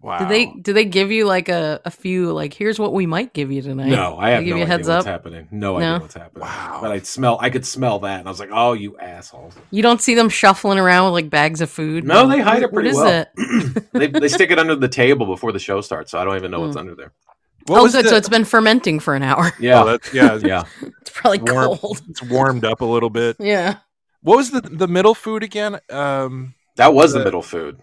Speaker 1: Wow.
Speaker 2: Did they do they give you like a, a few like here's what we might give you tonight?
Speaker 6: No, I have
Speaker 2: give
Speaker 6: no
Speaker 2: you a
Speaker 6: idea
Speaker 2: heads
Speaker 6: what's
Speaker 2: up?
Speaker 6: happening. No, idea
Speaker 2: No?
Speaker 6: what's happening.
Speaker 1: Wow.
Speaker 6: But I smell. I could smell that, and I was like, "Oh, you assholes!"
Speaker 2: You don't see them shuffling around with like bags of food.
Speaker 6: No, they hide it
Speaker 2: What
Speaker 6: pretty
Speaker 2: is
Speaker 6: well.
Speaker 2: it?
Speaker 6: they, they stick it under the table before the show starts, so I don't even know what's
Speaker 2: Hmm.
Speaker 6: under there.
Speaker 1: What
Speaker 2: oh,
Speaker 1: was
Speaker 2: good.
Speaker 1: the-
Speaker 2: So it's been fermenting for an hour.
Speaker 6: Yeah,
Speaker 1: Oh, that's, yeah,
Speaker 6: yeah.
Speaker 2: It's probably
Speaker 1: it's warm-
Speaker 2: cold.
Speaker 1: It's warmed up a little bit.
Speaker 2: Yeah.
Speaker 1: What was the the middle food again? Um,
Speaker 6: That was the
Speaker 1: The-
Speaker 6: middle food.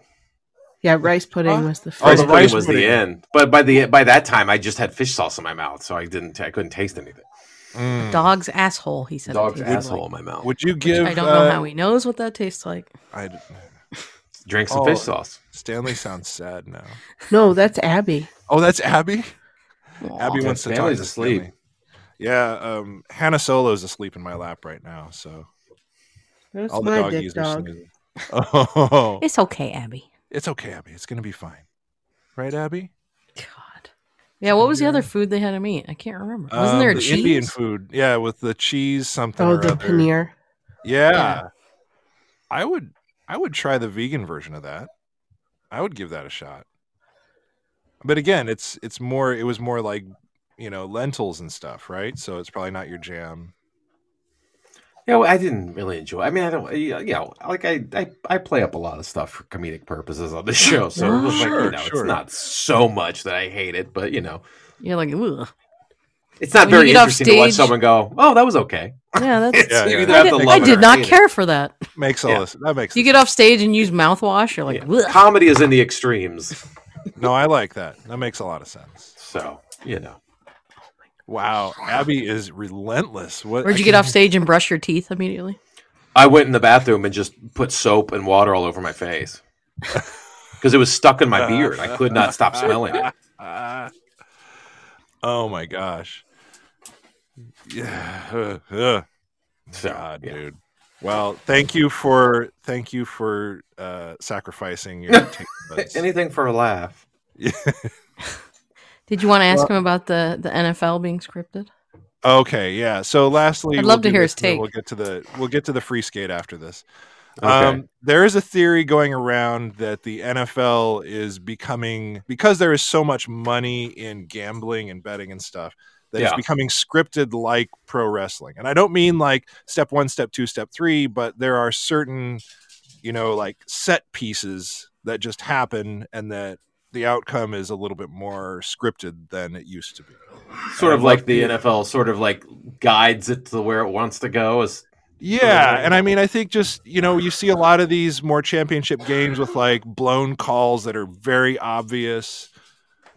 Speaker 4: Yeah, rice pudding was the
Speaker 1: Oh,
Speaker 6: Rice
Speaker 1: the
Speaker 4: first.
Speaker 6: pudding
Speaker 1: rice
Speaker 6: was
Speaker 1: pudding.
Speaker 6: the end, but by the by that time, I just had fish sauce in my mouth, so I didn't. I couldn't taste anything.
Speaker 1: mm.
Speaker 2: Dog's asshole, he said. it
Speaker 6: Hmm. Dog's
Speaker 2: tasted like.
Speaker 6: asshole in my mouth.
Speaker 1: would you give?
Speaker 2: I don't know
Speaker 1: uh,
Speaker 2: how he knows what that tastes like.
Speaker 1: I d-
Speaker 6: Drink some
Speaker 1: Oh.
Speaker 6: fish sauce.
Speaker 1: Stanley sounds sad now.
Speaker 4: No, that's Abby.
Speaker 1: Oh, that's Abby. Abby
Speaker 2: Aw.
Speaker 1: wants to
Speaker 6: Stanley's
Speaker 1: talk to
Speaker 6: asleep.
Speaker 1: Stanley. Yeah, um, Hannah Solo's asleep in my lap right now, so
Speaker 4: That's
Speaker 1: all the
Speaker 4: my
Speaker 1: dog
Speaker 4: dick
Speaker 1: users.
Speaker 4: dog.
Speaker 1: snoozing. Oh,
Speaker 2: It's okay, Abby.
Speaker 1: it's okay, Abby. It's gonna be fine, right, Abby?
Speaker 2: God. Yeah, what was the other food they had to meat? I can't remember. Wasn't
Speaker 1: Um,
Speaker 2: there a
Speaker 1: the
Speaker 2: cheese?
Speaker 1: Indian food? Yeah, with the cheese something.
Speaker 4: Oh,
Speaker 1: or
Speaker 4: the
Speaker 1: other.
Speaker 4: paneer.
Speaker 1: Yeah.
Speaker 2: Yeah.
Speaker 1: I would I would try the vegan version of that. I would give that a shot. But again, it's it's more it was more like, you know, lentils and stuff, right? So it's probably not your jam.
Speaker 6: Yeah, well, I didn't really enjoy. I mean, I don't. You know, like I, I, I play up a lot of stuff for comedic purposes on the show, so it was like,
Speaker 1: Sure,
Speaker 6: you know,
Speaker 1: sure.
Speaker 6: it's not so much that I hate it, but you know,
Speaker 2: You're like, Ugh.
Speaker 6: it's not
Speaker 2: When you
Speaker 6: very
Speaker 2: get off
Speaker 6: interesting to watch
Speaker 2: stage-
Speaker 6: someone go, "Oh, that was okay."
Speaker 2: yeah, that's.
Speaker 1: Yeah,
Speaker 6: You
Speaker 1: yeah.
Speaker 6: either
Speaker 2: I
Speaker 6: have
Speaker 2: did,
Speaker 6: to
Speaker 2: I
Speaker 6: love it
Speaker 2: did
Speaker 6: or
Speaker 2: not
Speaker 6: hate it.
Speaker 2: care for that.
Speaker 1: Makes all
Speaker 6: Yeah.
Speaker 1: this that makes
Speaker 2: You
Speaker 1: sense.
Speaker 2: get off stage and use mouthwash. You're like,
Speaker 6: Yeah.
Speaker 2: "Ugh."
Speaker 6: Comedy is in the extremes,
Speaker 1: No, I like that. That makes a lot of sense.
Speaker 6: so you know.
Speaker 1: Wow. Abby is relentless. What
Speaker 2: or
Speaker 1: I
Speaker 2: did you get
Speaker 1: can't-
Speaker 2: off stage and brush your teeth immediately?
Speaker 6: I went in the bathroom and just put soap and water all over my face because it was stuck in my beard. I could not stop smelling it.
Speaker 1: Ah. oh my gosh. Yeah. uh, uh,
Speaker 6: So,
Speaker 1: God,
Speaker 6: yeah.
Speaker 1: dude. Well, thank you for thank you for uh, sacrificing your taste buds.
Speaker 6: anything for a laugh.
Speaker 2: Did you want to ask him about the the NFL being scripted?
Speaker 1: Okay, yeah. So lastly,
Speaker 2: I'd love to
Speaker 1: do
Speaker 2: hear
Speaker 1: this
Speaker 2: his
Speaker 1: and then
Speaker 2: take.
Speaker 1: We'll get to the we'll get to the free skate after this.
Speaker 6: Okay.
Speaker 1: Um, there is a theory going around that the NFL is becoming because there is so much money in gambling and betting and stuff that it's
Speaker 6: Yeah.
Speaker 1: becoming scripted like pro wrestling. And I don't mean like step 1, step 2, step 3, but there are certain you know like set pieces that just happen and that the outcome is a little bit more scripted than it used to be.
Speaker 6: sort of
Speaker 1: I'd
Speaker 6: like
Speaker 1: love
Speaker 6: the
Speaker 1: to-
Speaker 6: NFL sort of like guides it to where it wants to go. Is
Speaker 1: Yeah,
Speaker 6: Right.
Speaker 1: and I mean, I think just you know, you see a lot of these more championship games with like blown calls that are very obvious.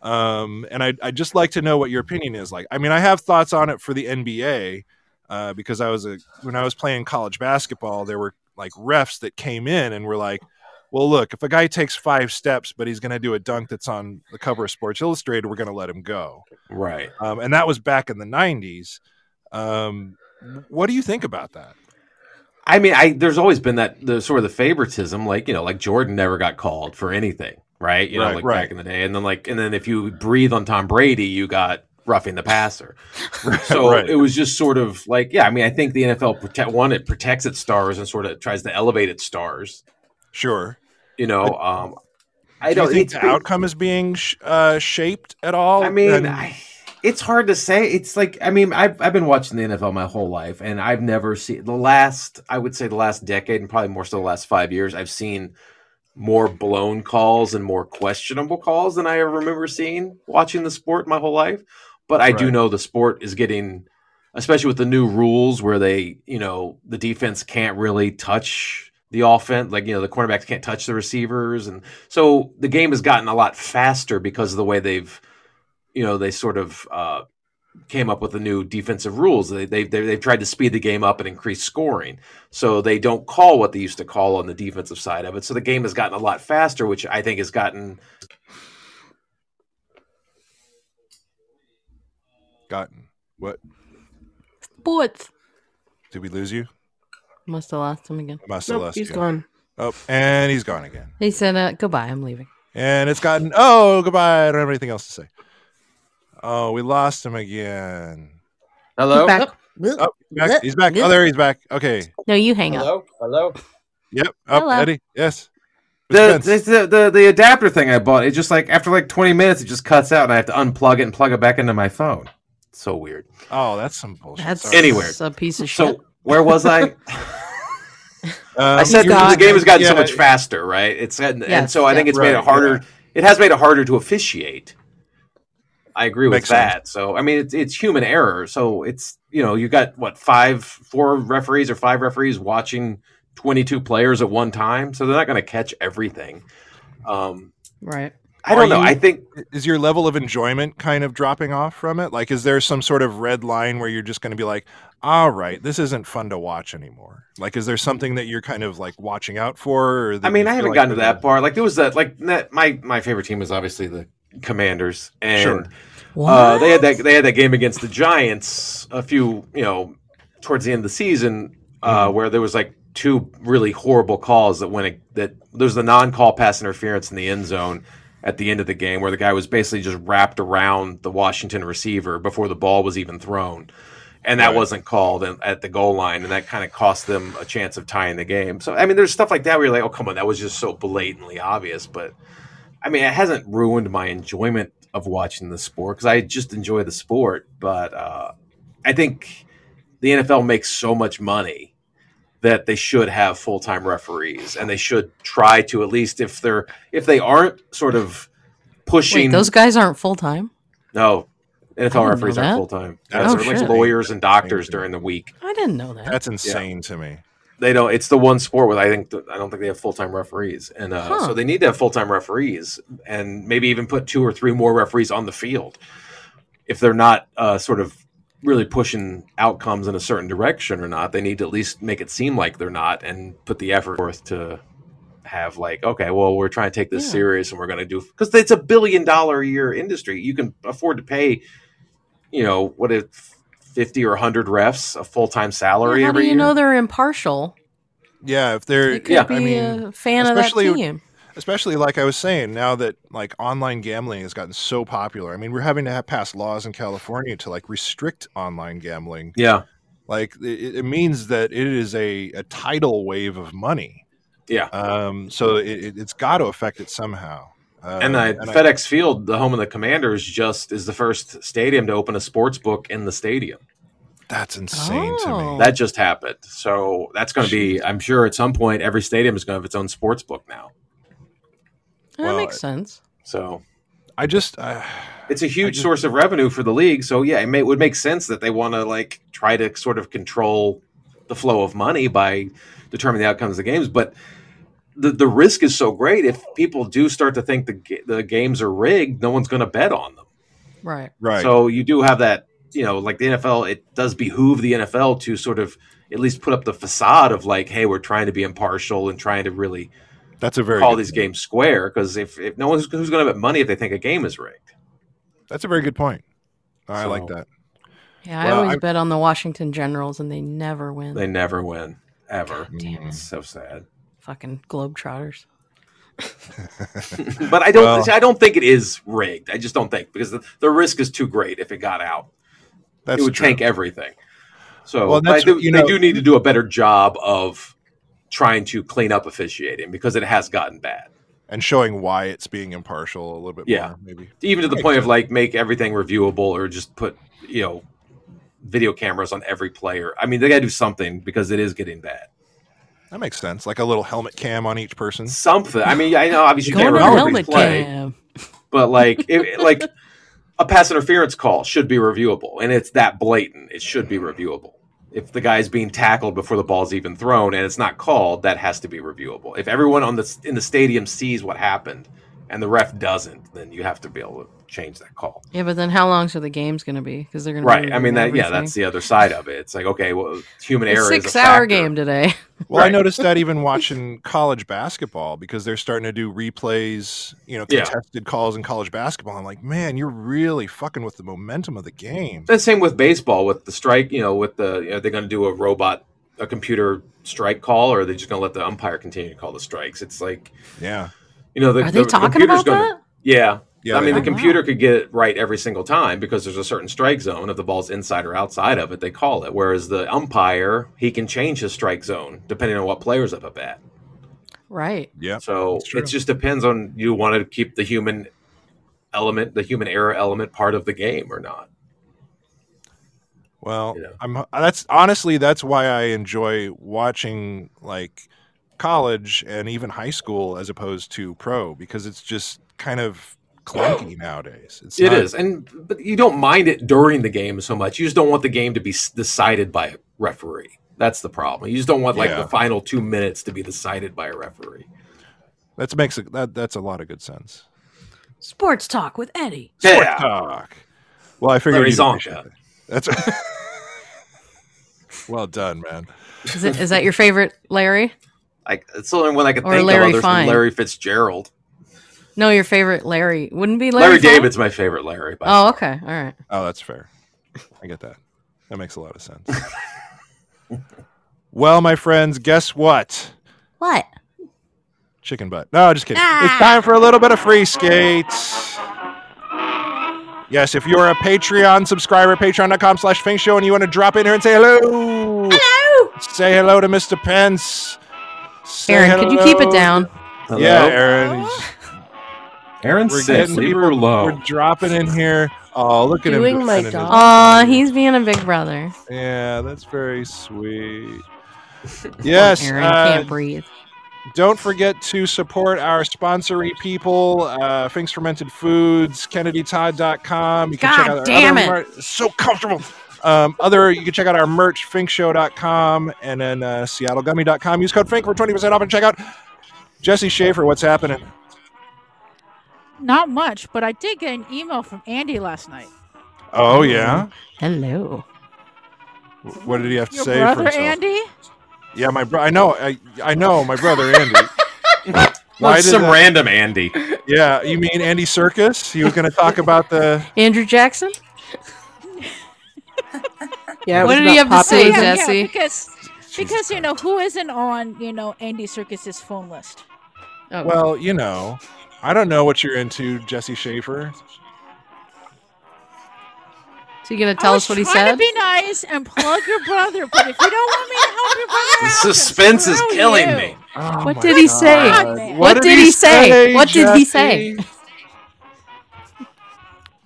Speaker 1: Um, and I I just like to know what your opinion is. Like, I mean, I have thoughts on it for the NBA uh, because I was a when I was playing college basketball, there were like refs that came in and were like, "Well, look, if a guy takes five steps, but he's going to do a dunk that's on the cover of Sports Illustrated, we're going to let him go."
Speaker 6: right.
Speaker 1: Um, and that was back in the '90s. Um, what do you think about that?
Speaker 6: I mean, I there's always been that the sort of the favoritism, like you know, like Jordan never got called for anything, right? You know,
Speaker 1: Right,
Speaker 6: like
Speaker 1: right.
Speaker 6: back in the day, and then like and then if you breathe on Tom Brady, you got roughing the passer. So
Speaker 1: Right.
Speaker 6: it was just sort of like, yeah, I mean, I think the NFL protect one, it protects its stars and sort of tries to elevate its stars.
Speaker 1: Sure.
Speaker 6: You know, um, I
Speaker 1: do
Speaker 6: don't
Speaker 1: you think
Speaker 6: it's
Speaker 1: the
Speaker 6: been-
Speaker 1: outcome is being sh- uh, shaped at all?
Speaker 6: I mean,
Speaker 1: And-
Speaker 6: I, it's hard to say. It's like I mean, I've I've been watching the NFL my whole life, and I've never seen the last. I would say the last decade, and probably more so the last five years, I've seen more blown calls and more questionable calls than I ever remember seeing watching the sport my whole life. But I do
Speaker 1: Right.
Speaker 6: know the sport is getting, especially with the new rules where they, you know, the defense can't really touch the offense, like you know, the cornerbacks can't touch the receivers, and so the game has gotten a lot faster because of the way they've you know they sort of uh, came up with the new defensive rules. They, they, they they've tried to speed the game up and increase scoring, so they don't call what they used to call on the defensive side of it. So the game has gotten a lot faster, which I think has gotten
Speaker 1: gotten what?
Speaker 2: Sports.
Speaker 1: Did we lose you?
Speaker 2: Must have lost him again.
Speaker 1: I must have
Speaker 4: Nope,
Speaker 1: lost
Speaker 4: he's
Speaker 1: you.
Speaker 4: gone.
Speaker 1: Oh, and he's gone again.
Speaker 2: He said, uh, "Goodbye, I'm leaving."
Speaker 1: And it's gotten. Oh, goodbye. I don't have anything else to say. Oh, we lost him again.
Speaker 6: hello.
Speaker 4: Back.
Speaker 1: Oh, he's back. He's back. Oh, there he's back. Okay.
Speaker 2: No, you hang up.
Speaker 5: Hello? Hello?
Speaker 1: Yep. Up,
Speaker 2: Hello.
Speaker 1: Eddie. Yes.
Speaker 6: The,
Speaker 1: Vince.
Speaker 6: the, the the adapter thing I bought it just like after like 20 minutes it just cuts out and I have to unplug it and plug it back into my phone. So weird.
Speaker 1: oh, that's some bullshit.
Speaker 2: That's
Speaker 1: Sorry.
Speaker 6: Anyway.
Speaker 2: a piece of shit.
Speaker 6: So where was I?
Speaker 1: Um,
Speaker 6: I said
Speaker 1: you-
Speaker 6: the game has gotten so
Speaker 1: yeah,
Speaker 6: much faster, right? It's and, and
Speaker 2: Yes,
Speaker 6: so I
Speaker 2: yeah.
Speaker 6: think it's made
Speaker 1: Right,
Speaker 6: it harder. It has made it harder to officiate. I agree with
Speaker 1: Makes
Speaker 6: that. So I mean, it's it's human error. So it's you know you got what five, four referees or five referees watching twenty two players at one time, so they're not going to catch everything. Um,
Speaker 2: Right.
Speaker 6: I
Speaker 1: Are
Speaker 6: don't know.
Speaker 1: you-
Speaker 6: I think
Speaker 1: Is your level of enjoyment kind of dropping off from it? Like, is there some sort of red line where you're just going to be like, all right, this isn't fun to watch anymore? Like, is there something that you're kind of like watching out for? Or that
Speaker 6: I mean,
Speaker 1: you
Speaker 6: I
Speaker 1: feel
Speaker 6: haven't
Speaker 1: like
Speaker 6: gotten to
Speaker 1: there's-
Speaker 6: that far. Like there was that. Like that, my my favorite team was obviously the Commanders, and
Speaker 1: Sure.
Speaker 6: uh, they had that they had that game against the Giants a few you know towards the end of the season uh,
Speaker 1: Mm-hmm.
Speaker 6: where there was like two really horrible calls that went a- that there was the non call pass interference in the end zone at the end of the game where the guy was basically just wrapped around the Washington receiver before the ball was even thrown. And that
Speaker 1: Right.
Speaker 6: wasn't called in- at the goal line, and that kind of cost them a chance of tying the game. So, I mean, there's stuff like that where you're like, oh, come on, that was just so blatantly obvious. But I mean, it hasn't ruined my enjoyment of watching the sport because I just enjoy the sport. But uh, I think the NFL makes so much money that they should have full time referees, and they should try to at least if they're if they aren't sort of
Speaker 2: Wait,
Speaker 6: pushing
Speaker 2: those guys aren't full time.
Speaker 6: no.
Speaker 2: I
Speaker 6: NFL
Speaker 2: didn't
Speaker 6: referees
Speaker 2: know
Speaker 6: aren't
Speaker 2: that. Oh,
Speaker 6: full time.
Speaker 1: That's
Speaker 6: They're like
Speaker 2: shit.
Speaker 6: lawyers and doctors during the week.
Speaker 2: I didn't know that.
Speaker 1: That's insane to me.
Speaker 6: they don't it's the one sport where i think i don't think they have full-time referees and uh,
Speaker 2: Huh.
Speaker 6: so they need to have full-time referees and maybe even put two or three more referees on the field if they're not uh, sort of really pushing outcomes in a certain direction or not. They need to at least make it seem like they're not and put the effort forth to have like, okay, well, we're trying to take this
Speaker 2: Yeah.
Speaker 6: serious and we're going to do because it's a billion dollar a year industry. You can afford to pay, you know, what if fifty or hundred refs a full time salary
Speaker 2: Well, how do
Speaker 6: every
Speaker 2: you
Speaker 6: year.
Speaker 2: know they're impartial?
Speaker 1: Yeah, if they're
Speaker 2: You could
Speaker 6: yeah,
Speaker 2: be
Speaker 1: I mean,
Speaker 2: a fan of that
Speaker 1: especially-
Speaker 2: team.
Speaker 1: especially like I was saying, now that like online gambling has gotten so popular. I mean, we're having to have pass laws in California to like restrict online gambling.
Speaker 6: yeah,
Speaker 1: Like it, it means that it is a, a tidal wave of money.
Speaker 6: yeah.
Speaker 1: Um, so it, it, it's got to affect it somehow. Uh,
Speaker 6: And I, FedEx Field, the home of the Commanders, just is the first stadium to open a sports book in the stadium.
Speaker 1: that's insane to
Speaker 2: Oh.
Speaker 1: me.
Speaker 6: That just happened. So that's going to be, I'm sure at some point, every stadium is going to have its own sports book now.
Speaker 2: That
Speaker 1: well,
Speaker 2: makes sense.
Speaker 6: So
Speaker 1: I just, uh,
Speaker 6: it's a huge
Speaker 1: just-
Speaker 6: source of revenue for the league. So yeah, it, may, it would make sense that they want to like try to sort of control the flow of money by determining the outcomes of the games. But the, the risk is so great. If people do start to think the, ga- the games are rigged, no one's going to bet on them.
Speaker 2: Right.
Speaker 1: right.
Speaker 6: So you do have that, you know, like the NFL, it does behoove the NFL to sort of at least put up the facade of like, hey, we're trying to be impartial and trying to really
Speaker 1: that's a very
Speaker 6: call
Speaker 1: good-
Speaker 6: these games square because if, if no one's who's going to bet money if they think a game is rigged.
Speaker 1: That's a very good point. I like
Speaker 6: So-
Speaker 1: that.
Speaker 2: Yeah,
Speaker 1: Well,
Speaker 2: I always
Speaker 1: I-
Speaker 2: bet on the Washington Generals and they never win.
Speaker 6: They never win ever.
Speaker 2: Damn
Speaker 6: It's so sad.
Speaker 2: Fucking Globetrotters.
Speaker 6: But I don't
Speaker 1: Well-
Speaker 6: I don't think it is rigged. I just don't think because the, the risk is too great if it got out.
Speaker 1: That's
Speaker 6: it would
Speaker 1: true.
Speaker 6: tank everything. So
Speaker 1: Well,
Speaker 6: but I
Speaker 1: that's-
Speaker 6: do-
Speaker 1: you
Speaker 6: they
Speaker 1: know-
Speaker 6: do need to do a better job of trying to clean up officiating because it has gotten bad.
Speaker 1: and showing why it's being impartial a little bit
Speaker 6: Yeah.
Speaker 1: more, maybe.
Speaker 6: even to the
Speaker 1: Makes
Speaker 6: point of
Speaker 1: sense.
Speaker 6: like make everything reviewable or just put you know video cameras on every player i mean they gotta do something because it is getting bad
Speaker 1: That makes sense. Like a little helmet cam on each person.
Speaker 6: something i mean i know obviously you
Speaker 2: Going
Speaker 6: can't
Speaker 2: to
Speaker 6: review every
Speaker 2: helmet
Speaker 6: play
Speaker 2: cam.
Speaker 6: but like it, like a pass interference call should be reviewable and it's that blatant it should be reviewable if the guy's being tackled before the ball's even thrown and it's not called that has to be reviewable if everyone on the in the stadium sees what happened and the ref doesn't then you have to be able to change that call
Speaker 2: Yeah, but then how long's are the games going to be? Because they're going to
Speaker 6: right i mean that yeah that's the other side of it it's like okay well human error is a
Speaker 2: six hour
Speaker 6: factor.
Speaker 2: game today.
Speaker 1: Well, I
Speaker 6: Right.
Speaker 1: noticed that even watching college basketball because they're starting to do replays, you know,
Speaker 6: Yeah.
Speaker 1: contested calls in college basketball. I'm like, man, you're really fucking with the momentum of the game.
Speaker 6: the same with baseball with the strike you know with the you know, they're going to do a robot a computer strike call or are they just going to let the umpire continue to call the strikes it's like
Speaker 1: Yeah,
Speaker 6: you know the,
Speaker 2: Are they
Speaker 6: the
Speaker 2: talking
Speaker 6: computer's
Speaker 2: about
Speaker 6: gonna,
Speaker 2: that?
Speaker 6: yeah
Speaker 1: yeah.
Speaker 6: i mean
Speaker 1: they-
Speaker 2: Oh,
Speaker 6: the
Speaker 2: wow.
Speaker 6: computer could get it right every single time because there's a certain strike zone if the ball's inside or outside of it they call it whereas the umpire he can change his strike zone depending on what players up at bat
Speaker 2: Right.
Speaker 1: yeah.
Speaker 6: So
Speaker 1: That's true.
Speaker 6: it just depends on you want to keep the human element, the human error element part of the game or not.
Speaker 1: Well,
Speaker 6: you know.
Speaker 1: I'm that's honestly that's why I enjoy watching like college and even high school as opposed to pro because it's just kind of clunky nowadays. It's
Speaker 6: It
Speaker 1: not-
Speaker 6: is, and but you don't mind it during the game so much. You just don't want the game to be s- decided by a referee. That's the problem. You just don't want like
Speaker 1: Yeah.
Speaker 6: the final two minutes to be decided by a referee.
Speaker 1: That makes a, that that's a lot of good sense.
Speaker 2: Sports talk with Eddie.
Speaker 6: Yeah,
Speaker 1: Talk. Well, I figured
Speaker 6: Larry
Speaker 1: you'd
Speaker 6: Zonka.
Speaker 1: appreciate that. That's well done, man.
Speaker 2: Is, it, is that your favorite, Larry?
Speaker 6: like it's the only one I could
Speaker 2: Or
Speaker 6: think
Speaker 2: Larry
Speaker 6: of other
Speaker 2: Fine.
Speaker 6: than Larry Fitzgerald.
Speaker 2: No, your favorite, Larry. Wouldn't be Larry.
Speaker 6: Larry,
Speaker 2: Fine?
Speaker 6: David's my favorite Larry. by
Speaker 2: Oh,
Speaker 6: far.
Speaker 2: okay. All right.
Speaker 1: Oh, that's fair. I get that. That makes a lot of sense. well, my friends, guess what?
Speaker 2: What?
Speaker 1: Chicken butt. No, just kidding. It's
Speaker 2: Ah.
Speaker 1: time for a little bit of free skates. Yes, if you're a Patreon subscriber, patreon.com slash Fink Show, and you want to drop in here and say hello. Hello. Say hello to Mr. Pence. Say
Speaker 2: Aaron, could you keep it
Speaker 1: hello-
Speaker 2: down?
Speaker 6: Hello?
Speaker 1: Yeah, Aaron. he's-
Speaker 6: Aaron
Speaker 1: We're
Speaker 6: six,
Speaker 1: getting
Speaker 6: leave
Speaker 1: people-
Speaker 6: her alone.
Speaker 1: We're dropping in here. Oh, look at him
Speaker 4: Doing my
Speaker 1: defending
Speaker 4: job.
Speaker 1: his-
Speaker 2: Aw, he's being a big brother.
Speaker 1: Yeah, that's very sweet. Yes,
Speaker 2: Aaron
Speaker 1: uh,
Speaker 2: can't breathe.
Speaker 1: don't forget to support our sponsory people, uh, Finks Fermented Foods, KennedyTodd.com. You can check
Speaker 2: God
Speaker 1: out our
Speaker 2: damn
Speaker 1: other
Speaker 2: it.
Speaker 1: mer- it's so comfortable. Um, other, you can check out our merch, finkshow.com, and then uh, seattlegummy.com. Use code Fink for 20% off and check out Jesse Schaefer. What's happening?
Speaker 7: Not much, but I did get an email from Andy last night.
Speaker 1: Oh, yeah.
Speaker 2: Hello.
Speaker 1: Wh- What did he have to
Speaker 7: Your
Speaker 1: say for
Speaker 7: brother
Speaker 1: himself?
Speaker 7: Andy?
Speaker 1: Yeah, my bro. I know. I I know my brother Andy. Why
Speaker 6: Why
Speaker 1: did
Speaker 6: some
Speaker 1: that- Oh,
Speaker 6: random Andy?
Speaker 1: yeah, you mean Andy Circus? He was going to talk about the.
Speaker 2: Andrew Jackson?
Speaker 4: Yeah. it
Speaker 2: What
Speaker 4: was
Speaker 2: did he
Speaker 4: about
Speaker 2: have to say,
Speaker 4: Popeye.
Speaker 2: Zach? Jesse.
Speaker 7: because because you know who isn't on you know Andy Circus's phone list.
Speaker 2: Oh,
Speaker 1: Well, you know, I don't know what you're into, Jesse Schaefer.
Speaker 2: so you gonna
Speaker 7: I
Speaker 2: tell
Speaker 7: was
Speaker 2: us what he
Speaker 7: trying
Speaker 2: said?
Speaker 7: to be nice and plug your brother, but if you don't want me to help your brother,
Speaker 6: The
Speaker 7: out,
Speaker 6: suspense
Speaker 7: then
Speaker 6: is
Speaker 7: screw
Speaker 6: killing
Speaker 7: you.
Speaker 6: me.
Speaker 1: Oh
Speaker 2: what did he say?
Speaker 7: God, man.
Speaker 2: What did he say? What did he say?
Speaker 1: Jesse?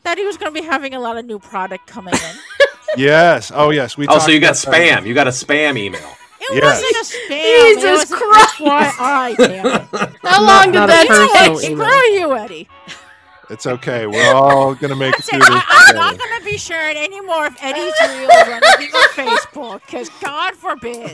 Speaker 7: That he was going to be having a lot of new product coming in.
Speaker 1: Yes. Oh, yes. We.
Speaker 6: Oh, so you got
Speaker 1: talked about that.
Speaker 6: spam. You got a spam email.
Speaker 7: It
Speaker 1: Yes.
Speaker 7: wasn't a spam.
Speaker 2: Jesus
Speaker 7: it was
Speaker 2: Christ.
Speaker 7: An FYI, damn it.
Speaker 2: How
Speaker 4: Not-
Speaker 2: long did
Speaker 4: not a
Speaker 2: that
Speaker 4: personal
Speaker 2: take?
Speaker 7: Screw
Speaker 4: email.
Speaker 7: you, Eddie.
Speaker 1: It's okay. We're all gonna make it
Speaker 7: That's
Speaker 1: through
Speaker 7: it.
Speaker 1: this.
Speaker 7: I, am
Speaker 1: together.
Speaker 7: not going to be sharing any more of Eddie's reels on anything on Facebook, because God forbid.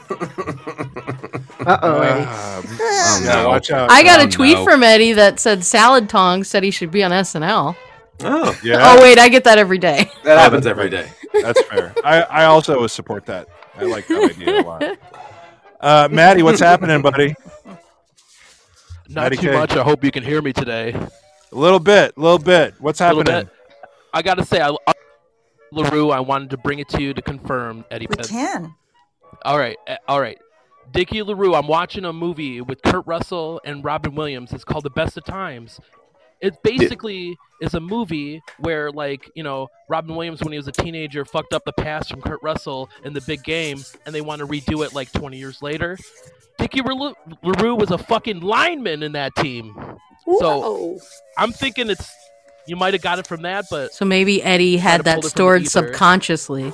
Speaker 4: Uh-oh, Eddie.
Speaker 1: Ah,
Speaker 6: Oh,
Speaker 1: yeah, watch out.
Speaker 2: I got a
Speaker 6: Oh,
Speaker 2: tweet
Speaker 6: no.
Speaker 2: from Eddie that said Salad Tong said he should be on SNL.
Speaker 6: Oh,
Speaker 1: yeah,
Speaker 2: Oh wait, I get that every day.
Speaker 6: that happens every day.
Speaker 1: that's fair. I, I also support that. I like that idea a lot. Uh, Maddie, what's happening, buddy?
Speaker 8: Not
Speaker 1: Matty
Speaker 8: too
Speaker 1: K.
Speaker 8: much. I hope you can hear me today.
Speaker 1: A little bit, little bit. What's
Speaker 8: Little
Speaker 1: happening?
Speaker 8: bit. I gotta say, I, I- Larue, I wanted to bring it to you to confirm Eddie
Speaker 9: We
Speaker 8: Pitt.
Speaker 9: can.
Speaker 8: All right, eh, all right. Dickie Larue, I'm watching a movie with Kurt Russell and Robin Williams. It's called The Best of Times. It basically is a movie where, like, you know, Robin Williams, when he was a teenager, fucked up the pass from Kurt Russell in the big game, and they want to redo it like 20 years later. Dickie Relu- Larue was a fucking lineman in that team. So I'm thinking it's you might have got it from that, but
Speaker 2: So maybe Eddie had
Speaker 8: Gotta pull
Speaker 2: that
Speaker 8: it from
Speaker 2: stored
Speaker 8: either.
Speaker 2: subconsciously.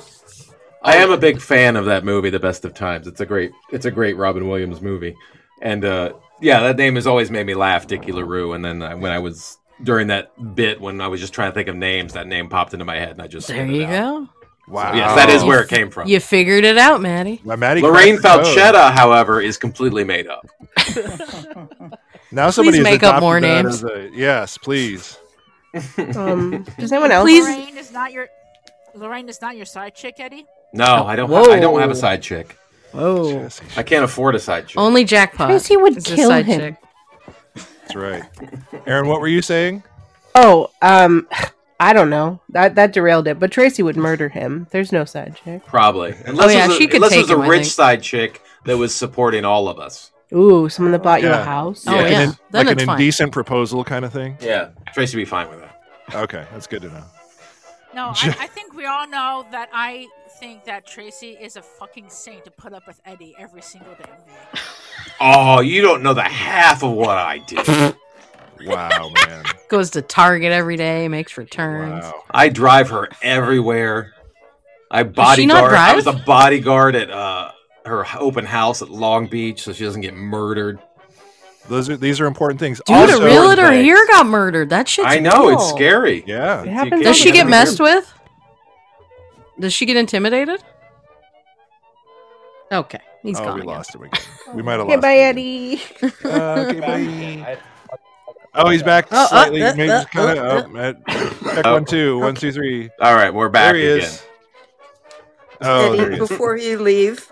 Speaker 6: I am a big fan of that movie, The Best of Times. It's a great, it's a great Robin Williams movie, and uh, yeah, that name has always made me laugh, Dickie Larue. And then uh, when I was during that bit when I was just trying to think of names, that name popped into my head, and I just
Speaker 2: There
Speaker 6: spit it
Speaker 2: you
Speaker 6: out.
Speaker 2: go. Oh.
Speaker 1: Wow.
Speaker 6: So, yes, that is where it came from.
Speaker 2: You figured it out, Maddie.
Speaker 1: Now, Maddie
Speaker 6: Lorraine
Speaker 1: cracked the code.
Speaker 6: Falchetta, however, is completely made up.
Speaker 1: Now somebody has
Speaker 2: make up
Speaker 1: adopted
Speaker 2: more
Speaker 1: that
Speaker 2: names.
Speaker 1: as a- yes, please. Uh-huh.
Speaker 4: Um, does anyone else?
Speaker 2: Please-
Speaker 7: Lorraine is not your Lorraine is not your side chick, Eddie.
Speaker 6: No,
Speaker 2: Oh,
Speaker 6: I don't. I don't have a side chick.
Speaker 4: Oh.
Speaker 6: I can't afford a side chick.
Speaker 2: Only jackpot.
Speaker 4: Tracy would
Speaker 2: is a
Speaker 4: kill
Speaker 2: side
Speaker 4: him.
Speaker 2: chick.
Speaker 1: That's right. Aaron, what were you saying?
Speaker 4: Oh, um, I don't know. That that derailed it. But Tracy would murder him. There's no side chick.
Speaker 6: Probably. Unless
Speaker 2: Oh, yeah,
Speaker 6: it was a,
Speaker 2: she could
Speaker 6: unless it
Speaker 2: take
Speaker 6: was a
Speaker 2: him, I
Speaker 6: rich
Speaker 2: think.
Speaker 6: side chick that was supporting all of us.
Speaker 4: Ooh, someone that bought you
Speaker 1: Yeah.
Speaker 4: a house.
Speaker 2: Oh,
Speaker 6: Yeah.
Speaker 2: yeah.
Speaker 1: An-
Speaker 2: then
Speaker 1: like
Speaker 2: it's
Speaker 1: an
Speaker 2: fine.
Speaker 1: indecent proposal kind of thing.
Speaker 6: Yeah. Tracy would be fine with that.
Speaker 1: Okay, that's good to know.
Speaker 7: No, I, I think we all know that I think that Tracy is a fucking saint to put up with Eddie every single damn day.
Speaker 6: Oh, you don't know the half of what I do.
Speaker 1: Wow, man.
Speaker 2: Goes to Target every day, makes returns.
Speaker 1: wow.
Speaker 6: I drive her everywhere. I bodyguard.
Speaker 2: not
Speaker 6: I was a
Speaker 2: drive?
Speaker 6: bodyguard at uh, her h- open house at Long Beach, so she doesn't get murdered.
Speaker 1: Those are these are important things.
Speaker 2: Dude,
Speaker 1: also,
Speaker 2: a realtor
Speaker 6: thanks.
Speaker 2: here got murdered. That shit's
Speaker 6: I know it's
Speaker 2: real.
Speaker 6: scary.
Speaker 1: yeah.
Speaker 4: It happens
Speaker 2: Does
Speaker 4: Yeah,
Speaker 2: she
Speaker 4: but
Speaker 2: get messed with? Does she get intimidated? Okay, he's
Speaker 1: oh,
Speaker 2: gone.
Speaker 1: we
Speaker 2: again.
Speaker 1: lost him again. We might have
Speaker 4: Okay,
Speaker 1: lost.
Speaker 4: bye,
Speaker 1: him again.
Speaker 4: Eddie.
Speaker 1: Uh, okay, bye. Oh, he's back
Speaker 2: Oh, oh,
Speaker 1: slightly.
Speaker 2: uh,
Speaker 1: Maybe
Speaker 2: uh,
Speaker 1: just kinda
Speaker 2: uh,
Speaker 1: up at- check
Speaker 6: Oh.
Speaker 1: one, two, one, two, three.
Speaker 6: All right, we're back
Speaker 1: there he
Speaker 6: again.
Speaker 1: is. Oh, there
Speaker 9: Eddie,
Speaker 1: he is.
Speaker 9: before you leave,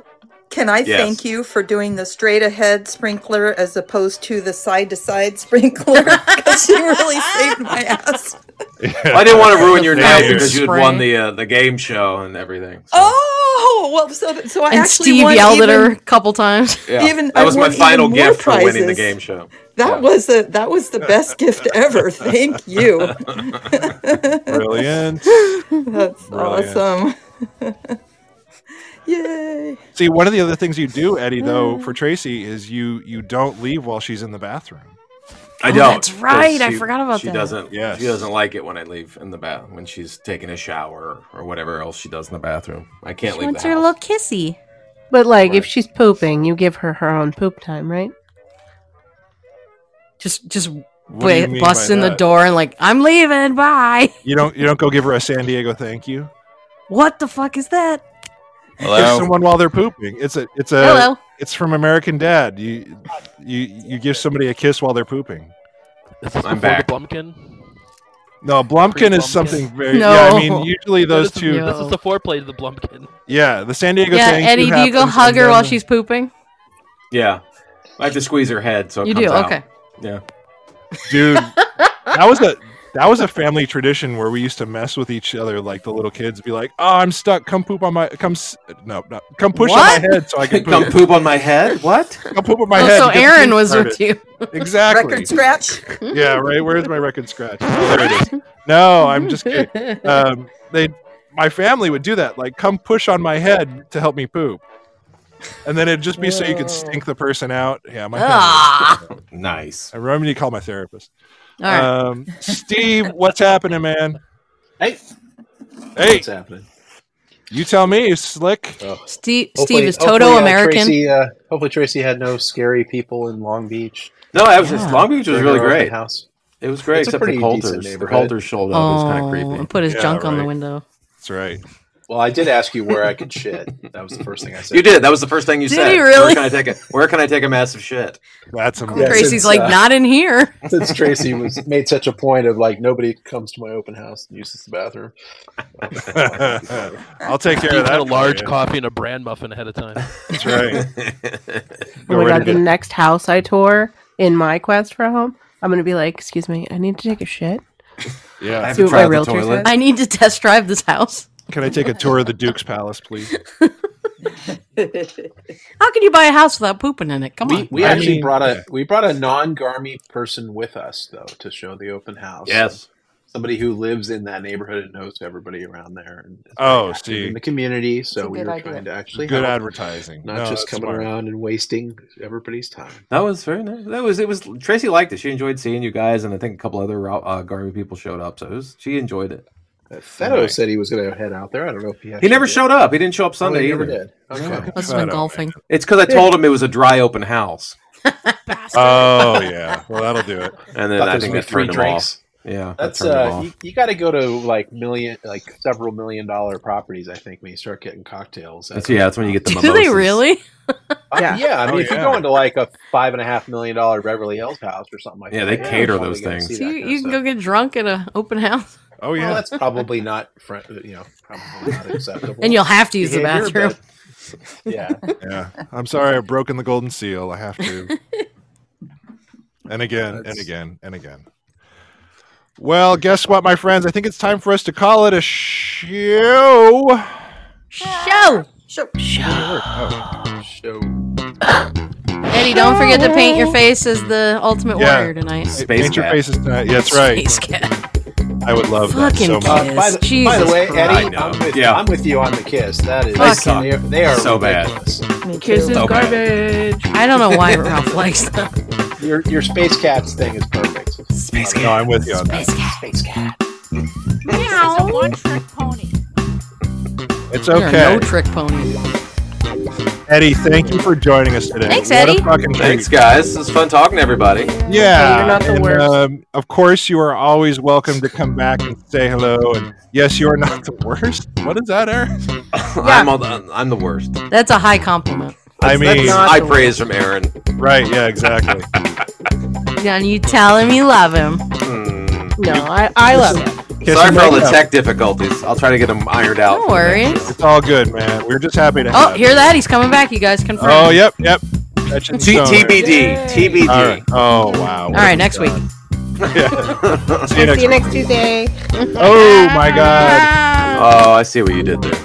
Speaker 9: can I
Speaker 6: Yes.
Speaker 9: thank you for doing the straight ahead sprinkler as opposed to the side to side sprinkler? Because you really saved my ass.
Speaker 6: Well, I didn't want to ruin your
Speaker 1: Thank
Speaker 6: name
Speaker 1: you.
Speaker 6: because you had
Speaker 2: Spray.
Speaker 6: won the uh, the game show and everything. so-
Speaker 9: Oh, well, so, so I
Speaker 2: And
Speaker 9: actually
Speaker 2: Steve
Speaker 9: won
Speaker 2: yelled at
Speaker 9: even-
Speaker 2: her a couple times.
Speaker 6: yeah.
Speaker 9: even-
Speaker 6: that
Speaker 9: I
Speaker 6: was my
Speaker 9: won even
Speaker 6: final
Speaker 9: more
Speaker 6: gift for winning the
Speaker 9: prizes.
Speaker 6: game show.
Speaker 9: That was a that was the best gift ever. Thank you.
Speaker 1: Brilliant.
Speaker 9: That's
Speaker 1: Brilliant.
Speaker 9: awesome. Yay.
Speaker 1: See, one of the other things you do, Eddie,
Speaker 2: Hmm.
Speaker 1: though, for Tracy is you you don't leave while she's in the bathroom.
Speaker 6: I
Speaker 2: Oh,
Speaker 6: don't.
Speaker 2: that's right.
Speaker 6: 'cause
Speaker 2: I
Speaker 6: she-
Speaker 2: forgot about
Speaker 6: she
Speaker 2: that.
Speaker 6: Doesn't,
Speaker 1: Yes.
Speaker 6: She doesn't like it when I leave in the bath when she's taking a shower or whatever else she does in the bathroom. I can't leave. the house.
Speaker 2: kissy.
Speaker 4: But like,
Speaker 6: Right.
Speaker 4: if she's pooping, you give her her own poop time, right?
Speaker 2: Just, just
Speaker 1: What do you
Speaker 2: bu-
Speaker 1: mean
Speaker 2: busts
Speaker 1: by
Speaker 2: in the
Speaker 1: that?
Speaker 2: door and like, I'm leaving. Bye.
Speaker 1: You don't you don't go give her a San Diego thank you.
Speaker 2: What the fuck is that?
Speaker 1: Give someone while they're pooping. It's a it's a
Speaker 2: Hello.
Speaker 1: it's from American Dad. You you you give somebody a kiss while they're pooping.
Speaker 8: this is
Speaker 6: I'm
Speaker 8: before
Speaker 6: back.
Speaker 8: the Blumpkin.
Speaker 1: No, Blumpkin is something very. Yeah, I mean, usually those
Speaker 10: this is-
Speaker 1: two.
Speaker 10: This is the foreplay to the Blumpkin.
Speaker 1: yeah, the San Diego
Speaker 2: yeah,
Speaker 1: thing.
Speaker 2: Eddie, do you go
Speaker 1: happens,
Speaker 2: hug
Speaker 1: and
Speaker 2: her while
Speaker 1: then-
Speaker 2: she's pooping?
Speaker 6: Yeah, I have to squeeze her head so it
Speaker 2: You
Speaker 6: comes
Speaker 2: do,
Speaker 6: out.
Speaker 2: okay.
Speaker 6: Yeah.
Speaker 1: dude that was a that was a family tradition where we used to mess with each other like the little kids be like oh i'm stuck come poop on my come s- no no come push on
Speaker 6: What?
Speaker 1: my head so i can poop.
Speaker 6: Come poop on my head? What?
Speaker 1: come poop on my
Speaker 2: oh,
Speaker 1: head
Speaker 2: so
Speaker 1: and get the
Speaker 2: Aaron
Speaker 1: poop
Speaker 2: was with
Speaker 1: started."
Speaker 2: you.
Speaker 1: exactly
Speaker 9: Record scratch.
Speaker 1: yeah right where's my record scratch Oh, there it is. no i'm just kidding um they my family would do that like come push on my head to help me poop and then it'd just be so you could stink the person out yeah my family.
Speaker 2: Ah.
Speaker 6: Nice.
Speaker 1: i remember you call my therapist
Speaker 2: All right.
Speaker 1: um steve what's happening man
Speaker 8: Hey,
Speaker 1: hey
Speaker 8: what's happening?
Speaker 1: You tell me, Slick.
Speaker 2: Steve,
Speaker 8: Hopefully-
Speaker 2: Steve is
Speaker 8: hopefully,
Speaker 2: Toto
Speaker 8: uh,
Speaker 2: American?
Speaker 8: Tracy, uh, hopefully, Tracy had no scary people in Long Beach.
Speaker 6: No, that was just,
Speaker 2: Yeah.
Speaker 6: Long Beach was
Speaker 8: during
Speaker 6: really
Speaker 8: her open
Speaker 6: great.
Speaker 8: House.
Speaker 6: It was great,
Speaker 8: It's a
Speaker 6: except for
Speaker 8: pretty decent
Speaker 6: Coulter's. The
Speaker 8: neighborhood.
Speaker 6: Coulter's showed up. it was kind of creepy.
Speaker 2: and Oh, put his
Speaker 1: Yeah,
Speaker 2: junk on the
Speaker 1: right.
Speaker 2: window.
Speaker 1: That's right.
Speaker 8: Well, I did ask you where I could shit. That was the first thing I said.
Speaker 6: You did. That was the first thing you
Speaker 2: Did
Speaker 6: said.
Speaker 2: he really?
Speaker 6: Where can I take a Where can I take a massive shit?
Speaker 1: That's a
Speaker 8: Yeah,
Speaker 2: Tracy's
Speaker 8: since,
Speaker 2: like,
Speaker 8: uh,
Speaker 2: not in here.
Speaker 8: Since Tracy was made such a point of like nobody comes to my open house and uses the bathroom.
Speaker 1: I'll take care
Speaker 10: He's
Speaker 1: of that.
Speaker 10: had a large
Speaker 1: for you.
Speaker 10: coffee and a bran muffin ahead of time.
Speaker 1: That's right.
Speaker 4: Oh
Speaker 1: You're
Speaker 4: my god,
Speaker 1: ready
Speaker 4: the
Speaker 1: to-
Speaker 4: next house I tour in my quest for a home, I'm gonna be like, excuse me, I need to take a shit.
Speaker 1: yeah.
Speaker 4: See what my realtor said.
Speaker 2: I need to test drive this house.
Speaker 1: Can I take a tour of the Duke's Palace, please?
Speaker 2: How can you buy a house without pooping in it? Come
Speaker 8: We,
Speaker 2: on.
Speaker 8: we
Speaker 1: I
Speaker 8: actually
Speaker 1: mean-
Speaker 8: brought a we brought a non Garmy person with us though to show the open house.
Speaker 6: Yes.
Speaker 8: Somebody who lives in that neighborhood and knows everybody around there and is
Speaker 1: Oh,
Speaker 8: active
Speaker 1: see.
Speaker 8: in the community. So
Speaker 4: a
Speaker 8: we
Speaker 4: good
Speaker 8: were
Speaker 4: idea.
Speaker 8: trying to actually
Speaker 1: Good
Speaker 8: help,
Speaker 1: advertising.
Speaker 8: not
Speaker 1: No,
Speaker 8: just
Speaker 1: that's
Speaker 8: coming
Speaker 1: smart.
Speaker 8: around and wasting everybody's time.
Speaker 6: That was very nice. That was it. Was Tracy liked it? She enjoyed seeing you guys, and I think a couple other uh, Garmy people showed up, so it was, she enjoyed it.
Speaker 8: Uh, Feto said he was going to head out there. I don't know if he
Speaker 6: He
Speaker 8: actually
Speaker 6: never
Speaker 8: did.
Speaker 6: showed up. He didn't show up
Speaker 8: Oh, he
Speaker 6: Sunday
Speaker 8: never
Speaker 6: either.
Speaker 8: did. Okay.
Speaker 2: Must
Speaker 1: I
Speaker 2: have
Speaker 1: don't
Speaker 2: been golfing.
Speaker 6: It's because I told him it was a dry open house,
Speaker 7: Bastard.
Speaker 1: Oh yeah. Well, that'll do it.
Speaker 6: and then
Speaker 8: Thought
Speaker 6: I
Speaker 8: there's
Speaker 6: think
Speaker 8: gonna
Speaker 6: that
Speaker 8: be three
Speaker 6: turned him
Speaker 8: drinks.
Speaker 6: off. Yeah, that
Speaker 8: That's
Speaker 6: turned him
Speaker 8: uh,
Speaker 6: off.
Speaker 8: you, you got to go to like million, like several million dollar properties. I think when you start getting cocktails.
Speaker 6: That's yeah. That's when you get the
Speaker 2: Do they
Speaker 6: mimosas.
Speaker 2: really?
Speaker 8: Uh, yeah. I mean,
Speaker 1: Oh,
Speaker 8: if you're
Speaker 1: yeah.
Speaker 8: going to like a five and a half million dollar Beverly Hills house or something like
Speaker 6: Yeah,
Speaker 8: that,
Speaker 6: they
Speaker 8: you're
Speaker 6: cater
Speaker 8: probably
Speaker 6: those
Speaker 8: gonna see
Speaker 6: things.
Speaker 2: So
Speaker 8: that
Speaker 2: you,
Speaker 8: kind
Speaker 2: you
Speaker 8: of
Speaker 2: can
Speaker 8: stuff.
Speaker 2: go get drunk at an open house,
Speaker 1: Oh yeah.
Speaker 8: Well, that's probably not, fr- you know, probably not acceptable.
Speaker 2: and you'll have to use the
Speaker 8: behavior,
Speaker 2: bathroom.
Speaker 8: but- yeah,
Speaker 1: yeah. I'm sorry. I've broken the golden seal. I have to. and again, and
Speaker 8: That's-
Speaker 1: again, and again. Well, guess what, my friends? I think it's time for us to call it a show.
Speaker 2: Show,
Speaker 9: Show.
Speaker 8: so
Speaker 2: Eddie. Don't forget to paint your face as the Ultimate
Speaker 1: Yeah.
Speaker 2: Warrior tonight.
Speaker 6: Space
Speaker 1: Paint your
Speaker 6: cat.
Speaker 1: faces tonight. Yeah, that's right.
Speaker 2: Space cat.
Speaker 1: I would love that
Speaker 2: Fucking
Speaker 1: so much.
Speaker 8: uh, by,
Speaker 2: Yes,
Speaker 8: the, by the
Speaker 2: Jesus
Speaker 8: way,
Speaker 6: I
Speaker 8: Eddie,
Speaker 6: know.
Speaker 8: I'm with,
Speaker 6: Yeah.
Speaker 8: I'm with you on the kiss. That is,
Speaker 2: Fuck. They
Speaker 6: suck.
Speaker 8: they, are- they are
Speaker 6: So bad.
Speaker 8: ridiculous.
Speaker 4: Kiss is
Speaker 6: Okay.
Speaker 4: garbage.
Speaker 2: I don't know why Ralph likes that.
Speaker 8: Your your space cats thing is perfect.
Speaker 2: Space
Speaker 1: No, I'm with you on that.
Speaker 2: Space cat.
Speaker 8: Space cat.
Speaker 7: This is a one-trick pony.
Speaker 1: It's
Speaker 2: You're a
Speaker 1: okay.
Speaker 2: no trick pony.
Speaker 1: Eddie, thank you for joining us today.
Speaker 2: Thanks,
Speaker 1: what
Speaker 2: Eddie.
Speaker 1: A fucking treat.
Speaker 6: Thanks, guys. It's fun talking to everybody.
Speaker 1: Yeah.
Speaker 4: Hey, you're not the
Speaker 1: and,
Speaker 4: worst.
Speaker 1: Um, of course, you are always welcome to come back and say hello. And yes, you are not the worst. What is that, Aaron?
Speaker 6: I'm, all the, I'm the worst.
Speaker 2: That's a high compliment.
Speaker 1: I mean,
Speaker 4: not-
Speaker 6: I
Speaker 4: the
Speaker 6: praise from Aaron.
Speaker 1: right? Yeah, exactly.
Speaker 2: And you tell him you love him.
Speaker 6: Hmm.
Speaker 4: No, I, I love it.
Speaker 1: Kiss
Speaker 6: Sorry
Speaker 1: and
Speaker 6: for all the
Speaker 1: make up.
Speaker 6: tech difficulties. I'll try to get them ironed out.
Speaker 2: No
Speaker 6: for the next
Speaker 2: worries.
Speaker 6: show.
Speaker 1: It's all good, man. We're just happy to.
Speaker 2: Oh,
Speaker 1: have
Speaker 2: hear
Speaker 1: you.
Speaker 2: that? He's coming back. You guys confirmed.
Speaker 1: Oh, yep, yep. That's in
Speaker 6: T-
Speaker 1: stone.
Speaker 6: TBD. TBD.
Speaker 1: All right. Oh, wow.
Speaker 2: All right, next week.
Speaker 1: See you next. week.
Speaker 4: next Tuesday.
Speaker 1: Oh my
Speaker 6: Uh,
Speaker 1: God.
Speaker 6: Oh, I see what you did there.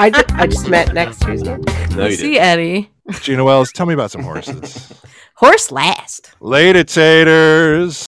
Speaker 4: I just, I just met next Tuesday.
Speaker 6: No, you
Speaker 2: See
Speaker 6: didn't.
Speaker 2: Eddie.
Speaker 1: Gina Wells, tell me about some horses.
Speaker 2: Horse last.
Speaker 1: Later, taters.